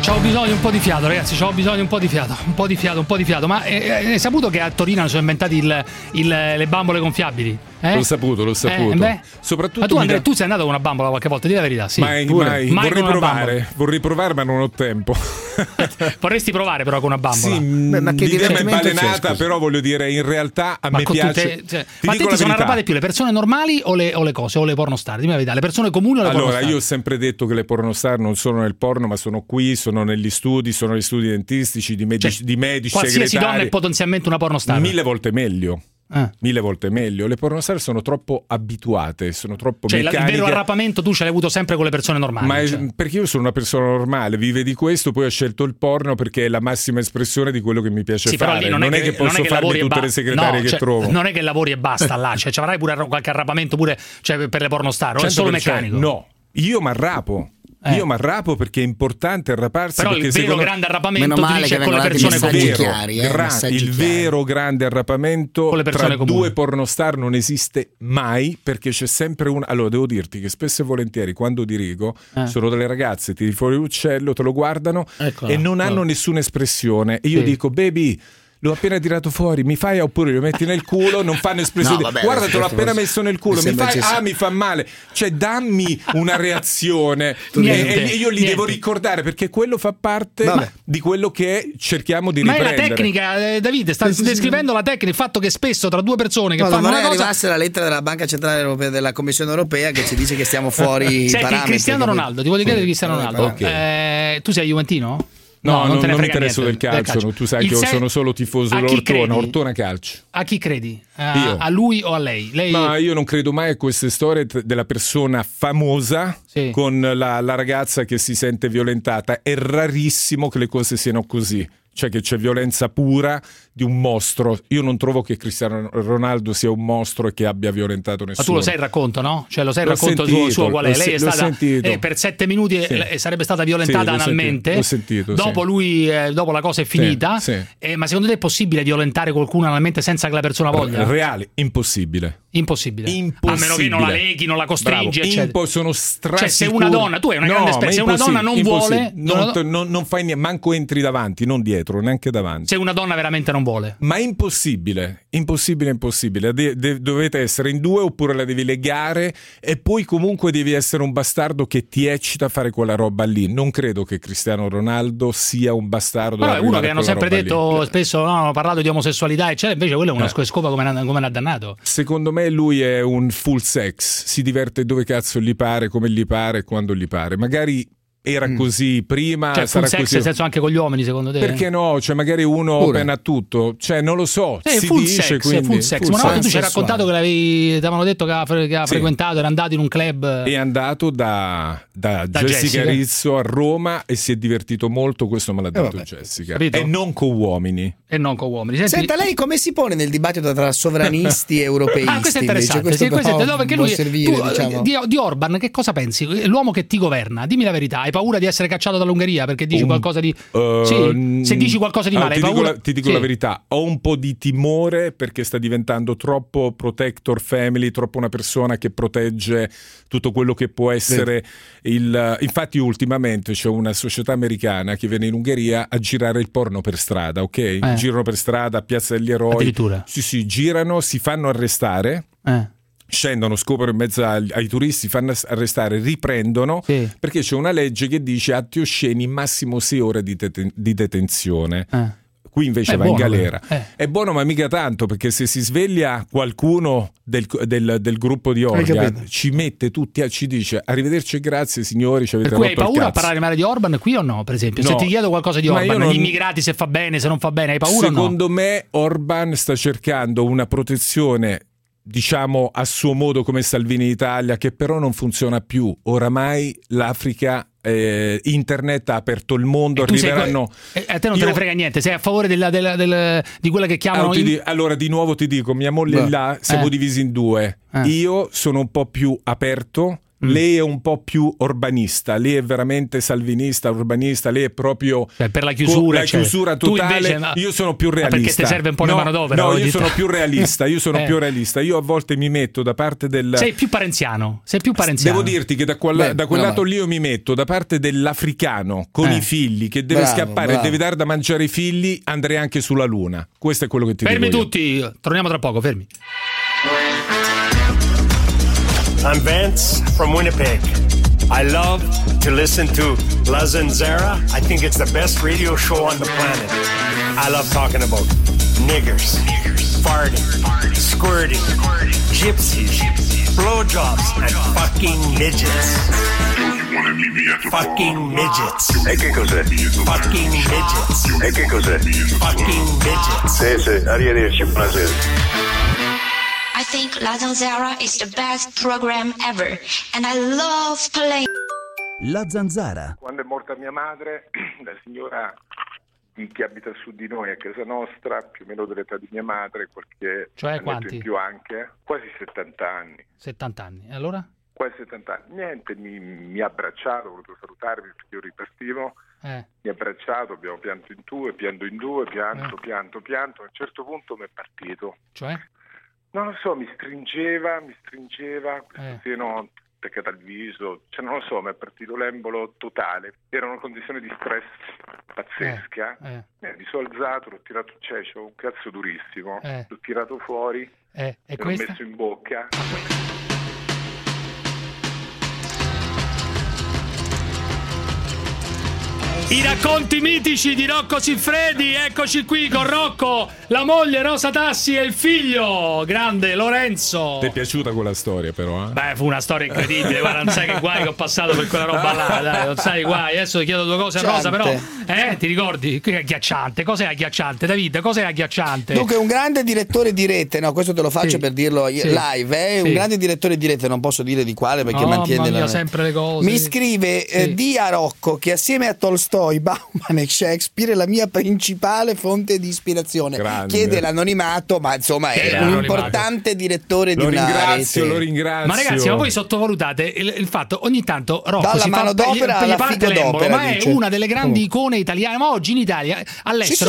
[SPEAKER 2] C'ho bisogno un po' di fiato, ragazzi. C'ho bisogno un po' di fiato, un po' di fiato, un po' di fiato. Ma eh, eh, hai saputo che a Torino hanno sono inventati il- il- le bambole gonfiabili? Eh?
[SPEAKER 10] L'ho saputo, l'ho saputo.
[SPEAKER 2] beh.
[SPEAKER 10] Soprattutto
[SPEAKER 2] ma tu,
[SPEAKER 10] mi
[SPEAKER 2] Andrea,
[SPEAKER 10] dà-
[SPEAKER 2] tu sei andato con una bambola qualche volta, di la verità. Sì,
[SPEAKER 10] mai,
[SPEAKER 2] pure.
[SPEAKER 10] mai.
[SPEAKER 2] Mai
[SPEAKER 10] Vorrei
[SPEAKER 2] con una bambola.
[SPEAKER 10] provare, vorrei provare, ma non ho tempo.
[SPEAKER 2] Vorresti provare, però, con una bambola.
[SPEAKER 10] Sì, mm,
[SPEAKER 3] Beh, ma che
[SPEAKER 10] l'idea mi è
[SPEAKER 3] divertimento c'è,
[SPEAKER 10] balenata,
[SPEAKER 3] scusa?
[SPEAKER 10] però voglio dire, in realtà a
[SPEAKER 2] Ma,
[SPEAKER 10] me
[SPEAKER 2] con
[SPEAKER 10] piace.
[SPEAKER 2] tutte, cioè,
[SPEAKER 10] Ti
[SPEAKER 2] ma
[SPEAKER 10] dico la
[SPEAKER 2] te ti sono
[SPEAKER 10] verità.
[SPEAKER 2] arrabbiate più le persone normali o le, o le cose, o le pornostar? Dimmi la verità, le persone comuni o le
[SPEAKER 10] Allora,
[SPEAKER 2] pornostar?
[SPEAKER 10] io ho sempre detto che le pornostar non sono nel porno, ma sono qui, sono negli studi, sono negli studi dentistici, di medici, di medici
[SPEAKER 2] Cioè, Qualsiasi donna è
[SPEAKER 10] segretari.
[SPEAKER 2] potenzialmente una pornostar.
[SPEAKER 10] Mille volte meglio.
[SPEAKER 2] Eh.
[SPEAKER 10] Mille volte meglio. Le pornostar sono troppo abituate, sono troppo
[SPEAKER 2] Cioè, la- il
[SPEAKER 10] meccaniche.
[SPEAKER 2] vero arrapamento tu ce l'hai avuto sempre con le persone normali.
[SPEAKER 10] Ma è-
[SPEAKER 2] cioè.
[SPEAKER 10] perché io sono una persona normale, vive di questo, poi ho scelto il porno perché è la massima espressione di quello che mi piace
[SPEAKER 2] Sì, però
[SPEAKER 10] fare.
[SPEAKER 2] lì non, è che,
[SPEAKER 10] posso
[SPEAKER 2] non è
[SPEAKER 10] farmi
[SPEAKER 2] che lavori e
[SPEAKER 10] tutte
[SPEAKER 2] ba-
[SPEAKER 10] le segretarie
[SPEAKER 2] no,
[SPEAKER 10] che
[SPEAKER 2] cioè,
[SPEAKER 10] trovo.
[SPEAKER 2] Non è che lavori e basta là, cioè ci avrai pure arro- qualche arrabbiamento pure cioè, per le pornostar, o è solo
[SPEAKER 10] 100%.
[SPEAKER 2] meccanico.
[SPEAKER 10] No, io mi arrapo.
[SPEAKER 2] Eh.
[SPEAKER 10] Io mi arrapo perché è importante arraparsi.
[SPEAKER 2] Però il
[SPEAKER 10] perché
[SPEAKER 2] vero
[SPEAKER 10] secondo me-
[SPEAKER 2] grande arrapamento, Meno tu male dici, che è con le vengono persone dati
[SPEAKER 10] il
[SPEAKER 2] messaggi
[SPEAKER 10] vero,
[SPEAKER 3] chiari, eh,
[SPEAKER 10] gra-
[SPEAKER 3] messaggi
[SPEAKER 10] il
[SPEAKER 3] chiari.
[SPEAKER 10] vero grande arrapamento
[SPEAKER 2] Con le persone
[SPEAKER 10] tra
[SPEAKER 2] comuni.
[SPEAKER 10] due pornostar non esiste mai perché c'è sempre un. Allora, devo dirti che spesso e volentieri quando dirigo
[SPEAKER 2] Eh.
[SPEAKER 10] sono delle ragazze, tiri fuori l'uccello, te lo guardano
[SPEAKER 2] Eccola,
[SPEAKER 10] e non
[SPEAKER 2] eccola.
[SPEAKER 10] hanno nessuna espressione. E io
[SPEAKER 2] ecco. Sì.
[SPEAKER 10] dico, baby. L'ho appena tirato fuori, mi fai oppure lo metti nel culo, non fanno espressione.
[SPEAKER 3] No, vabbè,
[SPEAKER 10] Guarda, te l'ho
[SPEAKER 3] questo
[SPEAKER 10] appena
[SPEAKER 3] non-
[SPEAKER 10] messo nel culo,
[SPEAKER 3] mi
[SPEAKER 10] mi
[SPEAKER 3] sembra
[SPEAKER 10] fai,
[SPEAKER 3] eccessivo.
[SPEAKER 10] ah, mi fa male. Cioè, dammi una reazione.
[SPEAKER 3] Tu
[SPEAKER 10] E-
[SPEAKER 2] niente,
[SPEAKER 10] e io li
[SPEAKER 2] niente.
[SPEAKER 10] devo ricordare perché quello fa parte
[SPEAKER 3] Vabbè.
[SPEAKER 10] di quello che cerchiamo di
[SPEAKER 2] Ma è la
[SPEAKER 10] riprendere.
[SPEAKER 2] tecnica, eh, Davide, sta descrivendo la tecnica, il fatto che spesso tra due persone che
[SPEAKER 3] No,
[SPEAKER 2] fanno
[SPEAKER 3] dovrei
[SPEAKER 2] una cosa
[SPEAKER 3] arrivasse la lettera della Banca Centrale Europea della Commissione Europea che ci dice che stiamo fuori i
[SPEAKER 2] Senti,
[SPEAKER 3] parametri.
[SPEAKER 2] Cristiano
[SPEAKER 3] capito?
[SPEAKER 2] Ronaldo, ti voglio chiedere di Cristiano Ronaldo.
[SPEAKER 10] Ok.
[SPEAKER 2] Eh, tu sei juventino?
[SPEAKER 10] No, non,
[SPEAKER 2] te ne
[SPEAKER 10] non mi
[SPEAKER 2] frega
[SPEAKER 10] interessa del
[SPEAKER 2] niente,
[SPEAKER 10] calcio, no, tu sai
[SPEAKER 2] Il
[SPEAKER 10] che io
[SPEAKER 2] se-
[SPEAKER 10] sono solo tifoso
[SPEAKER 2] a chi credi?
[SPEAKER 10] dell'Ortona, Ortona calcio.
[SPEAKER 2] A chi credi?
[SPEAKER 10] Io.
[SPEAKER 2] A, a lui o a lei? Lei
[SPEAKER 10] Ma io non credo mai a queste storie t- della persona famosa
[SPEAKER 2] Sì.
[SPEAKER 10] con la, la ragazza che si sente violentata. È rarissimo che le cose siano così. cioè che c'è violenza pura di un mostro. Io non trovo che Cristiano Ronaldo sia un mostro e che abbia violentato
[SPEAKER 2] Ma
[SPEAKER 10] nessuno.
[SPEAKER 2] Ah, tu lo sai il racconto, no? Cioè, lo sai il
[SPEAKER 10] L'ho
[SPEAKER 2] racconto suo-
[SPEAKER 10] sentito,
[SPEAKER 2] suo qual è?
[SPEAKER 10] l'ho
[SPEAKER 2] Lei è
[SPEAKER 10] se- l'ho
[SPEAKER 2] stata
[SPEAKER 10] sentito.
[SPEAKER 2] eh, per sette minuti
[SPEAKER 10] Sì.
[SPEAKER 2] eh, sarebbe stata violentata
[SPEAKER 10] Sì, l'ho
[SPEAKER 2] analmente.
[SPEAKER 10] sentito, l'ho sentito, sì.
[SPEAKER 2] dopo lui, eh, dopo la cosa è finita.
[SPEAKER 10] sì.
[SPEAKER 2] Eh, ma secondo te è possibile violentare qualcuno analmente senza che la persona voglia?
[SPEAKER 10] Reale, impossibile.
[SPEAKER 2] Impossibile. A meno che non la leghi, non la costringi,
[SPEAKER 10] Bravo.
[SPEAKER 2] eccetera.
[SPEAKER 10] Impo- sono
[SPEAKER 2] Cioè, se una donna, tu hai una
[SPEAKER 10] No,
[SPEAKER 2] grande
[SPEAKER 10] ma
[SPEAKER 2] esperienza, se una donna non
[SPEAKER 10] impossibile,
[SPEAKER 2] vuole,
[SPEAKER 10] impossibile. non,
[SPEAKER 2] una do-
[SPEAKER 10] non- non fai niente, manco entri davanti, non dietro, neanche davanti.
[SPEAKER 2] se una donna veramente non vuole.
[SPEAKER 10] Ma è impossibile, impossibile, impossibile. De- de- dovete essere in due oppure la devi legare e poi comunque devi essere un bastardo che ti eccita a fare quella roba lì. Non credo che Cristiano Ronaldo sia un bastardo.
[SPEAKER 2] Però è
[SPEAKER 10] ad
[SPEAKER 2] uno
[SPEAKER 10] arrivare
[SPEAKER 2] che
[SPEAKER 10] a
[SPEAKER 2] hanno
[SPEAKER 10] quella
[SPEAKER 2] sempre
[SPEAKER 10] roba lì.
[SPEAKER 2] detto spesso: no, hanno parlato di omosessualità, eccetera. Invece, quello è una
[SPEAKER 10] Eh.
[SPEAKER 2] scopa come l'ha- come l'ha dannato.
[SPEAKER 10] Secondo me lui è un full sex, si diverte dove cazzo gli pare, come gli pare, quando gli pare. Magari era così prima,
[SPEAKER 2] Cioè, full
[SPEAKER 10] Ah, sarà
[SPEAKER 2] sex
[SPEAKER 10] così.
[SPEAKER 2] nel senso anche con gli uomini, secondo te?
[SPEAKER 10] Perché no? Cioè, magari uno
[SPEAKER 2] Pure.
[SPEAKER 10] open a tutto. Cioè, non lo so.
[SPEAKER 2] Eh,
[SPEAKER 10] si
[SPEAKER 2] full
[SPEAKER 10] dice
[SPEAKER 2] sex,
[SPEAKER 10] quindi.
[SPEAKER 2] full sex.
[SPEAKER 10] full
[SPEAKER 2] Ma una volta tu ci hai
[SPEAKER 10] sex.
[SPEAKER 2] raccontato che l'avevi, ti avevano detto che ha, fre- che ha
[SPEAKER 10] Sì.
[SPEAKER 2] frequentato, era andato in un club.
[SPEAKER 10] È andato da, da
[SPEAKER 2] Da
[SPEAKER 10] Jessica,
[SPEAKER 2] Jessica.
[SPEAKER 10] Rizzo a Roma e si è divertito molto. Questo me l'ha detto
[SPEAKER 3] vabbè,
[SPEAKER 10] Jessica.
[SPEAKER 3] capito?
[SPEAKER 10] E non con uomini.
[SPEAKER 2] E non con uomini. Senti-
[SPEAKER 3] Senta, lei come si pone nel dibattito tra sovranisti e europeisti?
[SPEAKER 2] Ah, questo è
[SPEAKER 3] invece?
[SPEAKER 2] interessante. sì, questo
[SPEAKER 3] può-
[SPEAKER 2] è- no, perché
[SPEAKER 3] può
[SPEAKER 2] lui,
[SPEAKER 3] servire,
[SPEAKER 2] tu, eh,
[SPEAKER 3] diciamo.
[SPEAKER 2] di, di Orban, che cosa pensi? L'uomo che ti governa, dimmi la verità, hai paura di essere cacciato dall'Ungheria perché dici
[SPEAKER 10] Un-
[SPEAKER 2] qualcosa di.
[SPEAKER 10] Eh,
[SPEAKER 2] sì, se dici qualcosa di
[SPEAKER 10] allora,
[SPEAKER 2] male,
[SPEAKER 10] ah, ti
[SPEAKER 2] hai
[SPEAKER 10] dico,
[SPEAKER 2] paura.
[SPEAKER 10] la, ti dico
[SPEAKER 2] Sì.
[SPEAKER 10] la verità: ho un po' di timore perché sta diventando troppo protector family, troppo una persona che protegge tutto quello che può essere il. Infatti, ultimamente c'è una società americana che viene in Ungheria a girare il porno per strada, ok? Girano per strada, Piazza degli Eroi.
[SPEAKER 2] Eh. Addirittura.
[SPEAKER 10] Sì, sì, girano, si fanno arrestare
[SPEAKER 2] Eh.
[SPEAKER 10] scendono, scoprono in mezzo ag- ai turisti, fanno ass- arrestare, riprendono perché c'è una legge che dice atti osceni massimo 6 ore di, deten- di detenzione.
[SPEAKER 2] Eh.
[SPEAKER 10] Qui invece
[SPEAKER 1] Beh,
[SPEAKER 10] va in
[SPEAKER 1] buono,
[SPEAKER 10] galera.
[SPEAKER 1] però. Eh.
[SPEAKER 10] È buono, ma mica tanto perché se si sveglia qualcuno del, del- del gruppo di Orga,
[SPEAKER 2] capito.
[SPEAKER 10] ci mette tutti a ci dice arrivederci e grazie signori, ci avete
[SPEAKER 2] Per cui hai
[SPEAKER 10] rotto il
[SPEAKER 2] paura a
[SPEAKER 10] cazzo".
[SPEAKER 2] parlare male di Orban qui o no? Per esempio, se
[SPEAKER 10] No.
[SPEAKER 2] ti chiedo qualcosa di
[SPEAKER 10] Ma
[SPEAKER 2] Orban,
[SPEAKER 10] io non-
[SPEAKER 2] gli immigrati se fa bene, se non fa bene, hai paura o no?
[SPEAKER 10] Secondo me Orban sta cercando una protezione diciamo a suo modo come Salvini in Italia che però non funziona più. Oramai l'Africa eh, internet ha aperto il mondo,
[SPEAKER 2] Tu sei-
[SPEAKER 10] arriveranno
[SPEAKER 2] eh, a te non te ne
[SPEAKER 10] Io-
[SPEAKER 2] frega niente, sei a favore della- della- del- di quella che
[SPEAKER 10] Ah,
[SPEAKER 2] chiamano.
[SPEAKER 10] ti
[SPEAKER 2] in-
[SPEAKER 10] di- allora, di nuovo ti dico: mia moglie
[SPEAKER 2] Beh.
[SPEAKER 10] è là siamo
[SPEAKER 2] Eh.
[SPEAKER 10] divisi in due.
[SPEAKER 2] Eh. Mm.
[SPEAKER 10] Io sono un po' più aperto. Lei è un po' più urbanista, lei è veramente salvinista, urbanista, lei è proprio
[SPEAKER 2] per la chiusura,
[SPEAKER 10] la
[SPEAKER 2] cioè.
[SPEAKER 10] chiusura
[SPEAKER 2] Tu
[SPEAKER 10] totale.
[SPEAKER 2] invece, ma-
[SPEAKER 10] Io sono più
[SPEAKER 2] ma perché
[SPEAKER 10] realista.
[SPEAKER 2] ti serve un po' una
[SPEAKER 10] No,
[SPEAKER 2] manodopera,
[SPEAKER 10] No,
[SPEAKER 2] ogni
[SPEAKER 10] io sono
[SPEAKER 2] tanto.
[SPEAKER 10] più realista, io sono
[SPEAKER 2] Eh.
[SPEAKER 10] più realista. Io a volte mi metto da parte del
[SPEAKER 2] Sei più parenziano, sei più parenziano.
[SPEAKER 10] Devo dirti che da, quella-
[SPEAKER 2] Beh,
[SPEAKER 10] da quel
[SPEAKER 2] meno
[SPEAKER 10] lato lì io mi metto da parte dell'africano con
[SPEAKER 2] Eh.
[SPEAKER 10] i figli che deve
[SPEAKER 2] Bravo,
[SPEAKER 10] scappare
[SPEAKER 2] bravo.
[SPEAKER 10] e deve dare da mangiare i figli, andrei anche sulla luna. Questo è quello che ti
[SPEAKER 2] Fermi
[SPEAKER 10] dico. io.
[SPEAKER 2] tutti, torniamo tra poco, fermi.
[SPEAKER 1] I'm Vance from Winnipeg. I love to listen to La Zanzara. I think it's the best radio show on the planet. I love talking about niggers, farting, squirting, gypsies, blowjobs, and fucking midgets. Fucking midgets.
[SPEAKER 35] E che cos'è?
[SPEAKER 1] Fucking midgets.
[SPEAKER 35] E che cos'è?
[SPEAKER 1] Fucking midgets.
[SPEAKER 35] Sì, sì, arrivederci, buonasera.
[SPEAKER 36] I think La Zanzara is the best program ever, and I love playing.
[SPEAKER 22] La zanzara.
[SPEAKER 15] Quando è morta mia madre, la signora di che abita su di noi a casa nostra, più o meno dell'età di mia madre, qualche
[SPEAKER 2] Cioè,
[SPEAKER 15] annetto
[SPEAKER 2] quanti?
[SPEAKER 15] in più anche, quasi 70 anni.
[SPEAKER 2] 70 anni. E allora?
[SPEAKER 15] Quasi 70 anni. Niente, mi, mi ha abbracciato, ho voluto salutarmi perché io ripartivo,
[SPEAKER 2] Eh.
[SPEAKER 15] mi ha abbracciato, abbiamo pianto in due, pianto in due, pianto,
[SPEAKER 2] Eh.
[SPEAKER 15] pianto, pianto, a un certo punto mi è partito.
[SPEAKER 2] Cioè?
[SPEAKER 15] Non lo so, mi stringeva, mi stringeva, questo
[SPEAKER 2] Eh.
[SPEAKER 15] seno attaccato al viso, cioè non lo so, mi è partito l'embolo totale. Era una condizione di stress pazzesca.
[SPEAKER 2] Eh,
[SPEAKER 15] Eh, mi sono alzato, l'ho tirato, cioè c'ho un cazzo durissimo,
[SPEAKER 2] Eh.
[SPEAKER 15] l'ho tirato fuori,
[SPEAKER 2] Eh, e
[SPEAKER 15] me l'ho
[SPEAKER 2] questa?
[SPEAKER 15] messo in bocca.
[SPEAKER 32] I racconti mitici di Rocco Siffredi, eccoci qui con Rocco, la moglie Rosa Tassi e il figlio, grande Lorenzo.
[SPEAKER 10] Ti è piaciuta quella storia, però? eh?
[SPEAKER 32] Beh, fu una storia incredibile, guarda, non sai che guai che ho passato per quella roba là, dai, non sai guai. Adesso ti chiedo due cose a Rosa, però, eh, ti ricordi? Che è agghiacciante, cos'è agghiacciante? Davide, cos'è agghiacciante?
[SPEAKER 3] Dunque, un grande direttore di rete, no, questo te lo faccio
[SPEAKER 32] Sì.
[SPEAKER 3] per dirlo
[SPEAKER 32] Sì.
[SPEAKER 3] live, eh, un
[SPEAKER 32] Sì.
[SPEAKER 3] grande direttore di rete, non posso dire di quale perché
[SPEAKER 2] No,
[SPEAKER 3] mantiene
[SPEAKER 2] mamma
[SPEAKER 3] la...
[SPEAKER 2] mia, sempre le cose.
[SPEAKER 3] Mi scrive eh,
[SPEAKER 2] Sì.
[SPEAKER 3] Dia Rocco che assieme a Tolstoi Tolstoi, Bauman e Shakespeare la mia principale fonte di ispirazione.
[SPEAKER 10] Grande.
[SPEAKER 3] Chiede l'anonimato, ma insomma è
[SPEAKER 10] Era
[SPEAKER 3] un
[SPEAKER 10] anonimato.
[SPEAKER 3] importante direttore
[SPEAKER 10] Lo
[SPEAKER 3] di una
[SPEAKER 10] ringrazio,
[SPEAKER 3] rete.
[SPEAKER 10] lo ringrazio.
[SPEAKER 2] Ma ragazzi, ma voi sottovalutate il, il fatto ogni tanto Rocco
[SPEAKER 3] Dalla
[SPEAKER 2] si fa
[SPEAKER 3] mano d'opera
[SPEAKER 2] per gli- per gli
[SPEAKER 3] alla
[SPEAKER 2] parte
[SPEAKER 3] fico
[SPEAKER 2] l'embolo,
[SPEAKER 3] d'opera,
[SPEAKER 2] ma
[SPEAKER 3] dice.
[SPEAKER 2] è una delle grandi icone italiane, ma oggi in Italia eh, all'estero,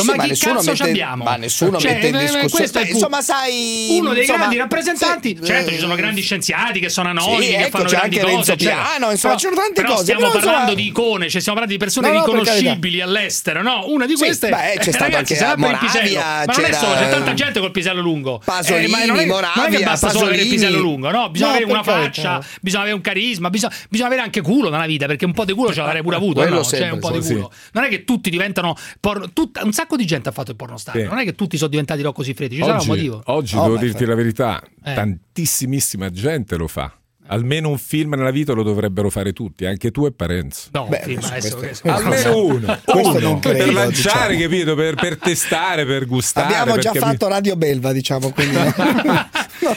[SPEAKER 3] Sì, sì,
[SPEAKER 2] ma
[SPEAKER 3] sì, ma
[SPEAKER 2] chi
[SPEAKER 3] nessuno
[SPEAKER 2] cazzo
[SPEAKER 3] mette-
[SPEAKER 2] ci abbiamo?
[SPEAKER 3] ma nessuno mette in
[SPEAKER 2] eh,
[SPEAKER 3] discussione-
[SPEAKER 2] questo è il
[SPEAKER 3] Beh,
[SPEAKER 2] punto.
[SPEAKER 3] insomma, sai,
[SPEAKER 2] uno dei
[SPEAKER 3] insomma,
[SPEAKER 2] grandi rappresentanti,
[SPEAKER 3] sì,
[SPEAKER 2] certo,
[SPEAKER 3] eh,
[SPEAKER 2] ci sono grandi scienziati che sono anonimi,
[SPEAKER 3] sì,
[SPEAKER 2] che
[SPEAKER 3] ecco,
[SPEAKER 2] fanno
[SPEAKER 3] c'è
[SPEAKER 2] grandi
[SPEAKER 3] anche
[SPEAKER 2] cose,
[SPEAKER 3] Renzo
[SPEAKER 2] eccetera.
[SPEAKER 3] Piano, insomma,
[SPEAKER 2] però,
[SPEAKER 3] ci sono tante
[SPEAKER 2] però
[SPEAKER 3] cose,
[SPEAKER 2] Stiamo
[SPEAKER 3] però, insomma-
[SPEAKER 2] parlando di icone, cioè stiamo parlando di persone
[SPEAKER 3] No, no, per carità.
[SPEAKER 2] riconoscibili all'estero, no? Una di
[SPEAKER 3] Sì,
[SPEAKER 2] queste
[SPEAKER 3] beh, c'è
[SPEAKER 2] eh,
[SPEAKER 3] stato
[SPEAKER 2] ragazzi,
[SPEAKER 3] anche
[SPEAKER 2] sarà
[SPEAKER 3] a
[SPEAKER 2] per il pisello.
[SPEAKER 3] Moravia,
[SPEAKER 2] ma non
[SPEAKER 3] c'era-
[SPEAKER 2] è
[SPEAKER 3] eh,
[SPEAKER 2] solo, c'è tanta gente col pisello lungo.
[SPEAKER 3] Pasolini,
[SPEAKER 2] Eh, ma non è, non è che
[SPEAKER 3] Moravia,
[SPEAKER 2] basta solo avere
[SPEAKER 3] Pasolini.
[SPEAKER 2] il pisello lungo, no? Bisogna
[SPEAKER 3] No,
[SPEAKER 2] avere una
[SPEAKER 3] per carità.
[SPEAKER 2] faccia, bisogna avere un carisma, bisogna, bisogna avere anche culo nella vita, perché un po' di culo ce l'avrei pure avuto,
[SPEAKER 3] Quello
[SPEAKER 2] no?
[SPEAKER 3] sempre,
[SPEAKER 2] Cioè, un po' di
[SPEAKER 3] sì.
[SPEAKER 2] culo. Non è che tutti diventano porno- tutta- un sacco di gente ha fatto il pornostar,
[SPEAKER 10] Sì.
[SPEAKER 2] non è che tutti sono diventati Rocco Siffredi, ci sarà un
[SPEAKER 10] Oggi,
[SPEAKER 2] motivo.
[SPEAKER 10] oggi
[SPEAKER 2] Oh,
[SPEAKER 10] devo
[SPEAKER 2] ma-
[SPEAKER 10] dirti la verità,
[SPEAKER 2] Eh.
[SPEAKER 10] tantissimissima gente lo fa. Almeno un film nella vita lo dovrebbero fare tutti, anche tu e Parenzo.
[SPEAKER 2] No,
[SPEAKER 3] Beh,
[SPEAKER 2] sì, ma
[SPEAKER 3] questo-
[SPEAKER 2] adesso-
[SPEAKER 3] questo-
[SPEAKER 10] Almeno uno,
[SPEAKER 3] Questo
[SPEAKER 10] uno.
[SPEAKER 3] non credo,
[SPEAKER 10] per lanciare,
[SPEAKER 3] diciamo.
[SPEAKER 10] capito? Per, per testare, per gustare.
[SPEAKER 3] Abbiamo
[SPEAKER 10] per
[SPEAKER 3] già
[SPEAKER 10] capire.
[SPEAKER 3] fatto Radio Belva, diciamo, quindi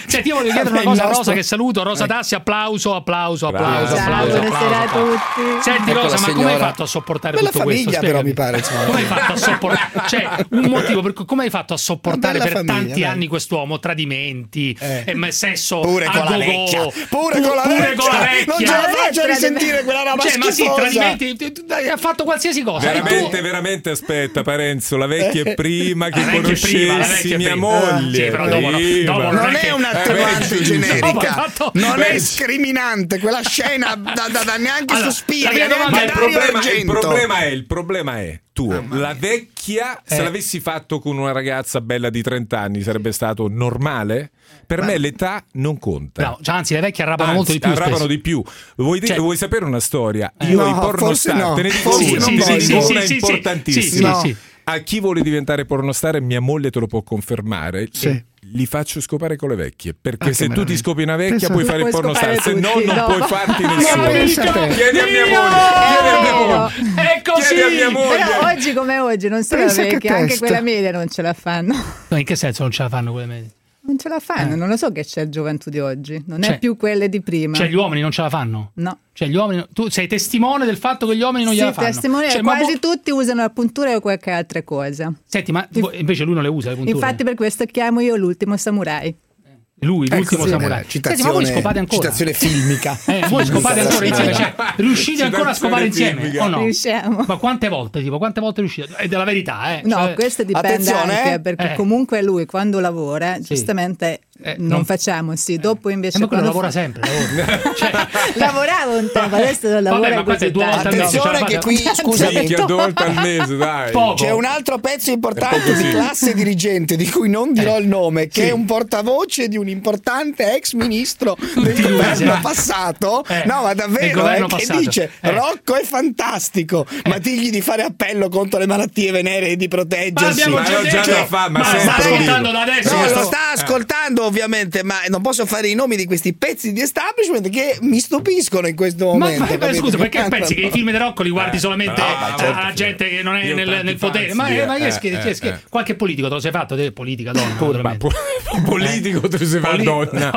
[SPEAKER 2] Senti, io voglio chiedere una
[SPEAKER 3] Il
[SPEAKER 2] cosa a
[SPEAKER 3] nostro-
[SPEAKER 2] Rosa che saluto, Rosa
[SPEAKER 3] Ecco.
[SPEAKER 2] Tassi, applauso, applauso,
[SPEAKER 10] Brava.
[SPEAKER 2] applauso,
[SPEAKER 10] Ciao,
[SPEAKER 2] applauso.
[SPEAKER 10] buonasera
[SPEAKER 2] applauso,
[SPEAKER 10] a
[SPEAKER 2] applauso.
[SPEAKER 10] tutti.
[SPEAKER 2] Senti
[SPEAKER 10] Ecco la
[SPEAKER 2] Rosa, ma come hai
[SPEAKER 10] signora.
[SPEAKER 2] fatto a sopportare
[SPEAKER 3] Bella
[SPEAKER 2] tutto
[SPEAKER 3] famiglia,
[SPEAKER 2] questo?
[SPEAKER 3] però,
[SPEAKER 2] Spiegami.
[SPEAKER 3] mi pare, insomma.
[SPEAKER 2] Come hai fatto a sopportare? C'è un motivo per cui- come hai fatto a sopportare
[SPEAKER 3] Una
[SPEAKER 2] per
[SPEAKER 3] bella famiglia,
[SPEAKER 2] tanti
[SPEAKER 3] dai.
[SPEAKER 2] anni quest'uomo, tradimenti, eh, ma sesso
[SPEAKER 3] Pure
[SPEAKER 2] a
[SPEAKER 3] con la
[SPEAKER 2] go-go,
[SPEAKER 3] vecchia, pure
[SPEAKER 2] pu-
[SPEAKER 3] con la
[SPEAKER 2] pure
[SPEAKER 3] vecchia.
[SPEAKER 2] con la vecchia. Eh,
[SPEAKER 3] Non ce la faccio risentire quella roba
[SPEAKER 2] Cioè, ma sì,
[SPEAKER 3] schifosa.
[SPEAKER 2] tradimenti, t- t- ha fatto qualsiasi cosa. E tu-
[SPEAKER 10] Veramente, veramente aspetta, Parenzo, la vecchia è prima che
[SPEAKER 2] Eh. La vecchia è prima, la
[SPEAKER 10] conoscessi
[SPEAKER 2] vecchia è
[SPEAKER 10] mia
[SPEAKER 2] prima. Ah,
[SPEAKER 10] moglie.
[SPEAKER 2] Sì, però dopo no-
[SPEAKER 10] prima.
[SPEAKER 2] dopo non è Non che-
[SPEAKER 3] è un
[SPEAKER 10] Eh,
[SPEAKER 3] attenuante
[SPEAKER 10] vedi?
[SPEAKER 2] No, ma
[SPEAKER 3] generica,
[SPEAKER 2] fatto-
[SPEAKER 3] non è
[SPEAKER 10] Vedi?
[SPEAKER 3] scriminante quella scena da, da- da neanche
[SPEAKER 2] Allora, la
[SPEAKER 3] sospiri,
[SPEAKER 2] mia
[SPEAKER 3] da neanche
[SPEAKER 10] Ma il
[SPEAKER 3] Dario
[SPEAKER 10] problema, il
[SPEAKER 3] Argento. Ah,
[SPEAKER 10] problema è, il problema è tuo. La vecchia, se
[SPEAKER 2] Eh.
[SPEAKER 10] l'avessi fatto con una ragazza bella di 30 anni, sarebbe stato normale? Per me l'età non conta.
[SPEAKER 2] No, cioè, anzi, le vecchie arrapano
[SPEAKER 10] Anzi,
[SPEAKER 2] molto di più.
[SPEAKER 10] arrapano
[SPEAKER 2] spesso.
[SPEAKER 10] di più. Vuoi, dire-
[SPEAKER 2] Cioè-
[SPEAKER 10] vuoi sapere una storia? Io
[SPEAKER 3] No,
[SPEAKER 10] i pornostar,
[SPEAKER 3] forse no.
[SPEAKER 10] te ne dico
[SPEAKER 3] Forse
[SPEAKER 10] una,
[SPEAKER 3] non
[SPEAKER 10] te ne dico
[SPEAKER 3] voglio.
[SPEAKER 10] una
[SPEAKER 2] Sì, sì, sì, sì,
[SPEAKER 10] importantissima.
[SPEAKER 3] sì, sì,
[SPEAKER 10] A chi vuole diventare pornostar, e mia moglie te lo può confermare.
[SPEAKER 3] Sì. Ah,
[SPEAKER 10] Li faccio scopare con le vecchie. Perché
[SPEAKER 3] che
[SPEAKER 10] se tu ti
[SPEAKER 3] meraviglia.
[SPEAKER 10] scopri una vecchia,
[SPEAKER 3] Pensa-
[SPEAKER 10] puoi
[SPEAKER 3] Lo
[SPEAKER 10] fare il
[SPEAKER 37] puoi
[SPEAKER 10] pornostar, se
[SPEAKER 37] scopare
[SPEAKER 10] no,
[SPEAKER 37] tutti,
[SPEAKER 10] non
[SPEAKER 37] no,
[SPEAKER 10] puoi
[SPEAKER 37] ma-
[SPEAKER 10] farti
[SPEAKER 37] Ma
[SPEAKER 10] nessuno.
[SPEAKER 37] pensa a te.
[SPEAKER 10] Chiedi a mia
[SPEAKER 37] Mio!
[SPEAKER 10] moglie, chiedi a mia moglie.
[SPEAKER 2] È così.
[SPEAKER 10] Chiedi a mia moglie.
[SPEAKER 37] Però oggi come oggi, non solo
[SPEAKER 2] Pensa che
[SPEAKER 37] perché anche
[SPEAKER 2] testa.
[SPEAKER 37] quella media non ce la fanno.
[SPEAKER 2] No, in che senso non ce la fanno quelle medie?
[SPEAKER 37] Non ce la
[SPEAKER 2] Eh.
[SPEAKER 37] fanno, non lo so che c'è il gioventù di oggi, non
[SPEAKER 2] Cioè-
[SPEAKER 37] è più quelle di prima.
[SPEAKER 2] Cioè, gli uomini non ce la fanno?
[SPEAKER 37] No.
[SPEAKER 2] Cioè, gli uomini, tu sei testimone del fatto che gli uomini non
[SPEAKER 37] Sì,
[SPEAKER 2] gliela fanno.
[SPEAKER 37] testimone,
[SPEAKER 2] Cioè, ma
[SPEAKER 37] quasi
[SPEAKER 2] vo-
[SPEAKER 37] tutti usano la puntura o qualche altra cosa.
[SPEAKER 2] Senti, ma vo- invece lui non le usa le punture.
[SPEAKER 37] Infatti per questo chiamo io l'ultimo samurai.
[SPEAKER 2] Eh, lui,
[SPEAKER 3] Ecco,
[SPEAKER 2] l'ultimo
[SPEAKER 3] sì,
[SPEAKER 2] samurai.
[SPEAKER 3] eh,
[SPEAKER 2] Senti, ma voi scopate ancora?
[SPEAKER 3] Citazione filmica.
[SPEAKER 2] Eh, voi scopate ancora insieme? Cioè, riuscite ancora a scopare
[SPEAKER 3] Citazione
[SPEAKER 2] insieme?
[SPEAKER 3] filmica.
[SPEAKER 2] O no?
[SPEAKER 37] Riusciamo.
[SPEAKER 2] Ma quante volte, tipo, quante volte riuscite? È della verità, eh.
[SPEAKER 37] No,
[SPEAKER 2] Cioè-
[SPEAKER 37] questo dipende
[SPEAKER 3] Attenzione,
[SPEAKER 37] anche
[SPEAKER 3] eh.
[SPEAKER 37] perché
[SPEAKER 2] Eh.
[SPEAKER 37] comunque lui quando lavora giustamente
[SPEAKER 2] Eh,
[SPEAKER 37] non,
[SPEAKER 2] non-
[SPEAKER 37] facciamo, sì, dopo
[SPEAKER 2] Eh,
[SPEAKER 37] invece...
[SPEAKER 2] ma quello
[SPEAKER 37] quando
[SPEAKER 2] lavora
[SPEAKER 37] fa-
[SPEAKER 2] sempre, lavora.
[SPEAKER 37] Lavorava un tempo, adesso non lavora
[SPEAKER 2] Vabbè, ma questa è
[SPEAKER 37] così
[SPEAKER 2] due volte
[SPEAKER 37] tanto.
[SPEAKER 2] al mese, cioè,
[SPEAKER 3] Attenzione che qui, scusami,
[SPEAKER 10] Minchia, due volte al mese, dai.
[SPEAKER 2] Poco.
[SPEAKER 3] C'è un altro pezzo
[SPEAKER 10] È un
[SPEAKER 3] importante
[SPEAKER 10] po'
[SPEAKER 3] di
[SPEAKER 10] così.
[SPEAKER 3] classe dirigente di cui non dirò il nome, che
[SPEAKER 2] sì.
[SPEAKER 3] è un portavoce di un importante ex ministro del
[SPEAKER 2] Tutti
[SPEAKER 3] governo
[SPEAKER 2] usa.
[SPEAKER 3] passato.
[SPEAKER 2] Eh,
[SPEAKER 3] No, ma
[SPEAKER 2] del
[SPEAKER 3] davvero,
[SPEAKER 2] governo
[SPEAKER 3] eh, che
[SPEAKER 2] passato.
[SPEAKER 3] dice
[SPEAKER 2] Eh.
[SPEAKER 3] Rocco è fantastico, ma digli di fare appello contro le malattie venere e di Cioè,
[SPEAKER 2] Ma
[SPEAKER 3] proteggersi.
[SPEAKER 2] abbiamo
[SPEAKER 10] Ma
[SPEAKER 2] già
[SPEAKER 10] l'ho già
[SPEAKER 2] detto,
[SPEAKER 10] da fa- ma
[SPEAKER 2] ma sta
[SPEAKER 10] sempre lo
[SPEAKER 2] ascoltando
[SPEAKER 10] dico.
[SPEAKER 2] da adesso.
[SPEAKER 3] cioè, No,
[SPEAKER 2] questo- Ah.
[SPEAKER 3] lo sta ascoltando ovviamente, ma non posso fare i nomi di questi pezzi di establishment che mi stupiscono in questo
[SPEAKER 2] Ma,
[SPEAKER 3] momento.
[SPEAKER 2] ma- ma
[SPEAKER 3] capito?
[SPEAKER 2] scusa, perché
[SPEAKER 3] Cantano.
[SPEAKER 2] pensi che i film di Rocco li guardi
[SPEAKER 10] Eh,
[SPEAKER 2] solamente
[SPEAKER 10] no, ma
[SPEAKER 2] eh,
[SPEAKER 10] certo,
[SPEAKER 2] alla
[SPEAKER 10] sì.
[SPEAKER 2] gente che non è
[SPEAKER 10] Io
[SPEAKER 2] nel,
[SPEAKER 10] tanti
[SPEAKER 2] nel potere?
[SPEAKER 10] pazzi,
[SPEAKER 2] Ma,
[SPEAKER 10] eh,
[SPEAKER 2] ma che
[SPEAKER 10] eh,
[SPEAKER 2] scherzo,
[SPEAKER 10] eh,
[SPEAKER 2] che scherzo.
[SPEAKER 10] eh.
[SPEAKER 2] qualche politico te lo sei fatto? Te, politica, donna,
[SPEAKER 10] Ma
[SPEAKER 2] naturalmente.
[SPEAKER 10] po- politico tu sei una donna.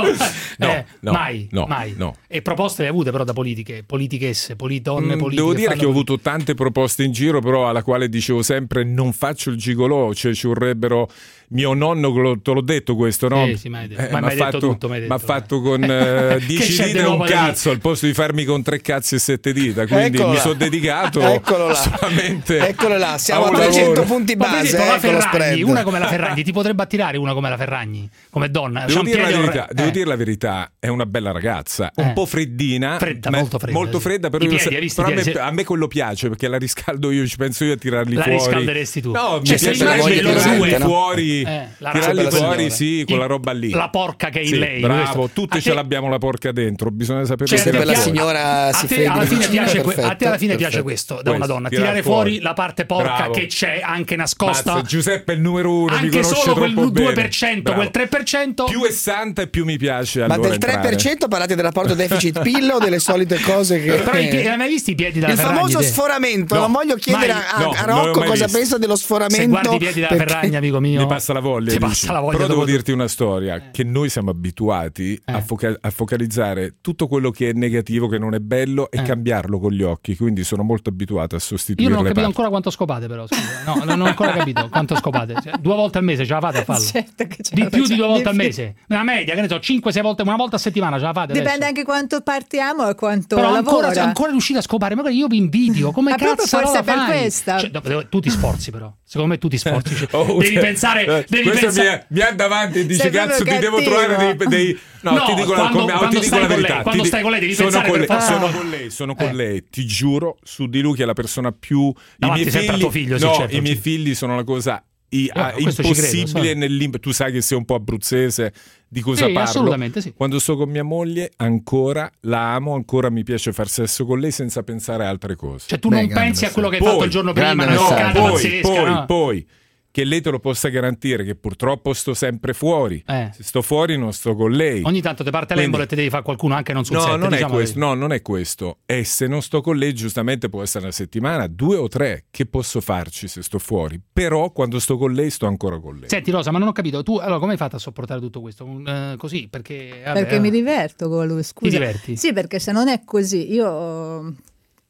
[SPEAKER 10] No,
[SPEAKER 2] Eh,
[SPEAKER 10] no,
[SPEAKER 2] mai,
[SPEAKER 10] no,
[SPEAKER 2] mai.
[SPEAKER 10] no.
[SPEAKER 2] E proposte le hai avute però da politiche, politichesse, poli- donne
[SPEAKER 10] Mm,
[SPEAKER 2] politiche.
[SPEAKER 10] Devo dire
[SPEAKER 2] fanno-
[SPEAKER 10] che ho avuto tante proposte in giro, però alla quale dicevo sempre non faccio il gigolò, cioè ci vorrebbero mio nonno, che lo- te l'ho detto questo, no?
[SPEAKER 2] Sì, sì, mi hai detto.
[SPEAKER 10] Eh, m'ha
[SPEAKER 2] Ma mi hai detto
[SPEAKER 10] fatto-
[SPEAKER 2] tutto, mi hai
[SPEAKER 10] m'ha
[SPEAKER 2] detto.
[SPEAKER 10] fatto con
[SPEAKER 2] Che
[SPEAKER 10] 10
[SPEAKER 2] c'è di
[SPEAKER 10] dita e
[SPEAKER 2] nuovo
[SPEAKER 10] un
[SPEAKER 2] da dire?
[SPEAKER 10] cazzo al posto di farmi con tre cazzi e sette dita, quindi
[SPEAKER 3] Eccola.
[SPEAKER 10] mi sono dedicato
[SPEAKER 3] Eccolo là.
[SPEAKER 10] solamente
[SPEAKER 3] Eccolo là, siamo
[SPEAKER 10] a
[SPEAKER 3] a
[SPEAKER 10] un
[SPEAKER 3] 300
[SPEAKER 10] lavoro.
[SPEAKER 3] punti
[SPEAKER 2] Ma per
[SPEAKER 3] base,
[SPEAKER 2] esempio, la
[SPEAKER 3] ecco lo
[SPEAKER 2] Ferragni,
[SPEAKER 3] spread.
[SPEAKER 2] una come la Ferragni, ti potrebbe attirare una come la Ferragni, come donna. C'ha
[SPEAKER 10] Devo
[SPEAKER 2] un
[SPEAKER 10] dire, la
[SPEAKER 2] piede-
[SPEAKER 10] verità, devo
[SPEAKER 2] eh.
[SPEAKER 10] dire la verità, è una bella ragazza, un
[SPEAKER 2] Eh.
[SPEAKER 10] po' freddina,
[SPEAKER 2] Fredda,
[SPEAKER 10] ma-
[SPEAKER 2] molto fredda, sì.
[SPEAKER 10] fredda, però,
[SPEAKER 2] I
[SPEAKER 10] io-
[SPEAKER 2] piedi, hai visto i
[SPEAKER 10] però a,
[SPEAKER 2] piedi?
[SPEAKER 10] me, a me quello piace perché la riscaldo io, ci penso io a tirarli
[SPEAKER 2] La
[SPEAKER 10] fuori.
[SPEAKER 2] riscalderesti tu?
[SPEAKER 10] No,
[SPEAKER 2] Cioè,
[SPEAKER 10] mi
[SPEAKER 2] se
[SPEAKER 10] piacerebbe
[SPEAKER 2] immagini loro
[SPEAKER 10] tirarli
[SPEAKER 2] due, no?
[SPEAKER 10] fuori,
[SPEAKER 2] Eh, la
[SPEAKER 10] tirarli
[SPEAKER 2] razza della
[SPEAKER 10] fuori,
[SPEAKER 3] signora.
[SPEAKER 10] sì, quella
[SPEAKER 2] Il-
[SPEAKER 10] roba lì.
[SPEAKER 2] la porca che è in
[SPEAKER 10] Sì,
[SPEAKER 2] lei,
[SPEAKER 10] Bravo,
[SPEAKER 2] questo.
[SPEAKER 10] tutte
[SPEAKER 2] A
[SPEAKER 10] ce
[SPEAKER 2] te-
[SPEAKER 10] l'abbiamo la porca dentro, bisogna sapere
[SPEAKER 2] Cioè,
[SPEAKER 10] dove
[SPEAKER 3] per
[SPEAKER 2] a te
[SPEAKER 3] la
[SPEAKER 2] piace-
[SPEAKER 3] signora
[SPEAKER 2] a
[SPEAKER 3] si
[SPEAKER 2] te
[SPEAKER 3] fredda
[SPEAKER 2] alla fine
[SPEAKER 3] vicino,
[SPEAKER 2] piace que- a te alla fine
[SPEAKER 3] perfetto.
[SPEAKER 2] piace questo da una
[SPEAKER 10] Questo,
[SPEAKER 2] donna
[SPEAKER 10] tirare
[SPEAKER 2] tirare fuori
[SPEAKER 10] fuori.
[SPEAKER 2] la parte porca
[SPEAKER 10] Bravo.
[SPEAKER 2] che c'è anche nascosta
[SPEAKER 10] Mazza, Giuseppe è il numero uno, mi
[SPEAKER 2] anche
[SPEAKER 10] conosce
[SPEAKER 2] solo quel
[SPEAKER 10] troppo bene.
[SPEAKER 2] 2%
[SPEAKER 10] Bravo.
[SPEAKER 2] quel 3%
[SPEAKER 10] più è santa e più mi piace.
[SPEAKER 3] Ma
[SPEAKER 10] allora
[SPEAKER 3] del 3%
[SPEAKER 10] entrare.
[SPEAKER 3] parlate del rapporto deficit PIL o delle solite cose che
[SPEAKER 2] però i piedi, hai mai visto i piedi della
[SPEAKER 3] il
[SPEAKER 2] Ferragni
[SPEAKER 3] famoso
[SPEAKER 2] te?
[SPEAKER 3] sforamento,
[SPEAKER 2] No,
[SPEAKER 3] non voglio chiedere
[SPEAKER 2] mai-
[SPEAKER 3] a,
[SPEAKER 10] no,
[SPEAKER 3] a
[SPEAKER 10] non l'ho
[SPEAKER 3] Rocco
[SPEAKER 10] mai
[SPEAKER 3] cosa
[SPEAKER 10] visto.
[SPEAKER 3] pensa dello sforamento.
[SPEAKER 2] se guardi i piedi della
[SPEAKER 3] perché-
[SPEAKER 2] Ferragni amico mio
[SPEAKER 10] Mi passa la voglia. dici.
[SPEAKER 2] ti passa la voglia
[SPEAKER 10] Però
[SPEAKER 2] dopo
[SPEAKER 10] devo
[SPEAKER 2] Eh. tutto.
[SPEAKER 10] dirti una storia. significa che noi siamo abituati a, foca- a focalizzare tutto quello che è negativo, che non è bello e cambiarlo con gli occhi. Quindi sono molto abituato a
[SPEAKER 2] Eh. Io
[SPEAKER 10] sostituire
[SPEAKER 2] non ho
[SPEAKER 10] le
[SPEAKER 2] capito
[SPEAKER 10] parti.
[SPEAKER 2] ancora quanto scopate, però. scusa. No, non ho ancora capito quanto scopate. Cioè, due volte al mese ce la fate a farlo?
[SPEAKER 37] Certo
[SPEAKER 2] di più di due volte al mese. Una media, che ne so, 5-6 volte, una volta a settimana ce la fate. adesso?
[SPEAKER 37] Dipende anche quanto partiamo e quanto
[SPEAKER 2] Però
[SPEAKER 37] lavora.
[SPEAKER 2] ancora, ancora riuscite a scopare, ma guarda, io vi invidio. Come
[SPEAKER 37] Ma proprio
[SPEAKER 2] cazzo
[SPEAKER 37] forse
[SPEAKER 2] la
[SPEAKER 37] per
[SPEAKER 2] fai?
[SPEAKER 37] questa.
[SPEAKER 2] Cioè, no, devo- tu ti sforzi, però. Secondo me tu ti sforzi. Cioè,
[SPEAKER 10] Oh,
[SPEAKER 2] devi
[SPEAKER 10] eh,
[SPEAKER 2] pensare.
[SPEAKER 10] eh,
[SPEAKER 2] Devi
[SPEAKER 10] questo
[SPEAKER 2] pensare...
[SPEAKER 10] mi è- mi è davanti e dice,
[SPEAKER 2] Sei proprio
[SPEAKER 10] "Cazzo, ti devo
[SPEAKER 2] cattivo."
[SPEAKER 10] trovare dei- dei- no, ti dico la-
[SPEAKER 2] quando,
[SPEAKER 10] come- oh, ti
[SPEAKER 2] quando
[SPEAKER 10] dico
[SPEAKER 2] stai
[SPEAKER 10] la
[SPEAKER 2] con
[SPEAKER 10] verità,
[SPEAKER 2] Lei,
[SPEAKER 10] ti
[SPEAKER 2] quando
[SPEAKER 10] di-
[SPEAKER 2] stai con lei devi
[SPEAKER 10] sono
[SPEAKER 2] pensare Eh.
[SPEAKER 10] con
[SPEAKER 2] per
[SPEAKER 10] lei,
[SPEAKER 2] forza.
[SPEAKER 10] sono con lei, sono con lei, ti giuro su di lui che è la persona più
[SPEAKER 2] Davanti
[SPEAKER 10] i miei
[SPEAKER 2] sempre a
[SPEAKER 10] figli,
[SPEAKER 2] tuo figlio, sì,
[SPEAKER 10] no,
[SPEAKER 2] certo,
[SPEAKER 10] i miei
[SPEAKER 2] sì.
[SPEAKER 10] figli sono la cosa i-
[SPEAKER 2] Eh,
[SPEAKER 10] ah,
[SPEAKER 2] questo ci credo,
[SPEAKER 10] impossibile
[SPEAKER 2] sai.
[SPEAKER 10] nell'im- tu sai che sei un po' abruzzese di cosa
[SPEAKER 2] Sì,
[SPEAKER 10] parlo
[SPEAKER 2] assolutamente, sì.
[SPEAKER 10] quando sto con mia moglie ancora la amo ancora mi piace far sesso con lei senza pensare a altre cose
[SPEAKER 2] Cioè, tu non pensi a quello che hai fatto il giorno prima,
[SPEAKER 10] grande
[SPEAKER 2] una
[SPEAKER 10] messaggio.
[SPEAKER 2] giocata
[SPEAKER 10] poi,
[SPEAKER 2] pazzesca,
[SPEAKER 10] poi,
[SPEAKER 2] no?
[SPEAKER 10] poi, che lei te lo possa garantire che purtroppo sto sempre fuori.
[SPEAKER 2] Eh.
[SPEAKER 10] Se sto fuori non sto con lei.
[SPEAKER 2] Ogni tanto ti parte
[SPEAKER 10] Quindi-
[SPEAKER 2] l'embolo e ti devi fare qualcuno anche non sul
[SPEAKER 10] No,
[SPEAKER 2] set,
[SPEAKER 10] non
[SPEAKER 2] diciamo
[SPEAKER 10] è questo, no, non è questo. E se non sto con lei, giustamente può essere una settimana, due o tre. Che posso farci se sto fuori? Però quando sto con lei, sto ancora con lei.
[SPEAKER 2] Senti Rosa, ma non ho capito, tu allora come hai fatto a sopportare tutto questo? Un, eh, così, perché... vabbè,
[SPEAKER 37] Perché
[SPEAKER 2] eh,
[SPEAKER 37] mi diverto con lui, scusa.
[SPEAKER 2] diverti?
[SPEAKER 37] Sì, perché se non è così, io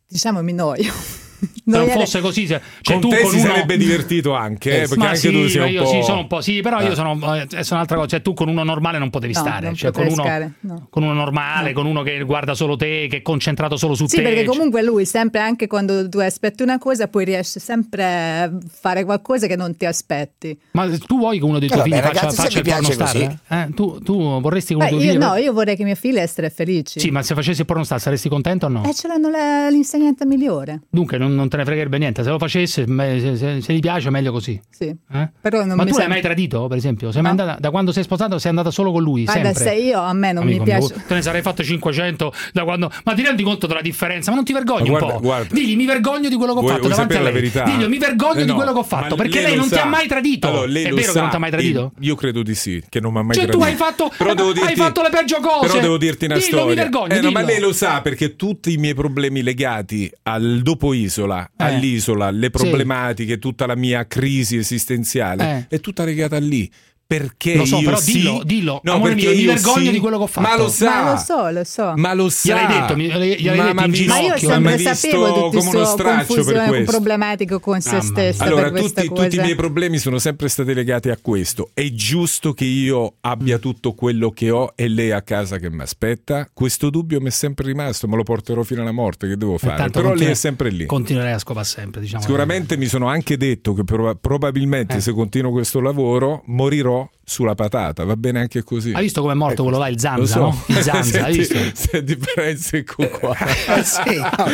[SPEAKER 37] diciamo mi noio.
[SPEAKER 2] se non
[SPEAKER 37] Noiare-
[SPEAKER 2] fosse così, se- cioè
[SPEAKER 10] con
[SPEAKER 2] tu
[SPEAKER 10] te
[SPEAKER 2] con
[SPEAKER 10] si
[SPEAKER 2] uno...
[SPEAKER 10] sarebbe divertito anche, eh, perché
[SPEAKER 2] ma
[SPEAKER 10] anche
[SPEAKER 2] sì,
[SPEAKER 10] tu sei
[SPEAKER 2] ma
[SPEAKER 10] un
[SPEAKER 2] io
[SPEAKER 10] po'...
[SPEAKER 2] sì, sono un po' sì, però
[SPEAKER 10] Eh.
[SPEAKER 2] io sono, eh, è un'altra cosa, cioè tu con uno normale non potevi
[SPEAKER 37] No,
[SPEAKER 2] stare,
[SPEAKER 37] non
[SPEAKER 2] cioè con
[SPEAKER 37] potrei
[SPEAKER 2] uno,
[SPEAKER 37] stare, no.
[SPEAKER 2] con uno normale, con uno che guarda solo te, che è concentrato solo su
[SPEAKER 37] Sì,
[SPEAKER 2] te.
[SPEAKER 37] perché
[SPEAKER 2] cioè-
[SPEAKER 37] comunque lui sempre, anche quando tu aspetti una cosa, poi riesce sempre a fare qualcosa che non ti aspetti.
[SPEAKER 2] Ma tu vuoi che uno dei tuoi
[SPEAKER 37] Eh,
[SPEAKER 2] figli
[SPEAKER 37] vabbè,
[SPEAKER 2] faccia,
[SPEAKER 37] ragazzi, se
[SPEAKER 2] faccia il
[SPEAKER 37] vi piace
[SPEAKER 2] pornostar? eh? Eh, tu, tu vorresti che uno
[SPEAKER 37] Beh,
[SPEAKER 2] dei tuoi
[SPEAKER 37] io,
[SPEAKER 2] figli...
[SPEAKER 37] no, io vorrei che mia figlia essere felice.
[SPEAKER 2] Sì, ma se facessi il pornostar saresti contento o no?
[SPEAKER 37] E ce l'hanno la- l'insegnante migliore.
[SPEAKER 2] Dunque non, non te ne fregherebbe niente, se lo facesse, me- se, se- se gli piace meglio così.
[SPEAKER 37] Sì.
[SPEAKER 2] Eh?
[SPEAKER 37] Però non
[SPEAKER 2] ma
[SPEAKER 37] mi
[SPEAKER 2] tu l'hai
[SPEAKER 37] sembra-
[SPEAKER 2] mai tradito, per esempio? Sei mai andata, da quando sei sposato sei andata solo con lui?
[SPEAKER 37] Guarda,
[SPEAKER 2] sempre?
[SPEAKER 37] se io a me non
[SPEAKER 2] Amico
[SPEAKER 37] mi piace.
[SPEAKER 2] mio, te ne sarei fatto 500 da quando... Ma ti rendi conto della differenza? Ma non ti
[SPEAKER 10] Ma
[SPEAKER 2] vergogni un
[SPEAKER 10] guarda,
[SPEAKER 2] po'?
[SPEAKER 10] guarda.
[SPEAKER 2] Digli, mi vergogno di quello che ho
[SPEAKER 10] Vuoi-
[SPEAKER 2] fatto
[SPEAKER 10] vuoi
[SPEAKER 2] davanti a
[SPEAKER 10] sapere
[SPEAKER 2] lei.
[SPEAKER 10] la verità?
[SPEAKER 2] Digli, mi vergogno
[SPEAKER 10] Eh
[SPEAKER 2] di
[SPEAKER 10] no,
[SPEAKER 2] quello che ho
[SPEAKER 10] ma
[SPEAKER 2] fatto, perché
[SPEAKER 10] lei
[SPEAKER 2] lei
[SPEAKER 10] lo
[SPEAKER 2] non ti
[SPEAKER 10] sa.
[SPEAKER 2] ha mai tradito.
[SPEAKER 10] Allora, lei
[SPEAKER 2] È
[SPEAKER 10] lo
[SPEAKER 2] vero che
[SPEAKER 10] sa.
[SPEAKER 2] non ti ha mai tradito?
[SPEAKER 10] Io, io credo di sì, che non mi ha mai
[SPEAKER 2] Cioè, tu
[SPEAKER 10] tradito.
[SPEAKER 2] hai fatto-
[SPEAKER 10] Però devo
[SPEAKER 2] hai
[SPEAKER 10] dirti-
[SPEAKER 2] fatto le peggio cose.
[SPEAKER 10] Però devo dirti una
[SPEAKER 2] Dillo, mi
[SPEAKER 10] storia.
[SPEAKER 2] vergogno,
[SPEAKER 10] Eh, no, ma
[SPEAKER 2] dillo.
[SPEAKER 10] lei lo sa perché tutti i miei problemi legati al dopo isola,
[SPEAKER 2] Eh.
[SPEAKER 10] all'isola, le
[SPEAKER 2] Sì.
[SPEAKER 10] problematiche, tutta la mia crisi esistenziale è tutta legata lì. Perché
[SPEAKER 2] Eh. Lo so,
[SPEAKER 10] io
[SPEAKER 2] però
[SPEAKER 10] sì-
[SPEAKER 2] dillo, dillo.
[SPEAKER 10] No,
[SPEAKER 2] Amore
[SPEAKER 10] perché
[SPEAKER 2] mio, mi
[SPEAKER 10] io
[SPEAKER 2] vergogno
[SPEAKER 10] sì-
[SPEAKER 2] di quello che ho fatto.
[SPEAKER 10] Ma lo sa.
[SPEAKER 37] Ma lo so, lo so.
[SPEAKER 10] Ma lo sa.
[SPEAKER 2] Gliel'hai detto, mi- gliel'hai detto in
[SPEAKER 10] Mamma mia,
[SPEAKER 2] ginocchio.
[SPEAKER 37] Ma io
[SPEAKER 10] mi hai
[SPEAKER 37] sempre
[SPEAKER 10] visto
[SPEAKER 37] sapevo tutti
[SPEAKER 10] come uno
[SPEAKER 37] suo
[SPEAKER 10] straccio per
[SPEAKER 37] confusione
[SPEAKER 10] questo.
[SPEAKER 37] problematico con se stessa
[SPEAKER 10] Allora,
[SPEAKER 37] per questa
[SPEAKER 10] tutti,
[SPEAKER 37] cosa.
[SPEAKER 10] tutti i miei problemi sono sempre stati legati a questo. È giusto che io abbia tutto quello che ho e lei a casa che mi aspetta? Questo dubbio mi è sempre rimasto, me lo porterò fino alla morte. Che devo fare?
[SPEAKER 2] tanto
[SPEAKER 10] Però lei
[SPEAKER 2] continua-
[SPEAKER 10] è sempre lì.
[SPEAKER 2] Continuerei a scopare sempre, diciamo.
[SPEAKER 10] Sicuramente mi sono anche detto che proba- probabilmente se continuo questo lavoro morirò sulla patata. Va bene anche così.
[SPEAKER 2] Hai visto com'è morto quello là, il
[SPEAKER 10] Eh, Lo
[SPEAKER 2] Zanza,
[SPEAKER 10] so.
[SPEAKER 2] no? Il Zanza, hai
[SPEAKER 10] senti,
[SPEAKER 2] visto?
[SPEAKER 10] senti ecco Parenzo e Cucua.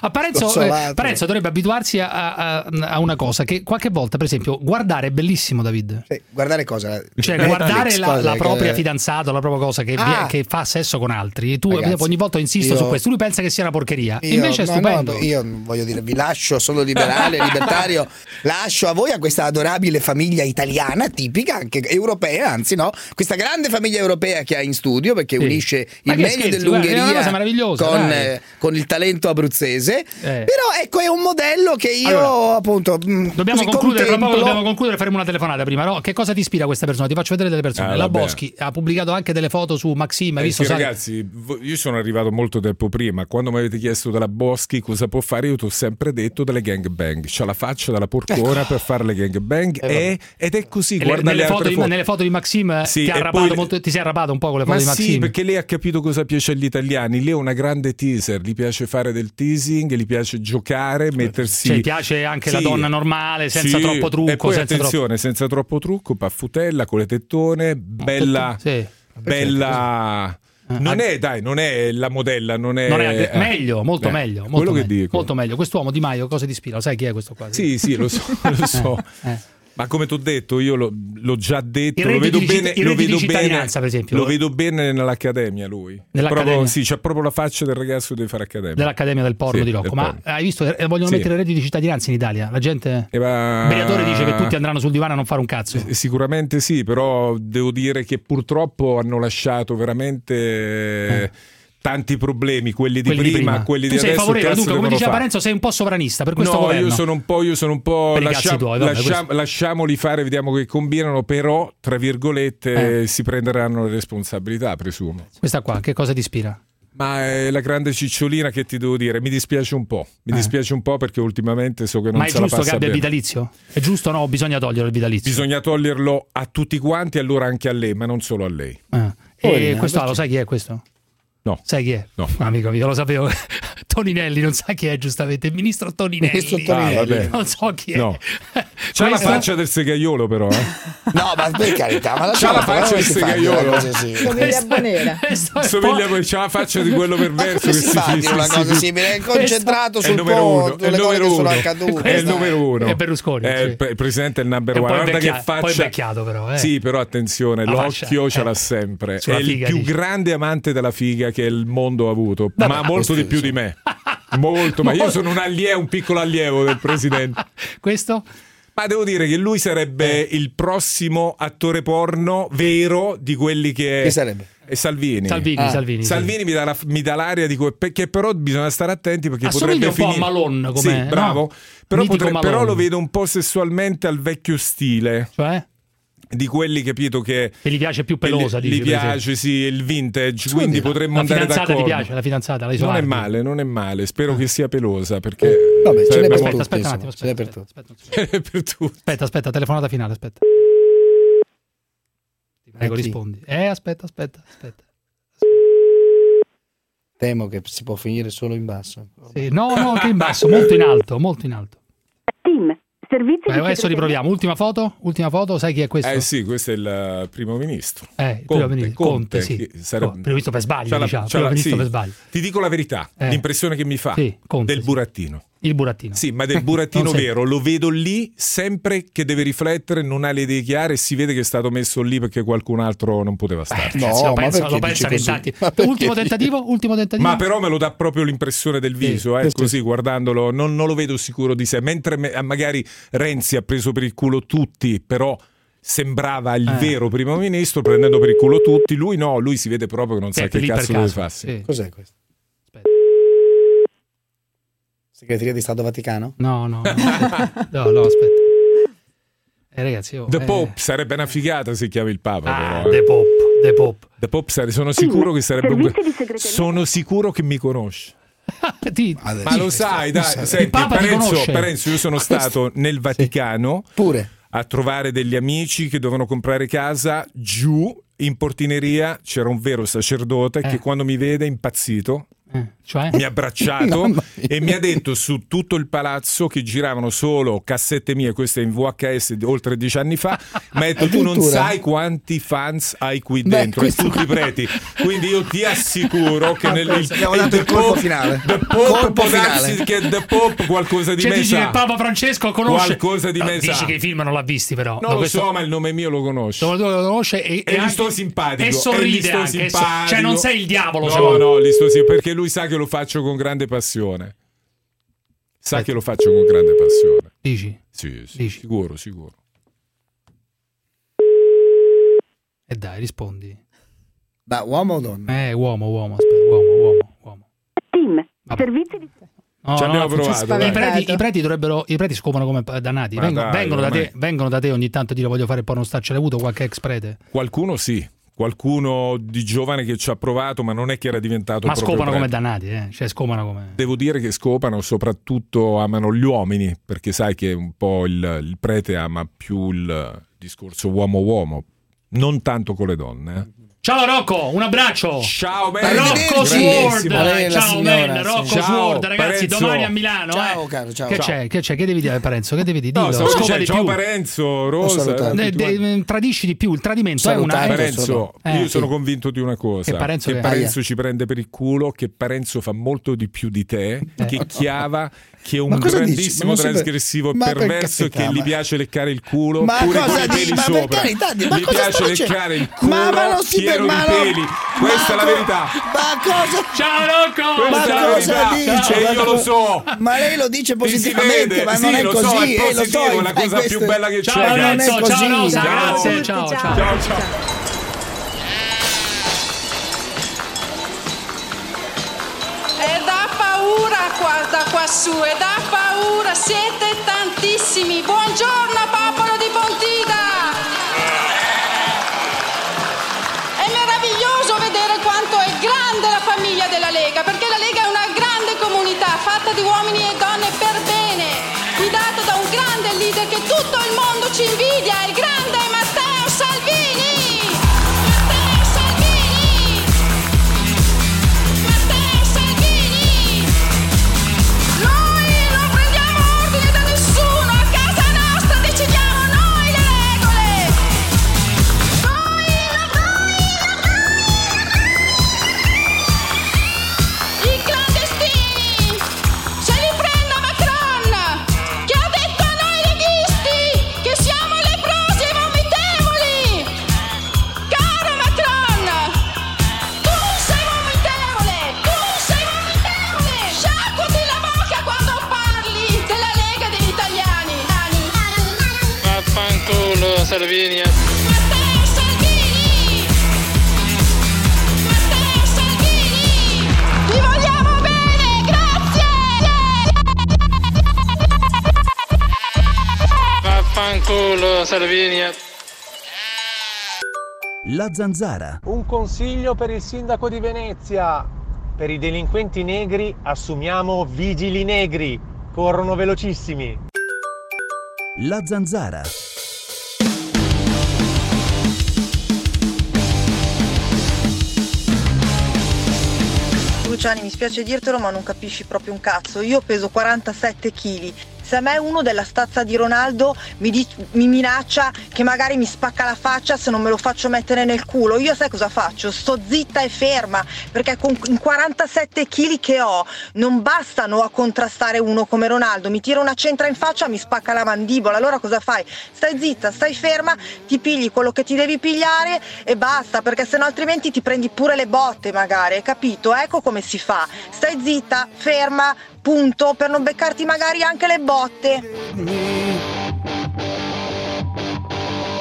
[SPEAKER 2] A Parenzo,
[SPEAKER 10] Consolato.
[SPEAKER 2] eh, Parenzo dovrebbe abituarsi a, a- a una cosa che qualche volta, per esempio, guardare è bellissimo, David.
[SPEAKER 3] Guardare cosa?
[SPEAKER 2] Cioè,
[SPEAKER 10] Eh,
[SPEAKER 3] Netflix,
[SPEAKER 2] guardare la,
[SPEAKER 3] cosa
[SPEAKER 2] la
[SPEAKER 3] che-
[SPEAKER 2] propria fidanzata, la propria cosa che,
[SPEAKER 3] Ah!
[SPEAKER 2] che fa sesso con altri. E tu
[SPEAKER 3] Ragazzi,
[SPEAKER 2] ogni volta insisto
[SPEAKER 3] io-
[SPEAKER 2] su questo. Lui pensa che sia una porcheria.
[SPEAKER 3] Io-
[SPEAKER 2] Invece è
[SPEAKER 3] no,
[SPEAKER 2] stupendo.
[SPEAKER 3] no, io voglio dire, vi lascio, sono liberale, libertario, lascio a voi a questa adorabile famiglia italiana, tipica, anche europea, anzi no, questa grande famiglia europea che ha in studio perché
[SPEAKER 2] Sì.
[SPEAKER 3] unisce
[SPEAKER 2] Ma
[SPEAKER 3] il
[SPEAKER 2] che
[SPEAKER 3] meglio
[SPEAKER 2] scherzi, guarda, è una cosa
[SPEAKER 3] dell'Ungheria
[SPEAKER 2] meravigliosa,
[SPEAKER 3] con,
[SPEAKER 2] dai.
[SPEAKER 3] eh, con il talento abruzzese.
[SPEAKER 2] Eh.
[SPEAKER 3] Però ecco, è un modello che io
[SPEAKER 2] Allora,
[SPEAKER 3] appunto... mm,
[SPEAKER 2] Dobbiamo
[SPEAKER 3] così
[SPEAKER 2] concludere, fra poco
[SPEAKER 3] contemplo.
[SPEAKER 2] dobbiamo concludere, faremo una telefonata prima. no? Che cosa ti ispira questa persona? Ti faccio vedere delle persone.
[SPEAKER 10] Ah,
[SPEAKER 2] la
[SPEAKER 10] vabbè.
[SPEAKER 2] Boschi ha pubblicato anche delle foto su Maxim. Hai
[SPEAKER 10] Eh
[SPEAKER 2] visto?
[SPEAKER 10] sì,
[SPEAKER 2] sai-
[SPEAKER 10] ragazzi, vo- io sono arrivato molto tempo prima. Quando mi avete chiesto della Boschi cosa può fare, io ti ho sempre detto delle gangbang. C'ha la faccia della porcora per fare le gangbang.
[SPEAKER 2] Ecco. Eh, vabbè.
[SPEAKER 10] e- ed è così.
[SPEAKER 2] E le-
[SPEAKER 10] guarda le,
[SPEAKER 2] nelle, foto
[SPEAKER 10] altre
[SPEAKER 2] di,
[SPEAKER 10] foto.
[SPEAKER 2] nelle foto di Maxim eh,
[SPEAKER 10] Sì,
[SPEAKER 2] ti, ha
[SPEAKER 10] e
[SPEAKER 2] arrabbato
[SPEAKER 10] poi-
[SPEAKER 2] molto- ti sei arrabbato un po' con le foto
[SPEAKER 10] Ma
[SPEAKER 2] di Maxim.
[SPEAKER 10] sì, perché lei ha capito cosa piace agli italiani. Lei è una grande teaser. Gli piace fare del teasing, gli piace giocare, mettersi.
[SPEAKER 2] Cioè, piace anche la donna normale, senza troppo trucco,
[SPEAKER 10] E poi,
[SPEAKER 2] senza
[SPEAKER 10] attenzione, senza troppo trucco, paffutella, con le tettone, bella.
[SPEAKER 2] Sì.
[SPEAKER 10] Bella. Non
[SPEAKER 2] Ah,
[SPEAKER 10] è, dai, non è la modella, non è.
[SPEAKER 2] Non è-
[SPEAKER 10] eh.
[SPEAKER 2] meglio, molto
[SPEAKER 10] Eh,
[SPEAKER 2] meglio. Molto
[SPEAKER 10] quello
[SPEAKER 2] meglio,
[SPEAKER 10] che dico.
[SPEAKER 2] Molto meglio. Quest'uomo Di Maio cosa ti ispira? Lo Sai chi è questo qua?
[SPEAKER 10] Sì, sì, lo so, lo so. Ma come ti ho detto, io lo- l'ho già detto,
[SPEAKER 2] Eh. Il
[SPEAKER 10] lo vedo
[SPEAKER 2] reddito di
[SPEAKER 10] bene,
[SPEAKER 2] citt- il
[SPEAKER 10] lo
[SPEAKER 2] reddito
[SPEAKER 10] vedo
[SPEAKER 2] di
[SPEAKER 10] bene,
[SPEAKER 2] cittadinanza, per esempio.
[SPEAKER 10] lo vedo bene nell'accademia lui.
[SPEAKER 2] Nell'accademia?
[SPEAKER 10] Proprio, sì, c'ha proprio la faccia del ragazzo che deve fare accademia.
[SPEAKER 2] Dell'Accademia del Porno
[SPEAKER 10] Sì,
[SPEAKER 2] di Rocco.
[SPEAKER 10] del
[SPEAKER 2] Ma
[SPEAKER 10] porno.
[SPEAKER 2] hai visto? eh, Vogliono
[SPEAKER 10] Sì.
[SPEAKER 2] mettere il reddito di cittadinanza in Italia. La gente.
[SPEAKER 10] Eh, ma-
[SPEAKER 2] Il mediatore dice che tutti andranno sul divano a non fare un cazzo.
[SPEAKER 10] Sicuramente sì, però devo dire che purtroppo hanno lasciato veramente tanti problemi, quelli di
[SPEAKER 2] Eh. Quelli di
[SPEAKER 10] prima,
[SPEAKER 2] prima.
[SPEAKER 10] quelli
[SPEAKER 2] Tu
[SPEAKER 10] di
[SPEAKER 2] sei
[SPEAKER 10] adesso.
[SPEAKER 2] favorevole,
[SPEAKER 10] cazzo
[SPEAKER 2] Luca, come
[SPEAKER 10] devono
[SPEAKER 2] diceva
[SPEAKER 10] fare?
[SPEAKER 2] Parenzo, sei un po' sovranista per questo
[SPEAKER 10] no,
[SPEAKER 2] governo.
[SPEAKER 10] io sono un po', io sono un po'
[SPEAKER 2] Per i cazzi
[SPEAKER 10] lascia-
[SPEAKER 2] tuoi, vabbè,
[SPEAKER 10] lascia-
[SPEAKER 2] questo.
[SPEAKER 10] lasciamoli fare, vediamo che combinano, però tra virgolette
[SPEAKER 2] Eh.
[SPEAKER 10] si prenderanno le responsabilità, presumo.
[SPEAKER 2] Questa qua, che cosa ti ispira?
[SPEAKER 10] Ma è la grande cicciolina che ti devo dire, mi dispiace un po', mi dispiace un po' perché ultimamente so che non
[SPEAKER 2] Eh. Ma è
[SPEAKER 10] se la
[SPEAKER 2] giusto che
[SPEAKER 10] passa
[SPEAKER 2] abbia il
[SPEAKER 10] bene.
[SPEAKER 2] vitalizio? È giusto o no? Bisogna togliere il vitalizio.
[SPEAKER 10] Bisogna toglierlo a tutti quanti, allora anche a lei, ma non solo a lei.
[SPEAKER 2] Ah. E
[SPEAKER 10] Poverina,
[SPEAKER 2] questo ah, lo
[SPEAKER 10] eh, perché?
[SPEAKER 2] sai chi è questo?
[SPEAKER 10] No.
[SPEAKER 2] Sai chi è?
[SPEAKER 10] No.
[SPEAKER 2] Ah, Amico mio, lo sapevo. Toninelli, non sa chi è giustamente, il ministro Toninelli.
[SPEAKER 3] Ministro Toninelli. Ah, vabbè.
[SPEAKER 2] non so chi è.
[SPEAKER 10] No. C'ha la
[SPEAKER 2] Questo-
[SPEAKER 10] faccia del segaiolo però, eh.
[SPEAKER 3] No, ma per carità, ma
[SPEAKER 10] C'ha la faccia del segaiolo.
[SPEAKER 37] Somiglia a Bonera.
[SPEAKER 10] Somiglia a- c'ha la faccia di quello perverso
[SPEAKER 3] Come
[SPEAKER 10] che
[SPEAKER 3] si fa a
[SPEAKER 10] si
[SPEAKER 3] dire una
[SPEAKER 10] si-
[SPEAKER 3] cosa
[SPEAKER 10] si-
[SPEAKER 3] simile? È
[SPEAKER 10] Questo-
[SPEAKER 3] concentrato
[SPEAKER 10] È
[SPEAKER 3] sul
[SPEAKER 10] il numero uno,
[SPEAKER 3] porto,
[SPEAKER 10] è il
[SPEAKER 3] le cose
[SPEAKER 10] numero
[SPEAKER 3] che sono
[SPEAKER 10] uno.
[SPEAKER 3] accadute.
[SPEAKER 10] È il numero uno.
[SPEAKER 2] È Berlusconi,
[SPEAKER 10] È
[SPEAKER 2] sì.
[SPEAKER 10] il pre- il presidente è il number
[SPEAKER 2] E
[SPEAKER 10] one.
[SPEAKER 2] poi
[SPEAKER 10] Guarda che
[SPEAKER 2] invecchia-
[SPEAKER 10] faccia.
[SPEAKER 2] poi invecchiato però, eh.
[SPEAKER 10] Sì, però attenzione,
[SPEAKER 2] La
[SPEAKER 10] l'occhio
[SPEAKER 2] faccia,
[SPEAKER 10] ce
[SPEAKER 2] eh.
[SPEAKER 10] l'ha sempre.
[SPEAKER 2] Sulla
[SPEAKER 10] è il
[SPEAKER 2] figa,
[SPEAKER 10] più
[SPEAKER 2] dici.
[SPEAKER 10] grande amante della figa che il mondo ha avuto,
[SPEAKER 2] Vabbè,
[SPEAKER 10] ma molto
[SPEAKER 2] questo
[SPEAKER 10] di più di me. Molto, ma io sono un allievo, un piccolo allievo del presidente.
[SPEAKER 2] Questo? Eh.
[SPEAKER 10] Ma devo dire che lui sarebbe il prossimo attore porno vero di quelli che.
[SPEAKER 3] Chi sarebbe?
[SPEAKER 10] È Salvini. Ah.
[SPEAKER 2] Salvini, Salvini, sì.
[SPEAKER 10] mi, dà la- mi dà l'aria di. que- Perché però bisogna stare attenti perché potrebbe
[SPEAKER 2] Assomiglia un po' a
[SPEAKER 10] finire.
[SPEAKER 2] Malone com'è,
[SPEAKER 10] Sì,
[SPEAKER 2] no?
[SPEAKER 10] bravo. Però,
[SPEAKER 2] Mitico
[SPEAKER 10] potre-
[SPEAKER 2] Malone.
[SPEAKER 10] però lo vedo un po' sessualmente al vecchio stile.
[SPEAKER 2] Cioè?
[SPEAKER 10] Di quelli, capito, che.
[SPEAKER 2] Che gli piace più pelosa,
[SPEAKER 10] gli,
[SPEAKER 2] dici,
[SPEAKER 10] gli
[SPEAKER 2] per esempio.
[SPEAKER 10] piace, sì, il vintage. quindi potremmo
[SPEAKER 2] la
[SPEAKER 10] andare
[SPEAKER 2] fidanzata
[SPEAKER 10] d'accordo.
[SPEAKER 2] ti piace, la fidanzata, la
[SPEAKER 10] Non è
[SPEAKER 2] isolata.
[SPEAKER 10] male, non è male. Spero che sia pelosa perché.
[SPEAKER 3] Eh, Vabbè, ce n'è
[SPEAKER 10] sarebbe
[SPEAKER 3] per
[SPEAKER 10] molto-
[SPEAKER 3] tutti,
[SPEAKER 2] aspetta
[SPEAKER 3] insomma,
[SPEAKER 2] un attimo,
[SPEAKER 3] ce n'è per tutti.
[SPEAKER 2] Aspetta, aspetta, telefonata finale, aspetta. Ti prego,
[SPEAKER 3] Eh, sì.
[SPEAKER 2] rispondi. Eh, aspetta, aspetta, aspetta.
[SPEAKER 3] Temo che si può finire solo in basso.
[SPEAKER 2] Sì, no, no, che in basso, molto in alto, molto in alto.
[SPEAKER 38] Team, servizi
[SPEAKER 2] Beh,
[SPEAKER 38] di
[SPEAKER 2] adesso riproviamo. Ultima foto, ultima foto, sai chi è questo?
[SPEAKER 10] Eh sì, questo è il eh, primo ministro.
[SPEAKER 2] Eh, il primo ministro, Conte, sì.
[SPEAKER 10] che sarebbe-
[SPEAKER 2] Conte, primo ministro per sbaglio,
[SPEAKER 10] C'ha la-
[SPEAKER 2] diciamo,
[SPEAKER 10] c'ha
[SPEAKER 2] primo
[SPEAKER 10] la-
[SPEAKER 2] ministro
[SPEAKER 10] sì.
[SPEAKER 2] per sbaglio.
[SPEAKER 10] Ti dico la verità,
[SPEAKER 2] Eh.
[SPEAKER 10] l'impressione che mi fa
[SPEAKER 2] Sì,
[SPEAKER 10] del burattino.
[SPEAKER 2] Il burattino.
[SPEAKER 10] Sì, ma del burattino
[SPEAKER 2] Non sempre.
[SPEAKER 10] vero, lo vedo lì sempre che deve riflettere, non ha le idee chiare e si vede che è stato messo lì perché qualcun altro non poteva stare.
[SPEAKER 2] Ragazzi, lo pensa, lo pensa vent'anni. Ultimo tentativo, ultimo tentativo.
[SPEAKER 10] Ma però me lo dà proprio l'impressione del viso, eh,
[SPEAKER 2] questo
[SPEAKER 10] così guardandolo, non, non lo vedo sicuro di sé. Mentre me- eh, magari Renzi ha preso per il culo tutti, però sembrava il
[SPEAKER 2] Eh.
[SPEAKER 10] vero primo ministro prendendo per il culo tutti. Lui no, lui si vede proprio che non sa
[SPEAKER 2] Senti,
[SPEAKER 10] che
[SPEAKER 2] Cioè, lì per
[SPEAKER 10] cazzo deve
[SPEAKER 2] caso,
[SPEAKER 10] farsi.
[SPEAKER 2] sì.
[SPEAKER 3] Cos'è questo? Segreteria di Stato Vaticano?
[SPEAKER 2] No, no, no, no, no, aspetta. Eh, ragazzi, io...
[SPEAKER 10] The
[SPEAKER 2] eh,
[SPEAKER 10] Pope sarebbe una figata se chiama il Papa.
[SPEAKER 2] Ah,
[SPEAKER 10] però, eh.
[SPEAKER 2] The Pope, The Pope.
[SPEAKER 10] The Pope sare- sono sicuro che sarebbe un...
[SPEAKER 2] servizi di segreteria.
[SPEAKER 10] Sono sicuro che mi conosce.
[SPEAKER 2] ti-
[SPEAKER 10] Ma lo sai, dai, senti,
[SPEAKER 2] il Papa ti
[SPEAKER 10] Parenzo,
[SPEAKER 2] conosce.
[SPEAKER 10] Parenzo, io sono stato nel Vaticano a trovare degli amici che dovevano comprare casa giù in portineria c'era un vero sacerdote
[SPEAKER 2] Eh.
[SPEAKER 10] che quando mi vede è impazzito
[SPEAKER 2] Cioè?
[SPEAKER 10] mi ha abbracciato
[SPEAKER 2] Mamma mia.
[SPEAKER 10] e mi ha detto su tutto il palazzo che giravano solo cassette mie, queste in VHS di oltre dieci anni fa, mi ha detto tu non
[SPEAKER 3] Addirittura.
[SPEAKER 10] sai quanti fans hai qui
[SPEAKER 3] Beh,
[SPEAKER 10] dentro
[SPEAKER 3] questo- Ah,
[SPEAKER 10] e tutti i preti, quindi io ti assicuro che nel
[SPEAKER 3] Abbiamo dato il colpo finale.
[SPEAKER 10] The Pope
[SPEAKER 3] Colpo
[SPEAKER 10] può darsi
[SPEAKER 3] finale.
[SPEAKER 10] che The Pope qualcosa di
[SPEAKER 2] Cioè,
[SPEAKER 10] me
[SPEAKER 2] dici
[SPEAKER 10] sa.
[SPEAKER 2] che Papa Francesco conosce...
[SPEAKER 10] Qualcosa di
[SPEAKER 2] No,
[SPEAKER 10] me
[SPEAKER 2] Dici
[SPEAKER 10] sa.
[SPEAKER 2] che i film non l'ha visti, però.
[SPEAKER 10] Non
[SPEAKER 2] No,
[SPEAKER 10] lo
[SPEAKER 2] questo-
[SPEAKER 10] so, ma il nome mio lo conosce.
[SPEAKER 2] Lo conosce e,
[SPEAKER 10] E, gli
[SPEAKER 2] anche-
[SPEAKER 10] sto simpatico.
[SPEAKER 2] E
[SPEAKER 10] gli
[SPEAKER 2] sorride
[SPEAKER 10] sto
[SPEAKER 2] anche. e so-
[SPEAKER 10] simpatico.
[SPEAKER 2] Cioè, non sei il diavolo,
[SPEAKER 10] No,
[SPEAKER 2] secondo me.
[SPEAKER 10] no, gli sto simpatico perché lui sa che lo faccio con grande passione. Sa che lo faccio con grande passione.
[SPEAKER 2] Eh. Dici?
[SPEAKER 10] Sì, sì, sicuro, sicuro.
[SPEAKER 2] E Eh, dai, rispondi.
[SPEAKER 3] Ma uomo o donna?
[SPEAKER 2] Eh, uomo, uomo, aspetta, uomo, uomo, uomo.
[SPEAKER 38] Team, servizi di
[SPEAKER 2] No,
[SPEAKER 10] Ci
[SPEAKER 2] no,
[SPEAKER 10] abbiamo
[SPEAKER 2] no,
[SPEAKER 10] provato,
[SPEAKER 2] I
[SPEAKER 10] dai.
[SPEAKER 2] preti, i preti dovrebbero, i preti scoprono come pa- dannati.
[SPEAKER 10] Ma
[SPEAKER 2] Vengono,
[SPEAKER 10] dai,
[SPEAKER 2] vengono da te,
[SPEAKER 10] ormai.
[SPEAKER 2] vengono da te ogni tanto e dire voglio fare il pornostar. Ce l'hai avuto qualche ex prete?
[SPEAKER 10] Qualcuno sì, qualcuno di giovane che ci ha provato, ma non è che era diventato
[SPEAKER 2] Ma
[SPEAKER 10] proprio
[SPEAKER 2] scopano
[SPEAKER 10] prete.
[SPEAKER 2] come dannati, eh. Cioè, scopano come.
[SPEAKER 10] Devo dire che scopano, soprattutto amano gli uomini, perché sai che un po' il, il prete ama più il discorso uomo-uomo, non tanto con le donne. eh.
[SPEAKER 2] Ciao Rocco, un abbraccio.
[SPEAKER 10] Ciao
[SPEAKER 2] man. Rocco
[SPEAKER 10] Grandissimo.
[SPEAKER 2] Sword.
[SPEAKER 10] Lei è la
[SPEAKER 2] Ciao
[SPEAKER 10] signora,
[SPEAKER 2] man,
[SPEAKER 10] sì.
[SPEAKER 2] Rocco
[SPEAKER 10] Ciao,
[SPEAKER 2] Sword, ragazzi,
[SPEAKER 10] Parenzo.
[SPEAKER 2] domani a Milano.
[SPEAKER 3] Ciao,
[SPEAKER 2] eh.
[SPEAKER 3] caro, ciao.
[SPEAKER 2] Che
[SPEAKER 3] Ciao.
[SPEAKER 2] c'è? Che c'è? Che devi dire Parenzo? Che devi dire?
[SPEAKER 10] No, stavo
[SPEAKER 2] Scopa
[SPEAKER 10] dicendo,
[SPEAKER 2] di
[SPEAKER 10] ciao
[SPEAKER 2] più.
[SPEAKER 10] Parenzo, Rosa.
[SPEAKER 2] De- de- tradisci di più il
[SPEAKER 3] eh,
[SPEAKER 2] tradimento è una
[SPEAKER 10] Parenzo,
[SPEAKER 2] Eh,
[SPEAKER 10] io
[SPEAKER 2] sì.
[SPEAKER 10] sono convinto di una cosa:
[SPEAKER 2] Che
[SPEAKER 10] che
[SPEAKER 2] Parenzo
[SPEAKER 10] Parenzo,
[SPEAKER 2] che-
[SPEAKER 10] ci prende per il culo, che Parenzo fa molto di più di te, che Chiava, che è un
[SPEAKER 3] Eh. Ma cosa dici? Ma
[SPEAKER 10] grandissimo
[SPEAKER 3] non si per-
[SPEAKER 10] trasgressivo e
[SPEAKER 3] Ma per
[SPEAKER 10] perverso, e
[SPEAKER 3] capità,
[SPEAKER 10] che gli
[SPEAKER 3] ma-
[SPEAKER 10] piace leccare il culo,
[SPEAKER 3] Ma
[SPEAKER 10] pure
[SPEAKER 3] cosa
[SPEAKER 10] con i
[SPEAKER 3] dici?
[SPEAKER 10] peli
[SPEAKER 3] Ma per
[SPEAKER 10] sopra.
[SPEAKER 3] carità, di- ma
[SPEAKER 10] gli
[SPEAKER 3] cosa
[SPEAKER 10] piace
[SPEAKER 3] sta dicendo?
[SPEAKER 10] leccare il culo,
[SPEAKER 3] Ma- ma non si per-
[SPEAKER 10] pieno di
[SPEAKER 3] ma no.
[SPEAKER 10] peli. Questa è la
[SPEAKER 3] co-
[SPEAKER 10] verità.
[SPEAKER 3] Ma cosa?
[SPEAKER 2] Ciao Rocco!
[SPEAKER 3] Ma
[SPEAKER 10] Questa è la
[SPEAKER 3] cosa
[SPEAKER 10] verità,
[SPEAKER 3] dice?
[SPEAKER 10] e
[SPEAKER 3] Ma
[SPEAKER 10] io
[SPEAKER 3] co-
[SPEAKER 10] lo so.
[SPEAKER 3] Ma lei lo
[SPEAKER 10] Ti
[SPEAKER 3] dice
[SPEAKER 10] si
[SPEAKER 3] positivamente,
[SPEAKER 10] vede,
[SPEAKER 3] ma
[SPEAKER 10] sì,
[SPEAKER 3] non è
[SPEAKER 10] lo
[SPEAKER 3] così,
[SPEAKER 10] so, è
[SPEAKER 3] eh, lo so,
[SPEAKER 10] positivo, è la
[SPEAKER 3] infatti,
[SPEAKER 10] cosa più
[SPEAKER 3] questo-
[SPEAKER 10] bella che c'è,
[SPEAKER 2] Ciao
[SPEAKER 10] ragazzi.
[SPEAKER 2] Lorenzo,
[SPEAKER 3] Non è così.
[SPEAKER 2] ciao Rosa,
[SPEAKER 10] Ciao.
[SPEAKER 2] grazie, ciao, ciao.
[SPEAKER 10] Ciao, ciao.
[SPEAKER 29] da qua, da qua su e da paura siete tantissimi. Buongiorno popolo di Pontida! È meraviglioso vedere quanto è grande la famiglia della Lega, perché la Lega è una grande comunità fatta di uomini e donne per bene, guidata da un grande leader che tutto il mondo ci invidia, il grande Matteo Salvini! Matteo Salvini! Matteo Salvini! Noi non prendiamo ordine da nessuno, a casa nostra decidiamo noi le regole! I clandestini se li prenda Macron che ha detto a noi leghisti che siamo leprosi e vomitevoli. Caro Macron, tu sei vomitevole, tu sei vomitevole. Sciacquati la bocca quando parli della Lega degli italiani. Dani.
[SPEAKER 39] Vaffanculo Salvini.
[SPEAKER 29] Vi vogliamo bene, grazie!
[SPEAKER 39] Vaffanculo Salvini.
[SPEAKER 22] La zanzara.
[SPEAKER 19] Un consiglio per il sindaco di Venezia. Per i delinquenti negri assumiamo vigili negri. Corrono velocissimi.
[SPEAKER 22] La zanzara.
[SPEAKER 40] Luciani, mi spiace dirtelo, ma non capisci proprio un cazzo. Io peso 47 kg. Se a me uno della stazza di Ronaldo mi, di- mi minaccia che magari mi spacca la faccia se non me lo faccio mettere nel culo, io sai cosa faccio? Sto zitta e ferma, perché con i 47 kg che ho non bastano a contrastare uno come Ronaldo. Mi tira una centra in faccia, mi spacca la mandibola. Allora cosa fai? Stai zitta, stai ferma, ti pigli quello che ti devi pigliare e basta, perché sennò altrimenti ti prendi pure le botte magari, hai capito? Ecco come si fa. Stai zitta, ferma, punto, per non beccarti magari anche le botte.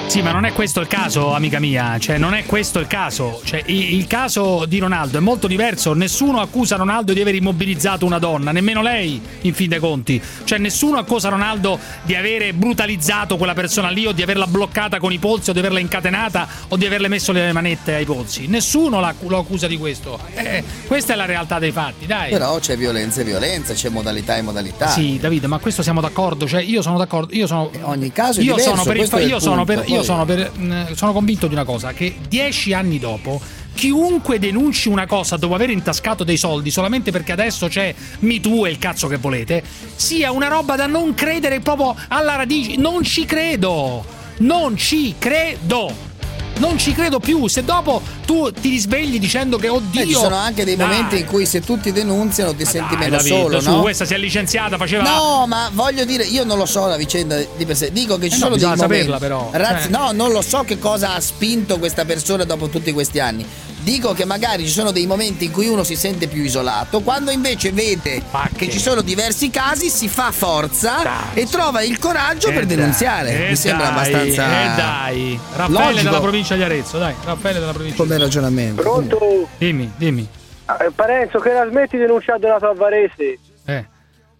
[SPEAKER 2] Sì, ma non è questo il caso, amica mia. Cioè, non è questo il caso. Cioè, i- il caso di Ronaldo è molto diverso. Nessuno accusa Ronaldo di aver immobilizzato una donna, nemmeno lei, in fin dei conti. Cioè, nessuno accusa Ronaldo di avere brutalizzato quella persona lì, o di averla bloccata con i polsi, o di averla incatenata, o di averle messo le manette ai polsi. Nessuno la- lo accusa di questo. Eh, questa è la realtà dei fatti, dai.
[SPEAKER 3] Però c'è violenza e violenza, c'è modalità e modalità.
[SPEAKER 2] Sì, Davide, ma questo siamo d'accordo. Cioè, io sono d'accordo. Io sono.
[SPEAKER 3] ogni caso è
[SPEAKER 2] io
[SPEAKER 3] diverso,
[SPEAKER 2] sono per il
[SPEAKER 3] questo
[SPEAKER 2] fa-
[SPEAKER 3] è il
[SPEAKER 2] io sono
[SPEAKER 3] punto,
[SPEAKER 2] per- io
[SPEAKER 3] poi-
[SPEAKER 2] sono per- mh, sono convinto di una cosa: che dieci anni dopo. Chiunque denunci una cosa dopo aver intascato dei soldi solamente perché adesso c'è Me Too e il cazzo che volete, sia una roba da non credere proprio alla radice. Non ci credo! Non ci credo! Non ci credo più. Se dopo tu ti risvegli dicendo che oddio.
[SPEAKER 3] Beh, Eh, ci sono anche dei
[SPEAKER 2] Dai,
[SPEAKER 3] momenti in cui se tutti denunziano ti senti
[SPEAKER 2] dai,
[SPEAKER 3] meno
[SPEAKER 2] "Ah, Davide,
[SPEAKER 3] solo,
[SPEAKER 2] su,
[SPEAKER 3] no?
[SPEAKER 2] Questa si è licenziata, faceva.
[SPEAKER 3] No, ma voglio dire, io non lo so la vicenda di per sé. Dico che ci
[SPEAKER 2] Eh
[SPEAKER 3] sono
[SPEAKER 2] no,
[SPEAKER 3] dei
[SPEAKER 2] bisogna
[SPEAKER 3] momenti.
[SPEAKER 2] saperla, però.
[SPEAKER 3] Razzi-
[SPEAKER 2] Cioè-
[SPEAKER 3] No, non lo so che cosa ha spinto questa persona dopo tutti questi anni. Dico che magari ci sono dei momenti in cui uno si sente più isolato, quando invece vede che ci sono diversi casi, si fa forza e trova il coraggio
[SPEAKER 2] Eh
[SPEAKER 3] per
[SPEAKER 2] dai,
[SPEAKER 3] denunziare.
[SPEAKER 2] eh
[SPEAKER 3] Mi sembra
[SPEAKER 2] dai,
[SPEAKER 3] abbastanza.
[SPEAKER 2] eh dai. Raffaele
[SPEAKER 3] logico.
[SPEAKER 2] dalla provincia di Arezzo, dai. Raffaele dalla provincia.
[SPEAKER 3] Come ragionamento?
[SPEAKER 1] Pronto?
[SPEAKER 2] Dimmi, dimmi.
[SPEAKER 1] Eh, Parenzo, che la smetti di denunciare Donato Alvarese?
[SPEAKER 2] Eh.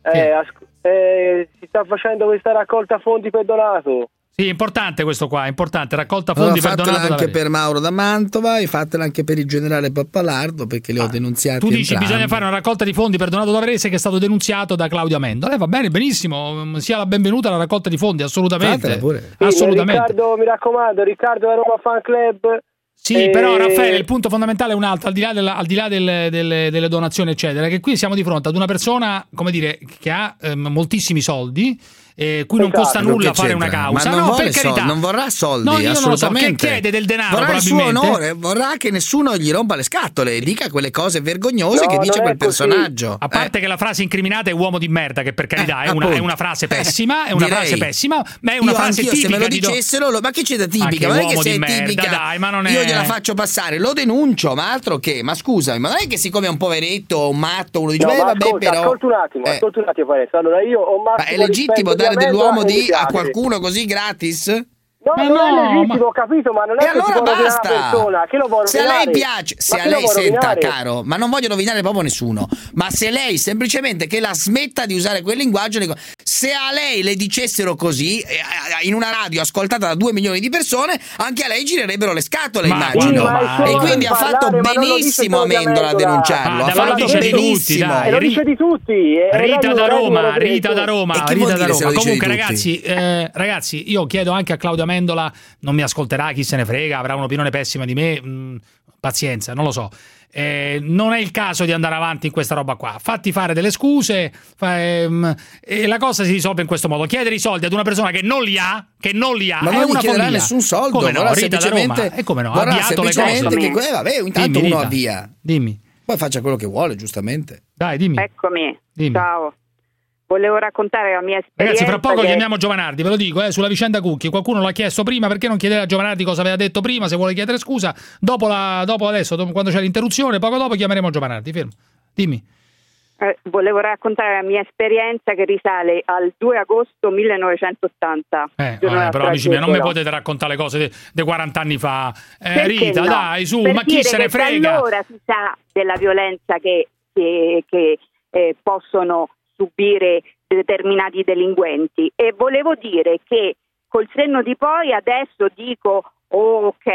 [SPEAKER 1] Eh, asc- eh, si sta facendo questa raccolta fondi per Donato.
[SPEAKER 2] Sì, è importante questo qua, è importante. Raccolta
[SPEAKER 3] Allora,
[SPEAKER 2] fondi per
[SPEAKER 3] fatela
[SPEAKER 2] donato.
[SPEAKER 3] anche
[SPEAKER 2] dalla-
[SPEAKER 3] per Mauro da Mantova e fatela anche per il generale Pappalardo perché li ho denunziati
[SPEAKER 2] Ah, Tu dici
[SPEAKER 3] entrambi.
[SPEAKER 2] bisogna fare una raccolta di fondi per Donato D'Avrese che è stato denunziato da Claudio Amendola. Eh, va bene, benissimo. mm, Sia la benvenuta alla raccolta di fondi, assolutamente.
[SPEAKER 3] Fatela pure.
[SPEAKER 1] Sì,
[SPEAKER 2] Assolutamente.
[SPEAKER 1] Riccardo, mi raccomando, Riccardo da Roma Fan Club.
[SPEAKER 2] Sì,
[SPEAKER 1] Eh,
[SPEAKER 2] però Raffaele, il punto fondamentale è un altro, al di là, della- al di là del- delle, delle donazioni, eccetera, che qui siamo di fronte ad una persona, come dire, che ha ehm, moltissimi soldi, eh, cui non
[SPEAKER 3] Esatto.
[SPEAKER 2] costa
[SPEAKER 3] Quello
[SPEAKER 2] nulla
[SPEAKER 3] che
[SPEAKER 2] fare una
[SPEAKER 3] c'entra.
[SPEAKER 2] causa.
[SPEAKER 3] Ma non
[SPEAKER 2] no,
[SPEAKER 3] vuole
[SPEAKER 2] per carità.
[SPEAKER 3] soldi, non vorrà soldi,
[SPEAKER 2] No, io non lo so, che
[SPEAKER 3] assolutamente.
[SPEAKER 2] chiede del denaro
[SPEAKER 3] Vorrà il suo
[SPEAKER 2] probabilmente.
[SPEAKER 3] onore, vorrà che nessuno gli rompa le scatole e dica quelle cose vergognose
[SPEAKER 2] No,
[SPEAKER 3] che dice
[SPEAKER 2] non è
[SPEAKER 3] quel
[SPEAKER 2] così.
[SPEAKER 3] personaggio. Eh.
[SPEAKER 2] A parte che la frase incriminata è uomo di merda, che per carità è, una,
[SPEAKER 3] appunto. Eh,
[SPEAKER 2] è una frase pessima, è una
[SPEAKER 3] direi.
[SPEAKER 2] frase pessima, ma è una
[SPEAKER 3] Io
[SPEAKER 2] frase
[SPEAKER 3] anch'io,
[SPEAKER 2] tipica
[SPEAKER 3] se me lo
[SPEAKER 2] di do-
[SPEAKER 3] dicessero, lo- ma che c'è da tipica?
[SPEAKER 2] Ma Ah,
[SPEAKER 3] Ma
[SPEAKER 2] che
[SPEAKER 3] non è che
[SPEAKER 2] uomo di
[SPEAKER 3] sei
[SPEAKER 2] merda,
[SPEAKER 3] tipica,
[SPEAKER 2] dai, ma non è-
[SPEAKER 3] io gliela faccio passare, lo denuncio, ma altro che, ma scusami, ma non è che siccome è un poveretto, un matto, uno dice,
[SPEAKER 1] No,
[SPEAKER 2] "Eh,
[SPEAKER 3] beh,
[SPEAKER 1] ma
[SPEAKER 3] vabbè,
[SPEAKER 1] ascolta,
[SPEAKER 3] però.
[SPEAKER 1] ascolta un attimo,
[SPEAKER 3] Eh.
[SPEAKER 1] ascolta un attimo, Parenzo. Allora, io ho
[SPEAKER 3] Ma
[SPEAKER 1] massimo
[SPEAKER 3] è legittimo
[SPEAKER 1] rispetto
[SPEAKER 3] dare
[SPEAKER 1] di Amendola
[SPEAKER 3] dell'uomo
[SPEAKER 1] e
[SPEAKER 3] di,
[SPEAKER 1] Piatti.
[SPEAKER 3] a qualcuno così gratis?
[SPEAKER 15] No,
[SPEAKER 41] Ma
[SPEAKER 15] non
[SPEAKER 41] no,
[SPEAKER 15] è legittimo,
[SPEAKER 41] ma-
[SPEAKER 15] ho capito, ma non
[SPEAKER 3] E
[SPEAKER 15] è che si
[SPEAKER 3] allora
[SPEAKER 15] può rovinare
[SPEAKER 3] basta.
[SPEAKER 15] una persona. Chi lo vuole
[SPEAKER 3] se a lei piace, se a lei senta,
[SPEAKER 15] rovinare?
[SPEAKER 3] caro, ma non voglio rovinare proprio nessuno. Ma se lei semplicemente che la smetta di usare quel linguaggio, nei co- se a lei le dicessero così eh, eh, in una radio ascoltata da due milioni di persone, anche a lei girerebbero le scatole,
[SPEAKER 2] Ma
[SPEAKER 3] immagino.
[SPEAKER 2] guarda, Sì, ma è
[SPEAKER 3] Ah, e
[SPEAKER 2] solo
[SPEAKER 3] quindi ha
[SPEAKER 15] per
[SPEAKER 3] fatto
[SPEAKER 15] parlare, ma non lo dice
[SPEAKER 3] benissimo
[SPEAKER 15] solo
[SPEAKER 3] Amendola a
[SPEAKER 15] Amendola.
[SPEAKER 3] denunciato.
[SPEAKER 2] Ah, Ma
[SPEAKER 3] Ha
[SPEAKER 2] dai, ma lo
[SPEAKER 3] fatto
[SPEAKER 2] dice di tutti,
[SPEAKER 3] benissimo.
[SPEAKER 2] dai.
[SPEAKER 15] E lo
[SPEAKER 2] Ri-
[SPEAKER 15] dice di tutti. e- e
[SPEAKER 2] Rita
[SPEAKER 15] Radio
[SPEAKER 2] da
[SPEAKER 15] Radio lo
[SPEAKER 2] Roma,
[SPEAKER 15] dice di
[SPEAKER 2] Rita da
[SPEAKER 15] tutti.
[SPEAKER 2] Roma,
[SPEAKER 3] E chi vuol
[SPEAKER 2] Rita da
[SPEAKER 3] dire se
[SPEAKER 2] Roma.
[SPEAKER 3] lo dice di
[SPEAKER 2] Comunque,
[SPEAKER 3] tutti?
[SPEAKER 2] ragazzi, eh, ragazzi, io chiedo anche a Claudio Amendola, non mi ascolterà, chi se ne frega, avrà un'opinione pessima di me. mm, pazienza, non lo so. Eh, non è il caso di andare avanti in questa roba qua. Fatti fare delle scuse fa- ehm, e la cosa si risolve in questo modo. Chiedere i soldi ad una persona che non li ha, che non li ha,
[SPEAKER 3] Ma
[SPEAKER 2] Ah, è
[SPEAKER 3] non gli
[SPEAKER 2] una
[SPEAKER 3] chiederà
[SPEAKER 2] follia.
[SPEAKER 3] nessun soldo,
[SPEAKER 2] Come no,
[SPEAKER 3] vorrà
[SPEAKER 2] Rita da Roma.
[SPEAKER 3] semplicemente-
[SPEAKER 2] E come no, ha
[SPEAKER 3] vorrà
[SPEAKER 2] avviato le cose.
[SPEAKER 3] semplicemente che- eh, vabbè, intanto
[SPEAKER 2] Dimmi,
[SPEAKER 3] uno
[SPEAKER 2] Rita.
[SPEAKER 3] avvia.
[SPEAKER 2] Dimmi.
[SPEAKER 3] Poi faccia quello che vuole, giustamente.
[SPEAKER 2] Dai, dimmi.
[SPEAKER 8] Eccomi,
[SPEAKER 2] Dimmi.
[SPEAKER 8] ciao. Volevo raccontare la eh, mia esperienza.
[SPEAKER 2] Ragazzi, fra poco
[SPEAKER 8] che-
[SPEAKER 2] chiamiamo Giovanardi, ve lo dico, eh, sulla vicenda Cucchi. Qualcuno l'ha chiesto prima, perché non chiedere a Giovanardi cosa aveva detto prima, se vuole chiedere scusa. Dopo, la- dopo adesso, dopo- quando c'è l'interruzione, poco dopo chiameremo Giovanardi, fermo. Dimmi.
[SPEAKER 8] eh, volevo raccontare la mia esperienza che risale al 2 agosto 1980.
[SPEAKER 2] Eh, vabbè,
[SPEAKER 8] giorno della
[SPEAKER 2] però amici miei, non mi
[SPEAKER 8] tragedia.
[SPEAKER 2] potete raccontare cose de- de 40 anni fa. Eh,
[SPEAKER 8] Perché
[SPEAKER 2] Rita,
[SPEAKER 8] no?
[SPEAKER 2] dai, su,
[SPEAKER 8] Per
[SPEAKER 2] ma chi
[SPEAKER 8] dire
[SPEAKER 2] se ne
[SPEAKER 8] che da
[SPEAKER 2] frega?
[SPEAKER 8] Allora si sa della violenza che, che- che, eh, possono subire determinati delinquenti e volevo dire che col senno di poi adesso dico "Oh, ok,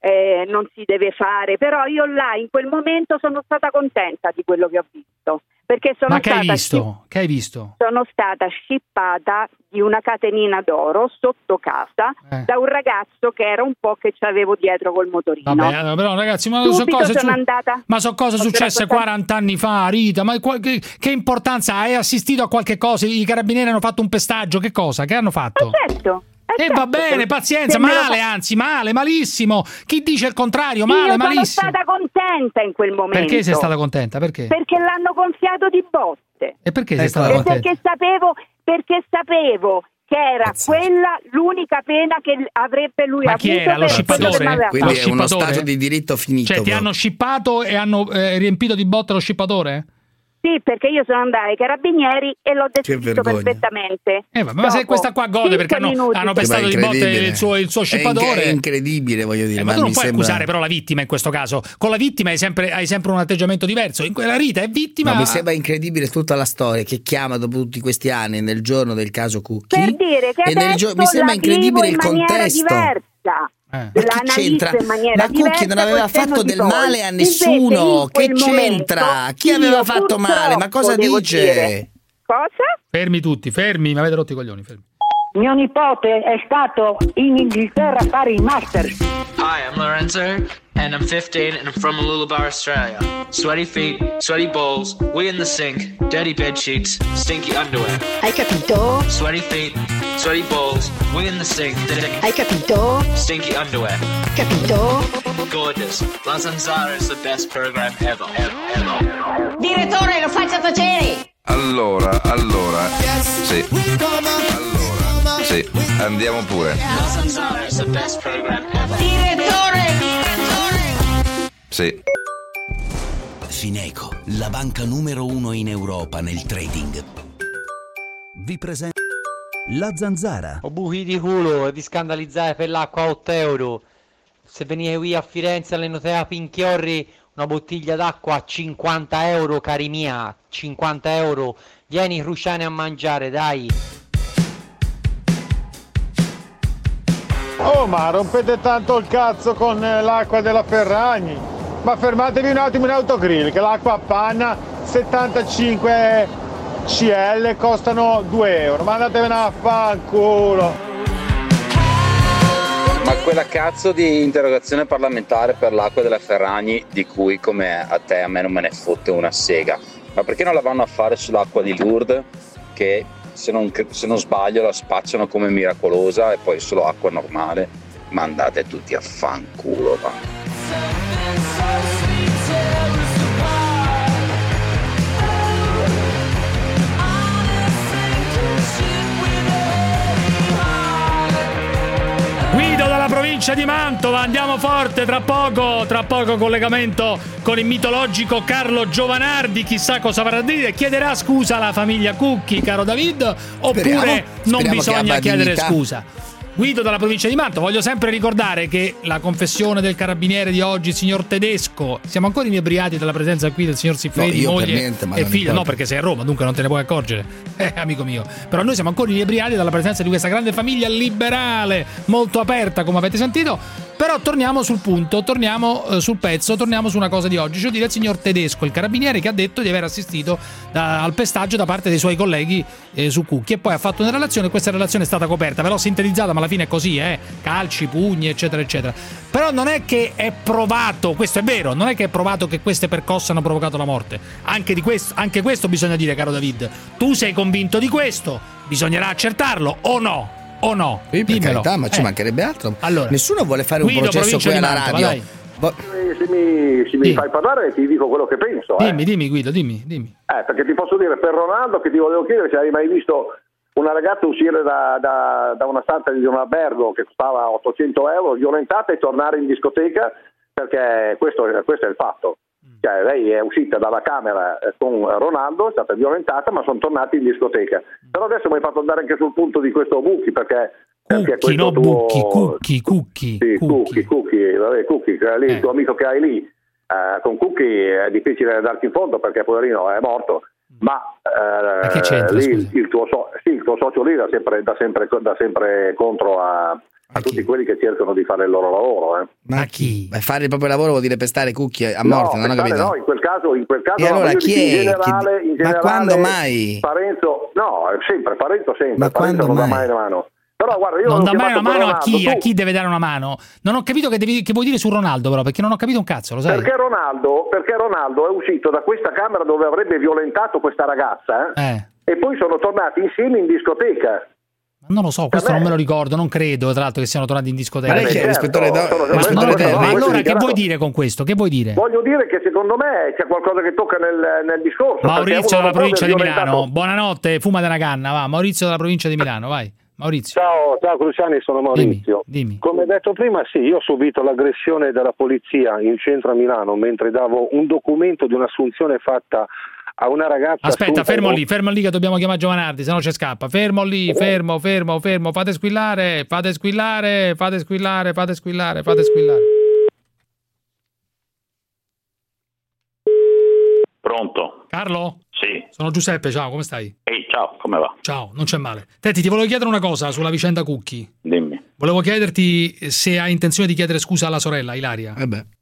[SPEAKER 8] eh, non si deve fare, però io là in quel momento sono stata contenta di quello che ho visto. Perché sono
[SPEAKER 2] Ma che hai
[SPEAKER 8] stata
[SPEAKER 2] visto? Che hai visto?
[SPEAKER 8] sono stata scippata di una catenina d'oro sotto casa
[SPEAKER 2] Eh.
[SPEAKER 8] da un ragazzo che era un po' che ci avevo dietro col motorino.
[SPEAKER 2] Vabbè, allora, però ragazzi, ma sono
[SPEAKER 8] Subito
[SPEAKER 2] cose,
[SPEAKER 8] sono
[SPEAKER 2] su-
[SPEAKER 8] andata.
[SPEAKER 2] ma so cose
[SPEAKER 8] Ho
[SPEAKER 2] successe
[SPEAKER 8] girato tanto.
[SPEAKER 2] 40 anni fa, Rita. Ma qual- che, che importanza ha? Hai assistito a qualche cosa? I carabinieri hanno fatto un pestaggio? Che cosa? Che hanno fatto?
[SPEAKER 8] Certo.
[SPEAKER 2] E
[SPEAKER 8] eh,
[SPEAKER 2] va
[SPEAKER 8] certo,
[SPEAKER 2] bene,
[SPEAKER 8] se-
[SPEAKER 2] pazienza,
[SPEAKER 8] se me lo
[SPEAKER 2] male
[SPEAKER 8] fa-
[SPEAKER 2] anzi, male, malissimo. Chi dice il contrario, male,
[SPEAKER 8] Io sono
[SPEAKER 2] malissimo.
[SPEAKER 8] stata contenta in quel momento.
[SPEAKER 2] Perché sei stata contenta? Perché?
[SPEAKER 8] Perché l'hanno gonfiato di botte.
[SPEAKER 2] E perché sei stata
[SPEAKER 8] E
[SPEAKER 2] contenta?
[SPEAKER 8] perché sapevo, perché sapevo che era quella l'unica pena che l- avrebbe lui
[SPEAKER 2] Ma
[SPEAKER 8] avuto.
[SPEAKER 2] chi era? Lo
[SPEAKER 8] per-
[SPEAKER 2] scippatore?
[SPEAKER 8] per- per-
[SPEAKER 3] Quindi
[SPEAKER 2] Lo
[SPEAKER 3] è uno
[SPEAKER 2] scippatore?
[SPEAKER 3] stato di diritto finito.
[SPEAKER 2] Cioè, ti
[SPEAKER 3] proprio.
[SPEAKER 2] hanno scippato e hanno eh, riempito di botte lo scippatore?
[SPEAKER 8] Sì, perché io sono andata ai carabinieri e l'ho descritto
[SPEAKER 3] vergogna.
[SPEAKER 8] perfettamente.
[SPEAKER 2] Eh, vabbè, ma se
[SPEAKER 8] Dopo
[SPEAKER 2] questa qua gode
[SPEAKER 8] cinque
[SPEAKER 2] Cioè, perché hanno,
[SPEAKER 8] Cioè, minuti-
[SPEAKER 2] hanno
[SPEAKER 3] Eh, ma è
[SPEAKER 2] pestato di botte
[SPEAKER 3] incredibile.
[SPEAKER 2] il suo, il suo
[SPEAKER 3] È inc-
[SPEAKER 2] scippatore?
[SPEAKER 3] È, incredibile, voglio dire.
[SPEAKER 2] Eh, ma
[SPEAKER 3] ma
[SPEAKER 2] tu non
[SPEAKER 3] mi
[SPEAKER 2] puoi
[SPEAKER 3] sembra...
[SPEAKER 2] accusare però la vittima in questo caso. Con la vittima hai sempre, hai sempre un atteggiamento diverso. In quella Rita è vittima.
[SPEAKER 3] No, mi sembra incredibile tutta la storia che chiama dopo tutti questi anni nel giorno del caso Cucchi.
[SPEAKER 8] Per dire che
[SPEAKER 3] e nel
[SPEAKER 8] adesso
[SPEAKER 3] gio- mi sembra
[SPEAKER 8] la vivo
[SPEAKER 3] incredibile
[SPEAKER 8] in
[SPEAKER 3] il
[SPEAKER 8] maniera
[SPEAKER 3] contesto.
[SPEAKER 8] diversa.
[SPEAKER 2] Eh.
[SPEAKER 3] Ma
[SPEAKER 8] La
[SPEAKER 3] che
[SPEAKER 8] analizzo
[SPEAKER 3] c'entra?
[SPEAKER 8] in maniera
[SPEAKER 3] La Cucchi
[SPEAKER 8] diversa
[SPEAKER 3] non aveva
[SPEAKER 8] col senno
[SPEAKER 3] fatto
[SPEAKER 8] di
[SPEAKER 3] del
[SPEAKER 8] poi.
[SPEAKER 3] male a
[SPEAKER 8] Invece,
[SPEAKER 3] nessuno.
[SPEAKER 8] in quel
[SPEAKER 3] Che c'entra?
[SPEAKER 8] momento,
[SPEAKER 3] Chi aveva
[SPEAKER 8] io
[SPEAKER 3] fatto male? Ma cosa
[SPEAKER 8] purtroppo devo
[SPEAKER 3] dice?
[SPEAKER 8] dire- Cioè? Cosa?
[SPEAKER 2] Fermi tutti, fermi, mi avete rotto i coglioni. Fermi.
[SPEAKER 42] Mio nipote è stato in Inghilterra a fare i masters.
[SPEAKER 36] Hi, I'm Lorenzo, and I'm 15, and I'm from Mooloolaba, Australia. Sweaty feet, sweaty balls, we in the sink, dirty bed sheets, stinky underwear.
[SPEAKER 42] Hai capito?
[SPEAKER 36] Sweaty feet, sweaty balls, we in the sink, dirty,
[SPEAKER 42] Hai capito?
[SPEAKER 36] stinky underwear.
[SPEAKER 42] Capito?
[SPEAKER 36] Gorgeous. La Zanzara is the best program ever, ever, ever.
[SPEAKER 43] Direttore, lo faccia tacere!
[SPEAKER 1] Allora, allora, sì, allora, sì, andiamo pure,
[SPEAKER 36] La Zanzara is the best program ever.
[SPEAKER 1] sì.
[SPEAKER 22] Fineco, la banca numero uno in Europa nel trading. Vi presento la zanzara.
[SPEAKER 7] Ho buchi di culo di scandalizzare per l'acqua a 8 euro. Se venite qui a Firenze all'Enotea Pinchiorri, una bottiglia d'acqua a 50 euro, cari mia, 50 euro. Vieni Rusciane a mangiare, dai.
[SPEAKER 44] Oh, ma rompete tanto il cazzo con eh, l'acqua della Ferragni. Ma fermatevi un attimo in autogrill, che l'acqua a panna 75 CL costano 2 euro. Ma andatevene a fanculo.
[SPEAKER 18] Ma quella cazzo di interrogazione parlamentare per l'acqua della Ferragni, di cui come a te a me non me ne fotte una sega. Ma perché non la vanno a fare sull'acqua di Lourdes? Che se non, se non sbaglio la spacciano come miracolosa e poi solo acqua normale. Ma andate tutti a fanculo, va.
[SPEAKER 2] Guido dalla provincia di Mantova, andiamo forte tra poco, tra poco collegamento con il mitologico Carlo Giovanardi, chissà cosa avrà da dire, chiederà scusa alla famiglia Cucchi, caro David, oppure
[SPEAKER 3] Speriamo.
[SPEAKER 2] non
[SPEAKER 10] Eh,
[SPEAKER 3] Speriamo che
[SPEAKER 2] bisogna
[SPEAKER 3] abbia
[SPEAKER 2] chiedere
[SPEAKER 3] dignità.
[SPEAKER 2] scusa. Guido dalla provincia di Mantova. Voglio sempre ricordare che la confessione del carabiniere di oggi, signor tedesco, siamo ancora inebriati dalla presenza qui del signor Siffredi,
[SPEAKER 3] io per
[SPEAKER 2] moglie
[SPEAKER 3] niente, ma
[SPEAKER 2] e
[SPEAKER 3] non
[SPEAKER 2] figlio.
[SPEAKER 3] importa.
[SPEAKER 2] No, perché sei a Roma, dunque non te ne puoi accorgere, eh, amico mio. Però noi siamo ancora inebriati dalla presenza di questa grande famiglia liberale, molto aperta, come avete sentito. Però torniamo sul punto, torniamo eh, sul pezzo, torniamo su una cosa di oggi, cioè dire al signor tedesco, il carabiniere che ha detto di aver assistito da- al pestaggio da parte dei suoi colleghi eh, su Cucchi e poi ha fatto una relazione, questa relazione è stata coperta, però sintetizzata, ma alla fine è così, eh, calci, pugni, eccetera, eccetera. Però non è che è provato, questo è vero, non è che è provato che queste percosse hanno provocato la morte. Anche, di questo, anche questo bisogna dire, caro David. Tu sei convinto di questo, bisognerà accertarlo o no? O no?
[SPEAKER 3] Per
[SPEAKER 2] Dimmelo.
[SPEAKER 3] carità, ma ci
[SPEAKER 2] Eh.
[SPEAKER 3] mancherebbe altro.
[SPEAKER 2] Allora.
[SPEAKER 3] Nessuno vuole fare un
[SPEAKER 2] Guido,
[SPEAKER 3] processo
[SPEAKER 2] provincia
[SPEAKER 3] qui
[SPEAKER 2] di
[SPEAKER 3] alla
[SPEAKER 2] Mantova,
[SPEAKER 3] radio.
[SPEAKER 2] dai.
[SPEAKER 3] Vo-
[SPEAKER 15] eh, Se mi, se mi fai parlare ti dico quello che penso. eh.
[SPEAKER 2] Dimmi, dimmi Guido, dimmi, dimmi.
[SPEAKER 15] Eh, perché ti posso dire per Ronaldo che ti volevo chiedere se hai mai visto una ragazza uscire da, da- da una stanza di un albergo che costava 800 euro, violentata e tornare in discoteca, perché questo, questo è il fatto.
[SPEAKER 2] Mm.
[SPEAKER 15] Cioè, lei è uscita dalla camera eh, con Ronaldo, è stata violentata, ma sono tornati in discoteca.
[SPEAKER 2] Mm.
[SPEAKER 15] Però adesso mi hai fatto andare anche sul punto di questo Bucchi, perché... perché
[SPEAKER 2] Cucchi,
[SPEAKER 15] questo
[SPEAKER 2] no,
[SPEAKER 15] tuo-
[SPEAKER 2] bucchi, cucchi, cucchi.
[SPEAKER 15] sì, Cookie, Cookie, vabbè, Cookie, che è lì, il tuo amico che hai lì, eh, con Cookie è difficile darti in fondo perché poverino è morto, ma, eh,
[SPEAKER 2] che c'entra,
[SPEAKER 15] lì il- il tuo, so- sì, il tuo socio lì da sempre, da sempre, da sempre contro a, a tutti quelli che cercano di fare il loro lavoro. eh.
[SPEAKER 3] Ma chi? Ma fare il proprio lavoro vuol dire pestare cucchie a morte,
[SPEAKER 15] no,
[SPEAKER 3] non ho
[SPEAKER 15] pensate,
[SPEAKER 3] capito.
[SPEAKER 15] no, in quel caso, in quel caso
[SPEAKER 3] E
[SPEAKER 15] no,
[SPEAKER 3] allora
[SPEAKER 15] io
[SPEAKER 3] chi
[SPEAKER 15] dico,
[SPEAKER 3] è?
[SPEAKER 15] In generale,
[SPEAKER 3] Chi-
[SPEAKER 15] in
[SPEAKER 3] ma
[SPEAKER 15] generale,
[SPEAKER 3] quando mai?
[SPEAKER 15] Parenzo, no, sempre, Parenzo sempre,
[SPEAKER 3] Ma
[SPEAKER 15] Parenzo
[SPEAKER 3] quando
[SPEAKER 15] non dà
[SPEAKER 3] mai?
[SPEAKER 15] mai una mano. Però guarda, io
[SPEAKER 2] Non
[SPEAKER 15] l'ho
[SPEAKER 2] dà mai
[SPEAKER 15] chiamato
[SPEAKER 2] una
[SPEAKER 15] per
[SPEAKER 2] mano a
[SPEAKER 15] Ronaldo,
[SPEAKER 2] chi, a
[SPEAKER 15] tu-
[SPEAKER 2] chi deve dare una mano. Non ho capito che, devi, che vuoi dire su Ronaldo, però, perché non ho capito un cazzo, lo sai?
[SPEAKER 15] Perché Ronaldo, perché Ronaldo è uscito da questa camera dove avrebbe violentato questa ragazza
[SPEAKER 2] Eh.
[SPEAKER 15] e poi sono tornati insieme in discoteca.
[SPEAKER 2] Non lo so, questo non me lo ricordo, non credo, tra l'altro, che siano tornati in discoteca.
[SPEAKER 3] Ma lei chi è?
[SPEAKER 15] certo,
[SPEAKER 3] L'ispettore Do-
[SPEAKER 15] sono- Boh,
[SPEAKER 2] Ma,
[SPEAKER 3] l'ispettore
[SPEAKER 2] non lo
[SPEAKER 15] Doria?
[SPEAKER 2] credo. Ma
[SPEAKER 15] Ma questo
[SPEAKER 2] allora
[SPEAKER 15] è
[SPEAKER 2] che
[SPEAKER 15] chiaro.
[SPEAKER 2] vuoi dire con questo? Che vuoi dire?
[SPEAKER 15] Voglio dire che secondo me c'è qualcosa che tocca nel, nel discorso. perché
[SPEAKER 2] Maurizio
[SPEAKER 15] uno
[SPEAKER 2] dalla
[SPEAKER 15] non può
[SPEAKER 2] provincia di
[SPEAKER 15] aver
[SPEAKER 2] Milano,
[SPEAKER 15] violentato-
[SPEAKER 2] buonanotte, fuma della canna, va. Maurizio dalla provincia di Milano, vai. Maurizio.
[SPEAKER 45] Ciao, ciao Cruciani, sono Maurizio. Come detto prima, sì, io ho subito l'aggressione della polizia in centro a Milano mentre davo un documento di un'assunzione fatta a una ragazza.
[SPEAKER 2] Aspetta,
[SPEAKER 45] assunta-
[SPEAKER 2] fermo lì, fermo lì che dobbiamo chiamare Giovanardi, se no ci scappa. Fermo
[SPEAKER 15] Eh.
[SPEAKER 2] lì, fermo, fermo, fermo, fate squillare, fate squillare, fate squillare, fate squillare, fate squillare.
[SPEAKER 18] Pronto?
[SPEAKER 2] Carlo?
[SPEAKER 18] Sì.
[SPEAKER 2] Sono Giuseppe, ciao, come stai?
[SPEAKER 18] Ehi, ciao, come va?
[SPEAKER 2] Ciao, non c'è male. Senti, ti volevo chiedere una cosa sulla vicenda Cucchi.
[SPEAKER 18] Dimmi.
[SPEAKER 2] Volevo chiederti se hai intenzione di chiedere scusa alla sorella Ilaria.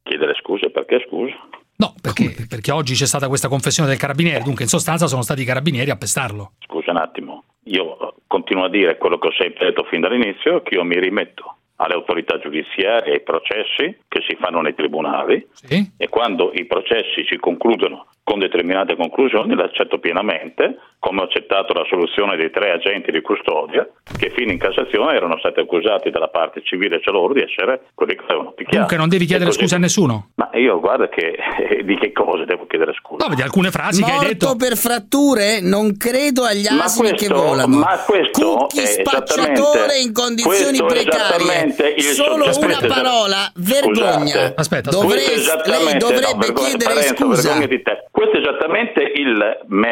[SPEAKER 18] Chiedere scuse, perché scusa?
[SPEAKER 2] No, perché, perché oggi c'è stata questa confessione del carabiniere, dunque in sostanza sono stati i carabinieri a pestarlo.
[SPEAKER 18] Scusa un attimo. Io eh, continuo a dire quello che ho sempre detto fin dall'inizio, che io mi rimetto alle autorità giudiziarie, ai processi che si fanno nei tribunali e quando i processi si concludono con determinate conclusioni l'accetto pienamente, come ho accettato la soluzione dei tre agenti di custodia che fino in Cassazione erano stati accusati dalla parte civile, cioè loro, di essere quelli che avevano picchiato.
[SPEAKER 2] Dunque non devi
[SPEAKER 18] E
[SPEAKER 2] chiedere
[SPEAKER 18] così-
[SPEAKER 2] scusa a nessuno.
[SPEAKER 18] Ma io guarda che di che cose devo chiedere scusa.
[SPEAKER 2] No, di alcune frasi che hai detto.
[SPEAKER 3] Morto per fratture? Non credo agli
[SPEAKER 18] Ma
[SPEAKER 3] asini che
[SPEAKER 18] questo-
[SPEAKER 3] volano.
[SPEAKER 18] ma questo
[SPEAKER 3] Cucchi
[SPEAKER 18] è
[SPEAKER 3] spacciatore
[SPEAKER 18] esattamente-
[SPEAKER 3] in condizioni
[SPEAKER 18] questo è
[SPEAKER 3] precarie.
[SPEAKER 18] esattamente il
[SPEAKER 3] Solo
[SPEAKER 18] soggetto-
[SPEAKER 3] una
[SPEAKER 18] Aspetta,
[SPEAKER 3] parola,
[SPEAKER 18] Scusate.
[SPEAKER 3] vergogna.
[SPEAKER 18] Aspetta,
[SPEAKER 3] Dovresti-
[SPEAKER 18] questo è
[SPEAKER 3] lei
[SPEAKER 18] esattamente- no,
[SPEAKER 3] dovrebbe
[SPEAKER 18] vergogna,
[SPEAKER 3] chiedere
[SPEAKER 18] Parenzo,
[SPEAKER 3] scusa.
[SPEAKER 18] vergognati te. Questo è esattamente il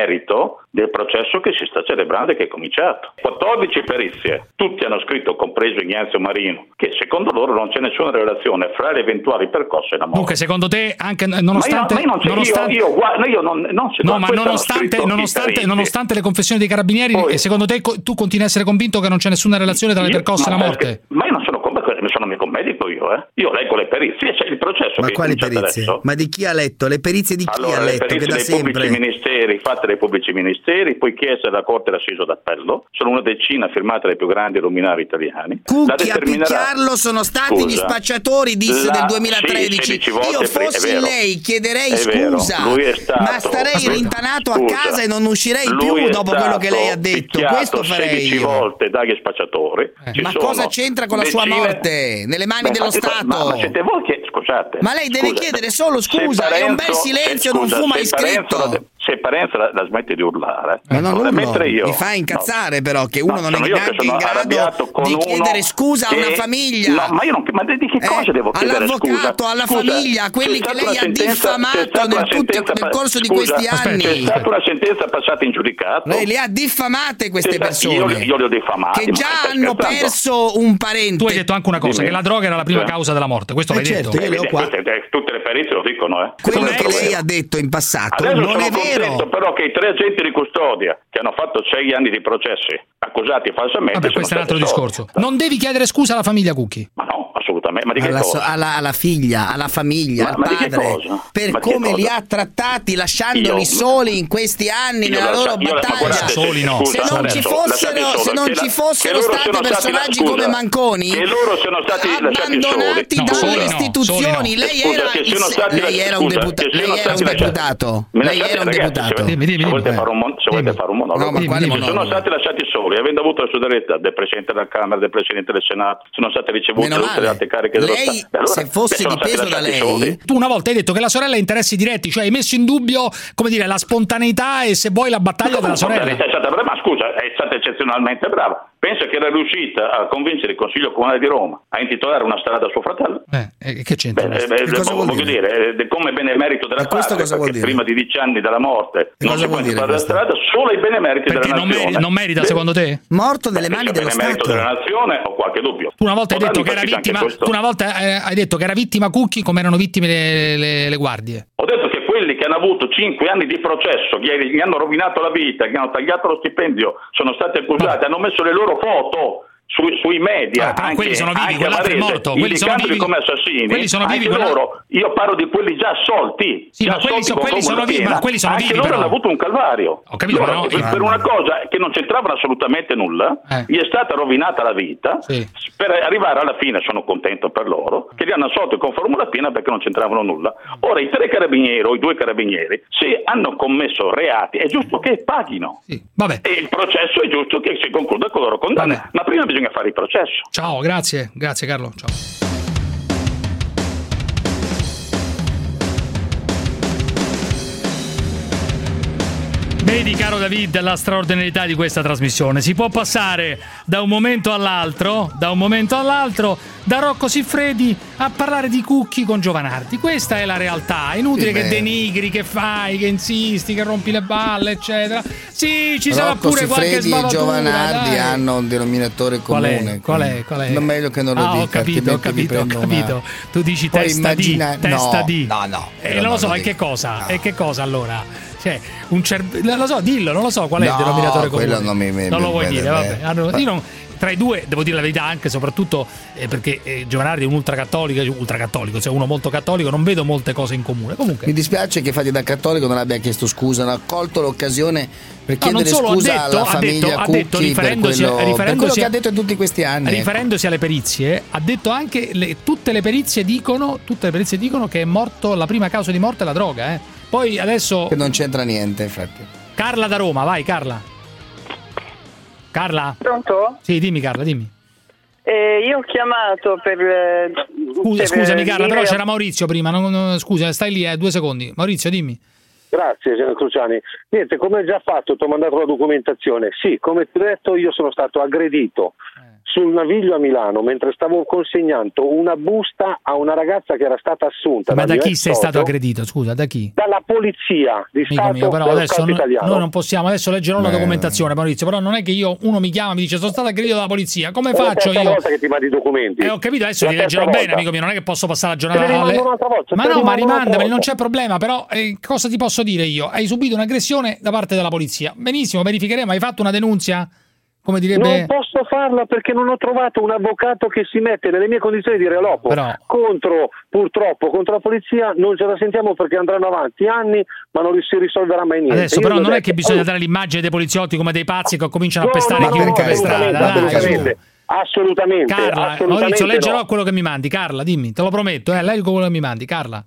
[SPEAKER 18] merito del processo che si sta celebrando e che è cominciato. 14 perizie, tutti hanno scritto, compreso Ignazio Marino, che secondo loro non c'è nessuna relazione fra le eventuali percosse e la morte.
[SPEAKER 2] Dunque, secondo te, anche nonostante.
[SPEAKER 18] ma io, ma io non c'è,
[SPEAKER 2] nonostante-
[SPEAKER 18] io, io, guarda, io non, non
[SPEAKER 2] No, ma nonostante, nonostante, nonostante le confessioni dei carabinieri, e secondo te co- tu continui a essere convinto che non c'è nessuna relazione tra le percosse e la morte?
[SPEAKER 18] Ma io non sono come mi sono mica un medico io, eh. Io leggo le perizie, c'è il processo
[SPEAKER 3] Ma
[SPEAKER 18] che
[SPEAKER 3] quali
[SPEAKER 18] comincia
[SPEAKER 3] perizie?
[SPEAKER 18] adesso.
[SPEAKER 3] Ma di chi ha letto? Le perizie di chi
[SPEAKER 18] Allora,
[SPEAKER 3] ha
[SPEAKER 18] le
[SPEAKER 3] letto? Che
[SPEAKER 18] perizie
[SPEAKER 3] da
[SPEAKER 18] dei pubblici
[SPEAKER 3] sempre.
[SPEAKER 18] ministeri, fatte dai pubblici ministeri, poi chieste dalla Corte d'Assiso d'Appello, sono una decina firmate dai più grandi luminari italiani. La
[SPEAKER 3] Cucchi a
[SPEAKER 18] determinerà-
[SPEAKER 3] picchiarlo sono stati gli
[SPEAKER 18] Scusa.
[SPEAKER 3] spacciatori, disse
[SPEAKER 18] La-
[SPEAKER 3] del
[SPEAKER 18] sì,
[SPEAKER 3] 2013.
[SPEAKER 18] 16 volte,
[SPEAKER 3] Io
[SPEAKER 18] è vero.
[SPEAKER 3] fossi lei chiederei
[SPEAKER 18] È vero,
[SPEAKER 3] scusa,
[SPEAKER 18] lui è stato-
[SPEAKER 3] ma starei
[SPEAKER 18] Aspetta.
[SPEAKER 3] rintanato a
[SPEAKER 18] Scusa.
[SPEAKER 3] casa e non uscirei
[SPEAKER 18] Lui
[SPEAKER 3] più
[SPEAKER 18] è
[SPEAKER 3] dopo quello che lei ha
[SPEAKER 18] stato
[SPEAKER 3] detto.
[SPEAKER 18] picchiato
[SPEAKER 3] Questo farei
[SPEAKER 18] 16
[SPEAKER 3] io.
[SPEAKER 18] volte dagli spacciatori. Ci
[SPEAKER 3] Ma
[SPEAKER 18] sono
[SPEAKER 3] cosa c'entra con la sua
[SPEAKER 18] decine-
[SPEAKER 3] morte? Nelle mani
[SPEAKER 18] Beh,
[SPEAKER 3] dello
[SPEAKER 18] ma siete-
[SPEAKER 3] Stato.
[SPEAKER 18] Ma, ma siete voi che scusate.
[SPEAKER 3] Ma lei deve
[SPEAKER 18] Scusa,
[SPEAKER 3] chiedere solo
[SPEAKER 18] se
[SPEAKER 3] scusa, è un bel
[SPEAKER 18] Parenzo-
[SPEAKER 3] silenzio,
[SPEAKER 18] eh,
[SPEAKER 3] non
[SPEAKER 18] scusa,
[SPEAKER 3] fu mai
[SPEAKER 18] se Parenzo
[SPEAKER 3] scritto.
[SPEAKER 18] l'ha de- se Parenza la, la smette di urlare,
[SPEAKER 3] Ma non urlo.
[SPEAKER 18] vorrei mettere io.
[SPEAKER 3] Mi fa incazzare però che uno
[SPEAKER 18] No,
[SPEAKER 3] non è
[SPEAKER 18] sono io che
[SPEAKER 3] neanche
[SPEAKER 18] sono
[SPEAKER 3] in
[SPEAKER 18] arrabbiato
[SPEAKER 3] grado
[SPEAKER 18] con
[SPEAKER 3] di
[SPEAKER 18] uno
[SPEAKER 3] chiedere scusa a una
[SPEAKER 18] che-
[SPEAKER 3] famiglia. Eh,
[SPEAKER 18] No, ma io non- ma di che cosa devo chiedere
[SPEAKER 3] All'avvocato,
[SPEAKER 18] scusa?
[SPEAKER 3] alla
[SPEAKER 18] Scusa,
[SPEAKER 3] famiglia, a quelli che
[SPEAKER 18] c'è stata
[SPEAKER 3] lei
[SPEAKER 18] una
[SPEAKER 3] ha
[SPEAKER 18] sentenza- c'è
[SPEAKER 3] diffamato
[SPEAKER 18] stata
[SPEAKER 3] nel,
[SPEAKER 18] una
[SPEAKER 3] tutti-
[SPEAKER 18] sentenza
[SPEAKER 3] nel
[SPEAKER 18] pa-
[SPEAKER 3] corso di
[SPEAKER 18] scusa,
[SPEAKER 3] questi anni.
[SPEAKER 18] C'è stata una sentenza passata in giudicato.
[SPEAKER 3] Lei le ha diffamate queste
[SPEAKER 18] C'è sta- Io,
[SPEAKER 3] persone
[SPEAKER 18] io le ho diffamate.
[SPEAKER 3] che
[SPEAKER 18] ma
[SPEAKER 3] già
[SPEAKER 18] stai
[SPEAKER 3] hanno
[SPEAKER 18] scherzando?
[SPEAKER 3] perso un parente.
[SPEAKER 2] Tu hai detto anche una cosa,
[SPEAKER 18] Dimmi. Cioè,
[SPEAKER 2] che la droga era la prima
[SPEAKER 18] Sì.
[SPEAKER 2] causa della morte. Questo
[SPEAKER 3] Eh
[SPEAKER 2] l'hai
[SPEAKER 3] certo,
[SPEAKER 2] detto.
[SPEAKER 18] Eh, vedi, queste- eh, Tutte le perizie lo dicono, eh.
[SPEAKER 3] Quello
[SPEAKER 18] Questo è
[SPEAKER 3] che
[SPEAKER 18] il
[SPEAKER 3] lei
[SPEAKER 18] problema.
[SPEAKER 3] ha detto in passato
[SPEAKER 18] Adesso
[SPEAKER 3] non
[SPEAKER 18] sono
[SPEAKER 3] è vero.
[SPEAKER 18] contento però che i tre agenti di custodia che hanno fatto sei anni di processi accusati falsamente
[SPEAKER 2] Vabbè,
[SPEAKER 18] sono
[SPEAKER 2] questo è un altro
[SPEAKER 18] stati solo.
[SPEAKER 2] discorso. Non devi chiedere scusa alla famiglia Cucchi.
[SPEAKER 18] Ma no, assolutamente. Ma di che
[SPEAKER 3] Alla, so-
[SPEAKER 18] cosa?
[SPEAKER 3] alla- alla figlia, alla famiglia,
[SPEAKER 18] Ma-
[SPEAKER 3] al
[SPEAKER 18] ma di che
[SPEAKER 3] padre,
[SPEAKER 18] cosa?
[SPEAKER 3] per
[SPEAKER 18] Ma di che
[SPEAKER 3] come li
[SPEAKER 18] cosa?
[SPEAKER 3] ha trattati, lasciandoli
[SPEAKER 18] Io-
[SPEAKER 3] soli in questi anni
[SPEAKER 18] Io
[SPEAKER 3] nella
[SPEAKER 18] la-
[SPEAKER 3] loro
[SPEAKER 18] io la- ma
[SPEAKER 3] battaglia.
[SPEAKER 18] guardate, Soli no.
[SPEAKER 3] Se non
[SPEAKER 18] scusa,
[SPEAKER 3] ci
[SPEAKER 18] adesso,
[SPEAKER 3] fossero,
[SPEAKER 18] lasciate
[SPEAKER 3] se
[SPEAKER 18] solo,
[SPEAKER 3] non
[SPEAKER 18] che
[SPEAKER 3] ci
[SPEAKER 18] la-
[SPEAKER 3] fossero
[SPEAKER 18] che loro
[SPEAKER 3] stati
[SPEAKER 18] sono stati-
[SPEAKER 3] personaggi
[SPEAKER 18] scusa,
[SPEAKER 3] come Manconi,
[SPEAKER 18] che loro sono stati lasciati soli.
[SPEAKER 3] abbandonati
[SPEAKER 18] No, soli
[SPEAKER 3] dalle
[SPEAKER 18] no,
[SPEAKER 3] istituzioni,
[SPEAKER 18] soli no.
[SPEAKER 3] lei
[SPEAKER 18] Scusa,
[SPEAKER 3] era,
[SPEAKER 18] che
[SPEAKER 3] il-
[SPEAKER 18] sono stati
[SPEAKER 3] lei
[SPEAKER 18] la-
[SPEAKER 3] era un,
[SPEAKER 18] scusa,
[SPEAKER 3] deputa-
[SPEAKER 18] che sono
[SPEAKER 3] lei era un
[SPEAKER 18] stati la-
[SPEAKER 3] deputato.
[SPEAKER 18] Mi
[SPEAKER 3] Lei
[SPEAKER 18] lasciate,
[SPEAKER 3] era un
[SPEAKER 18] ragazzi,
[SPEAKER 3] deputato.
[SPEAKER 18] Se, se volete fare un, mon- se volete fare un monologo,
[SPEAKER 3] No, ma quale
[SPEAKER 18] se sono
[SPEAKER 3] monologo?
[SPEAKER 18] stati lasciati soli, avendo avuto la solidarietà del Presidente della Camera, del Presidente del Senato, sono state ricevute
[SPEAKER 3] Meno
[SPEAKER 18] tutte
[SPEAKER 3] male.
[SPEAKER 18] le altre cariche dello
[SPEAKER 3] Lei,
[SPEAKER 18] Stato. Allora, eh,
[SPEAKER 3] se fosse
[SPEAKER 18] sono stati
[SPEAKER 3] dipeso da
[SPEAKER 18] lasciati
[SPEAKER 3] lei-
[SPEAKER 18] soli?
[SPEAKER 2] Tu una volta hai detto che la sorella ha interessi diretti, cioè hai messo in dubbio, come dire, la spontaneità e se vuoi la battaglia della sorella.
[SPEAKER 18] È stata brava, ma scusa, è stata eccezionalmente brava. Penso che era riuscita a convincere il Consiglio Comunale di Roma a intitolare una strada a suo fratello.
[SPEAKER 2] Eh, che c'entra?
[SPEAKER 18] Eh,
[SPEAKER 2] questo?
[SPEAKER 18] beh, voglio dire, eh, de- come benemerito della patria, perché prima di dieci anni dalla morte non si può fare la strada, solo i benemeriti della
[SPEAKER 2] non,
[SPEAKER 18] nazione.
[SPEAKER 2] meri- non merita,
[SPEAKER 18] Beh,
[SPEAKER 2] secondo te?
[SPEAKER 3] Morto nelle
[SPEAKER 18] se è benemerito della nazione ho qualche dubbio.
[SPEAKER 2] Tu una volta, hai detto,
[SPEAKER 18] Potranno
[SPEAKER 2] che era
[SPEAKER 18] farci anche
[SPEAKER 2] vittima,
[SPEAKER 18] questo.
[SPEAKER 2] tu una volta eh, hai detto che era vittima Cucchi come erano vittime le, le- le guardie.
[SPEAKER 18] Ho detto che quelli che hanno avuto cinque anni di processo, che gli hanno rovinato la vita, che hanno tagliato lo stipendio, sono stati accusati, hanno messo le loro foto su- sui media.
[SPEAKER 2] però
[SPEAKER 18] anche,
[SPEAKER 2] quelli sono vivi,
[SPEAKER 18] anche a
[SPEAKER 2] quell'altro è
[SPEAKER 18] Varese,
[SPEAKER 2] morto, quelli sono
[SPEAKER 18] indicandoli
[SPEAKER 2] vivi.
[SPEAKER 18] come assassini.
[SPEAKER 2] Quelli sono
[SPEAKER 18] anche
[SPEAKER 2] vivi, quella-
[SPEAKER 18] loro, io parlo di quelli già assolti.
[SPEAKER 2] Sì,
[SPEAKER 18] già
[SPEAKER 2] ma quelli
[SPEAKER 18] assolti
[SPEAKER 2] so-
[SPEAKER 18] con
[SPEAKER 2] quelli sono
[SPEAKER 18] la
[SPEAKER 2] vivi,
[SPEAKER 18] pena.
[SPEAKER 2] ma quelli sono
[SPEAKER 18] anche
[SPEAKER 2] vivi,
[SPEAKER 18] loro
[SPEAKER 2] però.
[SPEAKER 18] hanno avuto un calvario.
[SPEAKER 2] Ho capito, ma
[SPEAKER 18] Loro,
[SPEAKER 2] no,
[SPEAKER 18] per,
[SPEAKER 2] io- Eh.
[SPEAKER 18] per una cosa che non c'entrava assolutamente nulla, gli è stata rovinata la vita. Per arrivare alla fine, sono contento per loro, che li hanno assolto con formula piena perché non c'entravano nulla. Ora i tre carabinieri o i due carabinieri, se hanno commesso reati, è giusto che paghino. E il processo è giusto che si concluda con loro condanna. Ma prima bisogna fare il processo.
[SPEAKER 2] Ciao, grazie, grazie Carlo. Ciao. Vedi, caro David, la straordinarietà di questa trasmissione. Si può passare da un momento all'altro, da un momento all'altro, da Rocco Siffredi a parlare di cucchi con Giovanardi. Questa è la realtà. È inutile
[SPEAKER 3] Sì,
[SPEAKER 2] che
[SPEAKER 3] beh.
[SPEAKER 2] denigri, che fai, che insisti, che rompi le balle, eccetera. Sì, ci sarà
[SPEAKER 3] Rocco
[SPEAKER 2] pure qualche
[SPEAKER 3] Siffredi e
[SPEAKER 2] sbavatura.
[SPEAKER 3] Giovanardi
[SPEAKER 2] dai.
[SPEAKER 3] hanno un denominatore
[SPEAKER 2] Qual è?
[SPEAKER 3] comune.
[SPEAKER 2] Qual è? Qual è?
[SPEAKER 3] Non meglio che non lo
[SPEAKER 2] Ah,
[SPEAKER 3] dica.
[SPEAKER 2] ho capito, ho
[SPEAKER 3] altrimenti mi
[SPEAKER 2] capito, ho
[SPEAKER 3] prendo una-
[SPEAKER 2] capito. Tu dici
[SPEAKER 3] Poi
[SPEAKER 2] testa
[SPEAKER 3] immagina-
[SPEAKER 2] di, testa
[SPEAKER 3] no,
[SPEAKER 2] di.
[SPEAKER 3] no, no,
[SPEAKER 2] E
[SPEAKER 3] però
[SPEAKER 2] non
[SPEAKER 3] Eh, no,
[SPEAKER 2] lo so,
[SPEAKER 3] lo
[SPEAKER 2] e che
[SPEAKER 3] dico.
[SPEAKER 2] cosa? E che cosa allora? Cioè, un cer- lo so, dillo, non lo so qual è
[SPEAKER 3] No,
[SPEAKER 2] il denominatore comune.
[SPEAKER 3] quello non mi- mi-
[SPEAKER 2] lo vuoi
[SPEAKER 3] mi-
[SPEAKER 2] dire,
[SPEAKER 3] mi-
[SPEAKER 2] vabbè. Allora, io non- tra i due, devo dire la verità, anche e soprattutto eh, perché eh, Giovanardi è un ultracattolico, ultracattolico, cioè uno molto cattolico, non vedo molte cose in comune. Comunque,
[SPEAKER 3] Mi dispiace che infatti da cattolico non abbia chiesto scusa, non ha colto l'occasione per
[SPEAKER 2] No, non
[SPEAKER 3] chiedere
[SPEAKER 2] solo, ha
[SPEAKER 3] scusa
[SPEAKER 2] detto-
[SPEAKER 3] alla
[SPEAKER 2] ha detto-
[SPEAKER 3] famiglia
[SPEAKER 2] ha detto,
[SPEAKER 3] Cucchi per
[SPEAKER 2] riferendosi-
[SPEAKER 3] quello, per
[SPEAKER 2] riferendosi
[SPEAKER 3] quello che
[SPEAKER 2] a-
[SPEAKER 3] ha detto in tutti questi anni. ecco.
[SPEAKER 2] Riferendosi alle perizie, ha detto anche le- tutte le perizie dicono, tutte le perizie dicono che è morto la prima causa di morte è la droga, eh. Poi adesso
[SPEAKER 3] Che non c'entra niente, infatti.
[SPEAKER 2] Carla da Roma, vai Carla. Carla?
[SPEAKER 42] Pronto?
[SPEAKER 2] Sì, dimmi Carla, dimmi.
[SPEAKER 42] Eh, io ho chiamato per... eh,
[SPEAKER 2] Scusa,
[SPEAKER 42] per,
[SPEAKER 2] scusami
[SPEAKER 42] eh,
[SPEAKER 2] Carla,
[SPEAKER 42] dire-
[SPEAKER 2] però c'era Maurizio prima, non- non- scusa, stai lì, eh, due secondi. Maurizio, dimmi.
[SPEAKER 15] Grazie, signor Cruciani. Niente, come già fatto, ti ho mandato la documentazione. Sì, come ti ho detto, io sono stato aggredito
[SPEAKER 2] Eh.
[SPEAKER 15] sul naviglio a Milano mentre stavo consegnando una busta a una ragazza che era stata assunta.
[SPEAKER 2] Ma da
[SPEAKER 15] dal
[SPEAKER 2] chi sei
[SPEAKER 15] Diversorio
[SPEAKER 2] stato aggredito? Scusa, da chi?
[SPEAKER 15] Dalla polizia di
[SPEAKER 2] Amico
[SPEAKER 15] Stato,
[SPEAKER 2] mio, però
[SPEAKER 15] dello
[SPEAKER 2] adesso
[SPEAKER 15] Stato
[SPEAKER 2] no-
[SPEAKER 15] italiano.
[SPEAKER 2] noi non possiamo, adesso leggerò la
[SPEAKER 15] Beh.
[SPEAKER 2] documentazione Maurizio, però non è che io, uno mi chiama e mi dice sono stato aggredito dalla polizia, come
[SPEAKER 15] È la
[SPEAKER 2] faccio
[SPEAKER 15] terza
[SPEAKER 2] io?
[SPEAKER 15] volta che ti mandi i documenti.
[SPEAKER 2] Eh, ho capito, adesso
[SPEAKER 15] La
[SPEAKER 2] li
[SPEAKER 15] terza
[SPEAKER 2] leggerò bene,
[SPEAKER 15] volta.
[SPEAKER 2] amico mio. Non è che posso passare la giornata.
[SPEAKER 15] Te li rimando
[SPEAKER 2] alle-
[SPEAKER 15] un'altra volta,
[SPEAKER 2] Ma
[SPEAKER 15] te li
[SPEAKER 2] no, ma
[SPEAKER 15] rimando un'altra
[SPEAKER 2] rimandameli, non
[SPEAKER 15] volta.
[SPEAKER 2] c'è problema. Però, eh, cosa ti posso dire io? Hai subito un'aggressione da parte della polizia. Benissimo, verificheremo. Hai fatto una denuncia? Come direbbe.
[SPEAKER 15] Non posso farla perché non ho trovato un avvocato che si mette nelle mie condizioni di relopo contro, purtroppo, contro la polizia. Non ce la sentiamo perché andranno avanti anni, ma non si risolverà mai niente.
[SPEAKER 2] Adesso,
[SPEAKER 15] Io
[SPEAKER 2] però,
[SPEAKER 15] gli ho
[SPEAKER 2] non è
[SPEAKER 15] detto,
[SPEAKER 2] che bisogna
[SPEAKER 15] "Oh,
[SPEAKER 2] dare l'immagine dei poliziotti come dei pazzi che cominciano a
[SPEAKER 15] no,
[SPEAKER 2] pestare
[SPEAKER 15] no, no,
[SPEAKER 2] chiunque per
[SPEAKER 15] assolutamente,
[SPEAKER 2] strada. Dai,
[SPEAKER 15] assolutamente,
[SPEAKER 2] su.
[SPEAKER 15] assolutamente,
[SPEAKER 2] Carla,
[SPEAKER 15] assolutamente
[SPEAKER 2] Maurizio,
[SPEAKER 15] no.
[SPEAKER 2] leggerò quello che mi mandi. Carla, dimmi, te lo prometto, eh, leggo quello che mi mandi, Carla.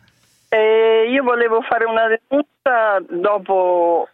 [SPEAKER 42] Eh, io volevo fare una denuncia dopo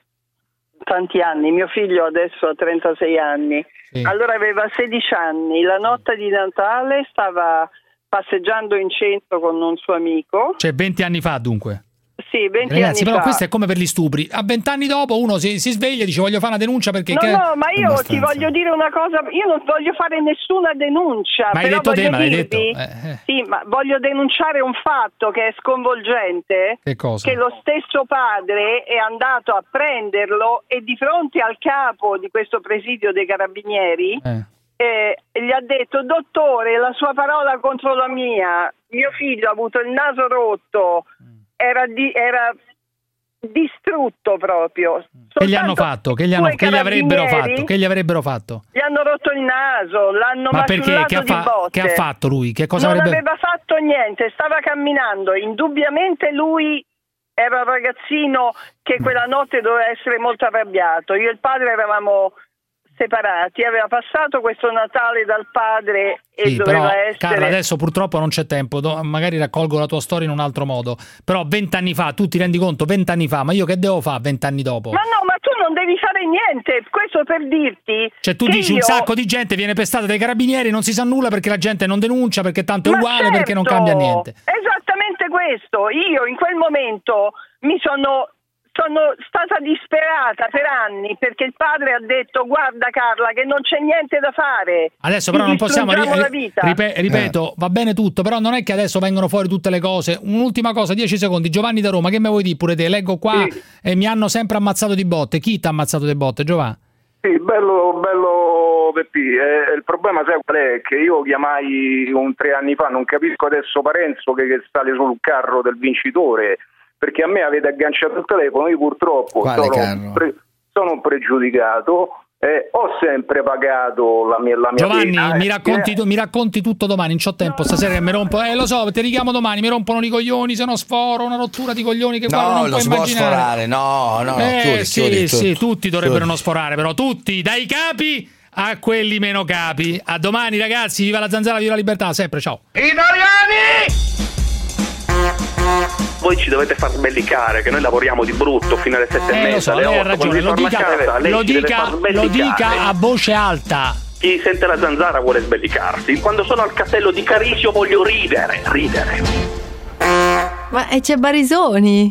[SPEAKER 42] tanti anni. Mio figlio adesso ha 36 anni. Allora aveva 16 anni. La notte di Natale stava passeggiando in centro con un suo amico.
[SPEAKER 2] Cioè, 20 anni fa, dunque.
[SPEAKER 42] sì, 20
[SPEAKER 2] Ragazzi,
[SPEAKER 42] anni
[SPEAKER 2] però
[SPEAKER 42] fa.
[SPEAKER 2] questo è come per gli stupri. A vent'anni dopo uno si, si sveglia e dice voglio fare una denuncia perché...
[SPEAKER 42] No,
[SPEAKER 2] che-
[SPEAKER 42] no, ma io ti voglio dire una cosa, io non voglio fare nessuna denuncia,
[SPEAKER 2] Ma hai
[SPEAKER 42] però
[SPEAKER 2] detto te,
[SPEAKER 42] voglio
[SPEAKER 2] ma l'hai detto.
[SPEAKER 42] dirvi-
[SPEAKER 2] Eh, eh.
[SPEAKER 42] Sì, ma voglio denunciare un fatto che è sconvolgente,
[SPEAKER 2] Che cosa?
[SPEAKER 42] che lo stesso padre è andato a prenderlo e di fronte al capo di questo presidio dei carabinieri eh, gli ha detto dottore la sua parola contro la mia, mio figlio ha avuto il naso rotto,
[SPEAKER 2] Mm.
[SPEAKER 42] era, di- era distrutto proprio.
[SPEAKER 2] Che gli hanno fatto? Che gli, hanno-
[SPEAKER 42] due
[SPEAKER 2] che gli avrebbero
[SPEAKER 42] carabinieri-
[SPEAKER 2] fatto? Che gli avrebbero fatto?
[SPEAKER 42] gli hanno rotto il naso, l'hanno
[SPEAKER 2] Ma perché?
[SPEAKER 42] maciullato
[SPEAKER 2] Che ha, fa-
[SPEAKER 42] di botte.
[SPEAKER 2] che ha fatto lui? Che cosa
[SPEAKER 42] non
[SPEAKER 2] avrebbe...
[SPEAKER 42] aveva fatto niente, stava camminando. Indubbiamente lui era un ragazzino che
[SPEAKER 2] Mm.
[SPEAKER 42] quella notte doveva essere molto arrabbiato. Io e il padre eravamo separati, aveva passato questo Natale dal padre e
[SPEAKER 2] Sì,
[SPEAKER 42] doveva
[SPEAKER 2] però,
[SPEAKER 42] essere...
[SPEAKER 2] Carla, adesso purtroppo non c'è tempo, do- magari raccolgo la tua storia in un altro modo. Però vent'anni fa, tu ti rendi conto, vent'anni fa, ma io che devo fare vent'anni dopo?
[SPEAKER 42] Ma no, ma tu non devi fare niente, questo per dirti...
[SPEAKER 2] Cioè tu
[SPEAKER 42] che
[SPEAKER 2] dici un
[SPEAKER 42] io-
[SPEAKER 2] sacco di gente viene pestata dai carabinieri, non si sa nulla perché la gente non denuncia, perché tanto è
[SPEAKER 42] Ma
[SPEAKER 2] uguale, perché non
[SPEAKER 42] certo,
[SPEAKER 2] cambia niente.
[SPEAKER 42] Esattamente questo. Io in quel momento mi sono, sono stata disperata per anni perché il padre ha detto guarda Carla che non c'è niente da fare.
[SPEAKER 2] Adesso
[SPEAKER 42] Ti
[SPEAKER 2] però non possiamo ri-
[SPEAKER 42] distruggiamo la
[SPEAKER 2] ri-
[SPEAKER 42] vita.
[SPEAKER 2] ripe-
[SPEAKER 3] Eh.
[SPEAKER 2] ripeto, va bene tutto, però non è che adesso vengono fuori tutte le cose. Un'ultima cosa, 10 secondi. Giovanni da Roma, che me vuoi dire pure te? Leggo qua e mi hanno sempre ammazzato di botte. Chi ti ha ammazzato di botte, Giovanni?
[SPEAKER 15] Sì, bello, bello Peppi. Eh, il problema sai qual è? Che io chiamai un tre anni fa, non capisco adesso Parenzo che, che sale sul carro del vincitore, perché a me avete agganciato il telefono, io purtroppo
[SPEAKER 3] Quale
[SPEAKER 15] sono,
[SPEAKER 3] carro?
[SPEAKER 15] pre- sono un pregiudicato, eh, ho sempre pagato la mia, la mia
[SPEAKER 2] Giovanni,
[SPEAKER 15] pena,
[SPEAKER 2] mi
[SPEAKER 15] eh,
[SPEAKER 2] racconti,
[SPEAKER 15] eh.
[SPEAKER 2] tu- mi racconti tutto domani, non ho tempo stasera che mi rompo. Eh, lo so, ti richiamo domani, mi rompono i coglioni, se no sforo, una rottura di coglioni che guarda,
[SPEAKER 3] No,
[SPEAKER 2] non
[SPEAKER 3] lo
[SPEAKER 2] puoi
[SPEAKER 3] si può
[SPEAKER 2] immaginare.
[SPEAKER 3] sforare. No, no, no.
[SPEAKER 2] eh,
[SPEAKER 3] chiudi,
[SPEAKER 2] sì,
[SPEAKER 3] chiudi,
[SPEAKER 2] sì,
[SPEAKER 3] chiudi.
[SPEAKER 2] tutti dovrebbero non
[SPEAKER 3] Chiudi.
[SPEAKER 2] sforare, però tutti, dai capi a quelli meno capi. A domani ragazzi, viva la zanzara, viva la libertà, sempre, ciao.
[SPEAKER 18] Voi ci dovete far sbellicare, che noi lavoriamo di brutto fino alle sette e
[SPEAKER 2] Eh, lo
[SPEAKER 18] mezza,
[SPEAKER 2] so,
[SPEAKER 18] alle
[SPEAKER 2] lei ha
[SPEAKER 18] otto, quando
[SPEAKER 2] ragione,
[SPEAKER 18] si
[SPEAKER 2] lo
[SPEAKER 18] torna a
[SPEAKER 2] dica,
[SPEAKER 18] casa, lei
[SPEAKER 2] lo
[SPEAKER 18] ci deve
[SPEAKER 2] dica-
[SPEAKER 18] far
[SPEAKER 2] lo
[SPEAKER 18] sbellicare.
[SPEAKER 2] dica a voce alta.
[SPEAKER 18] Chi sente la zanzara vuole sbellicarsi. Quando sono al castello di Carisio voglio ridere, ridere.
[SPEAKER 1] Ma eh, c'è Barisoni.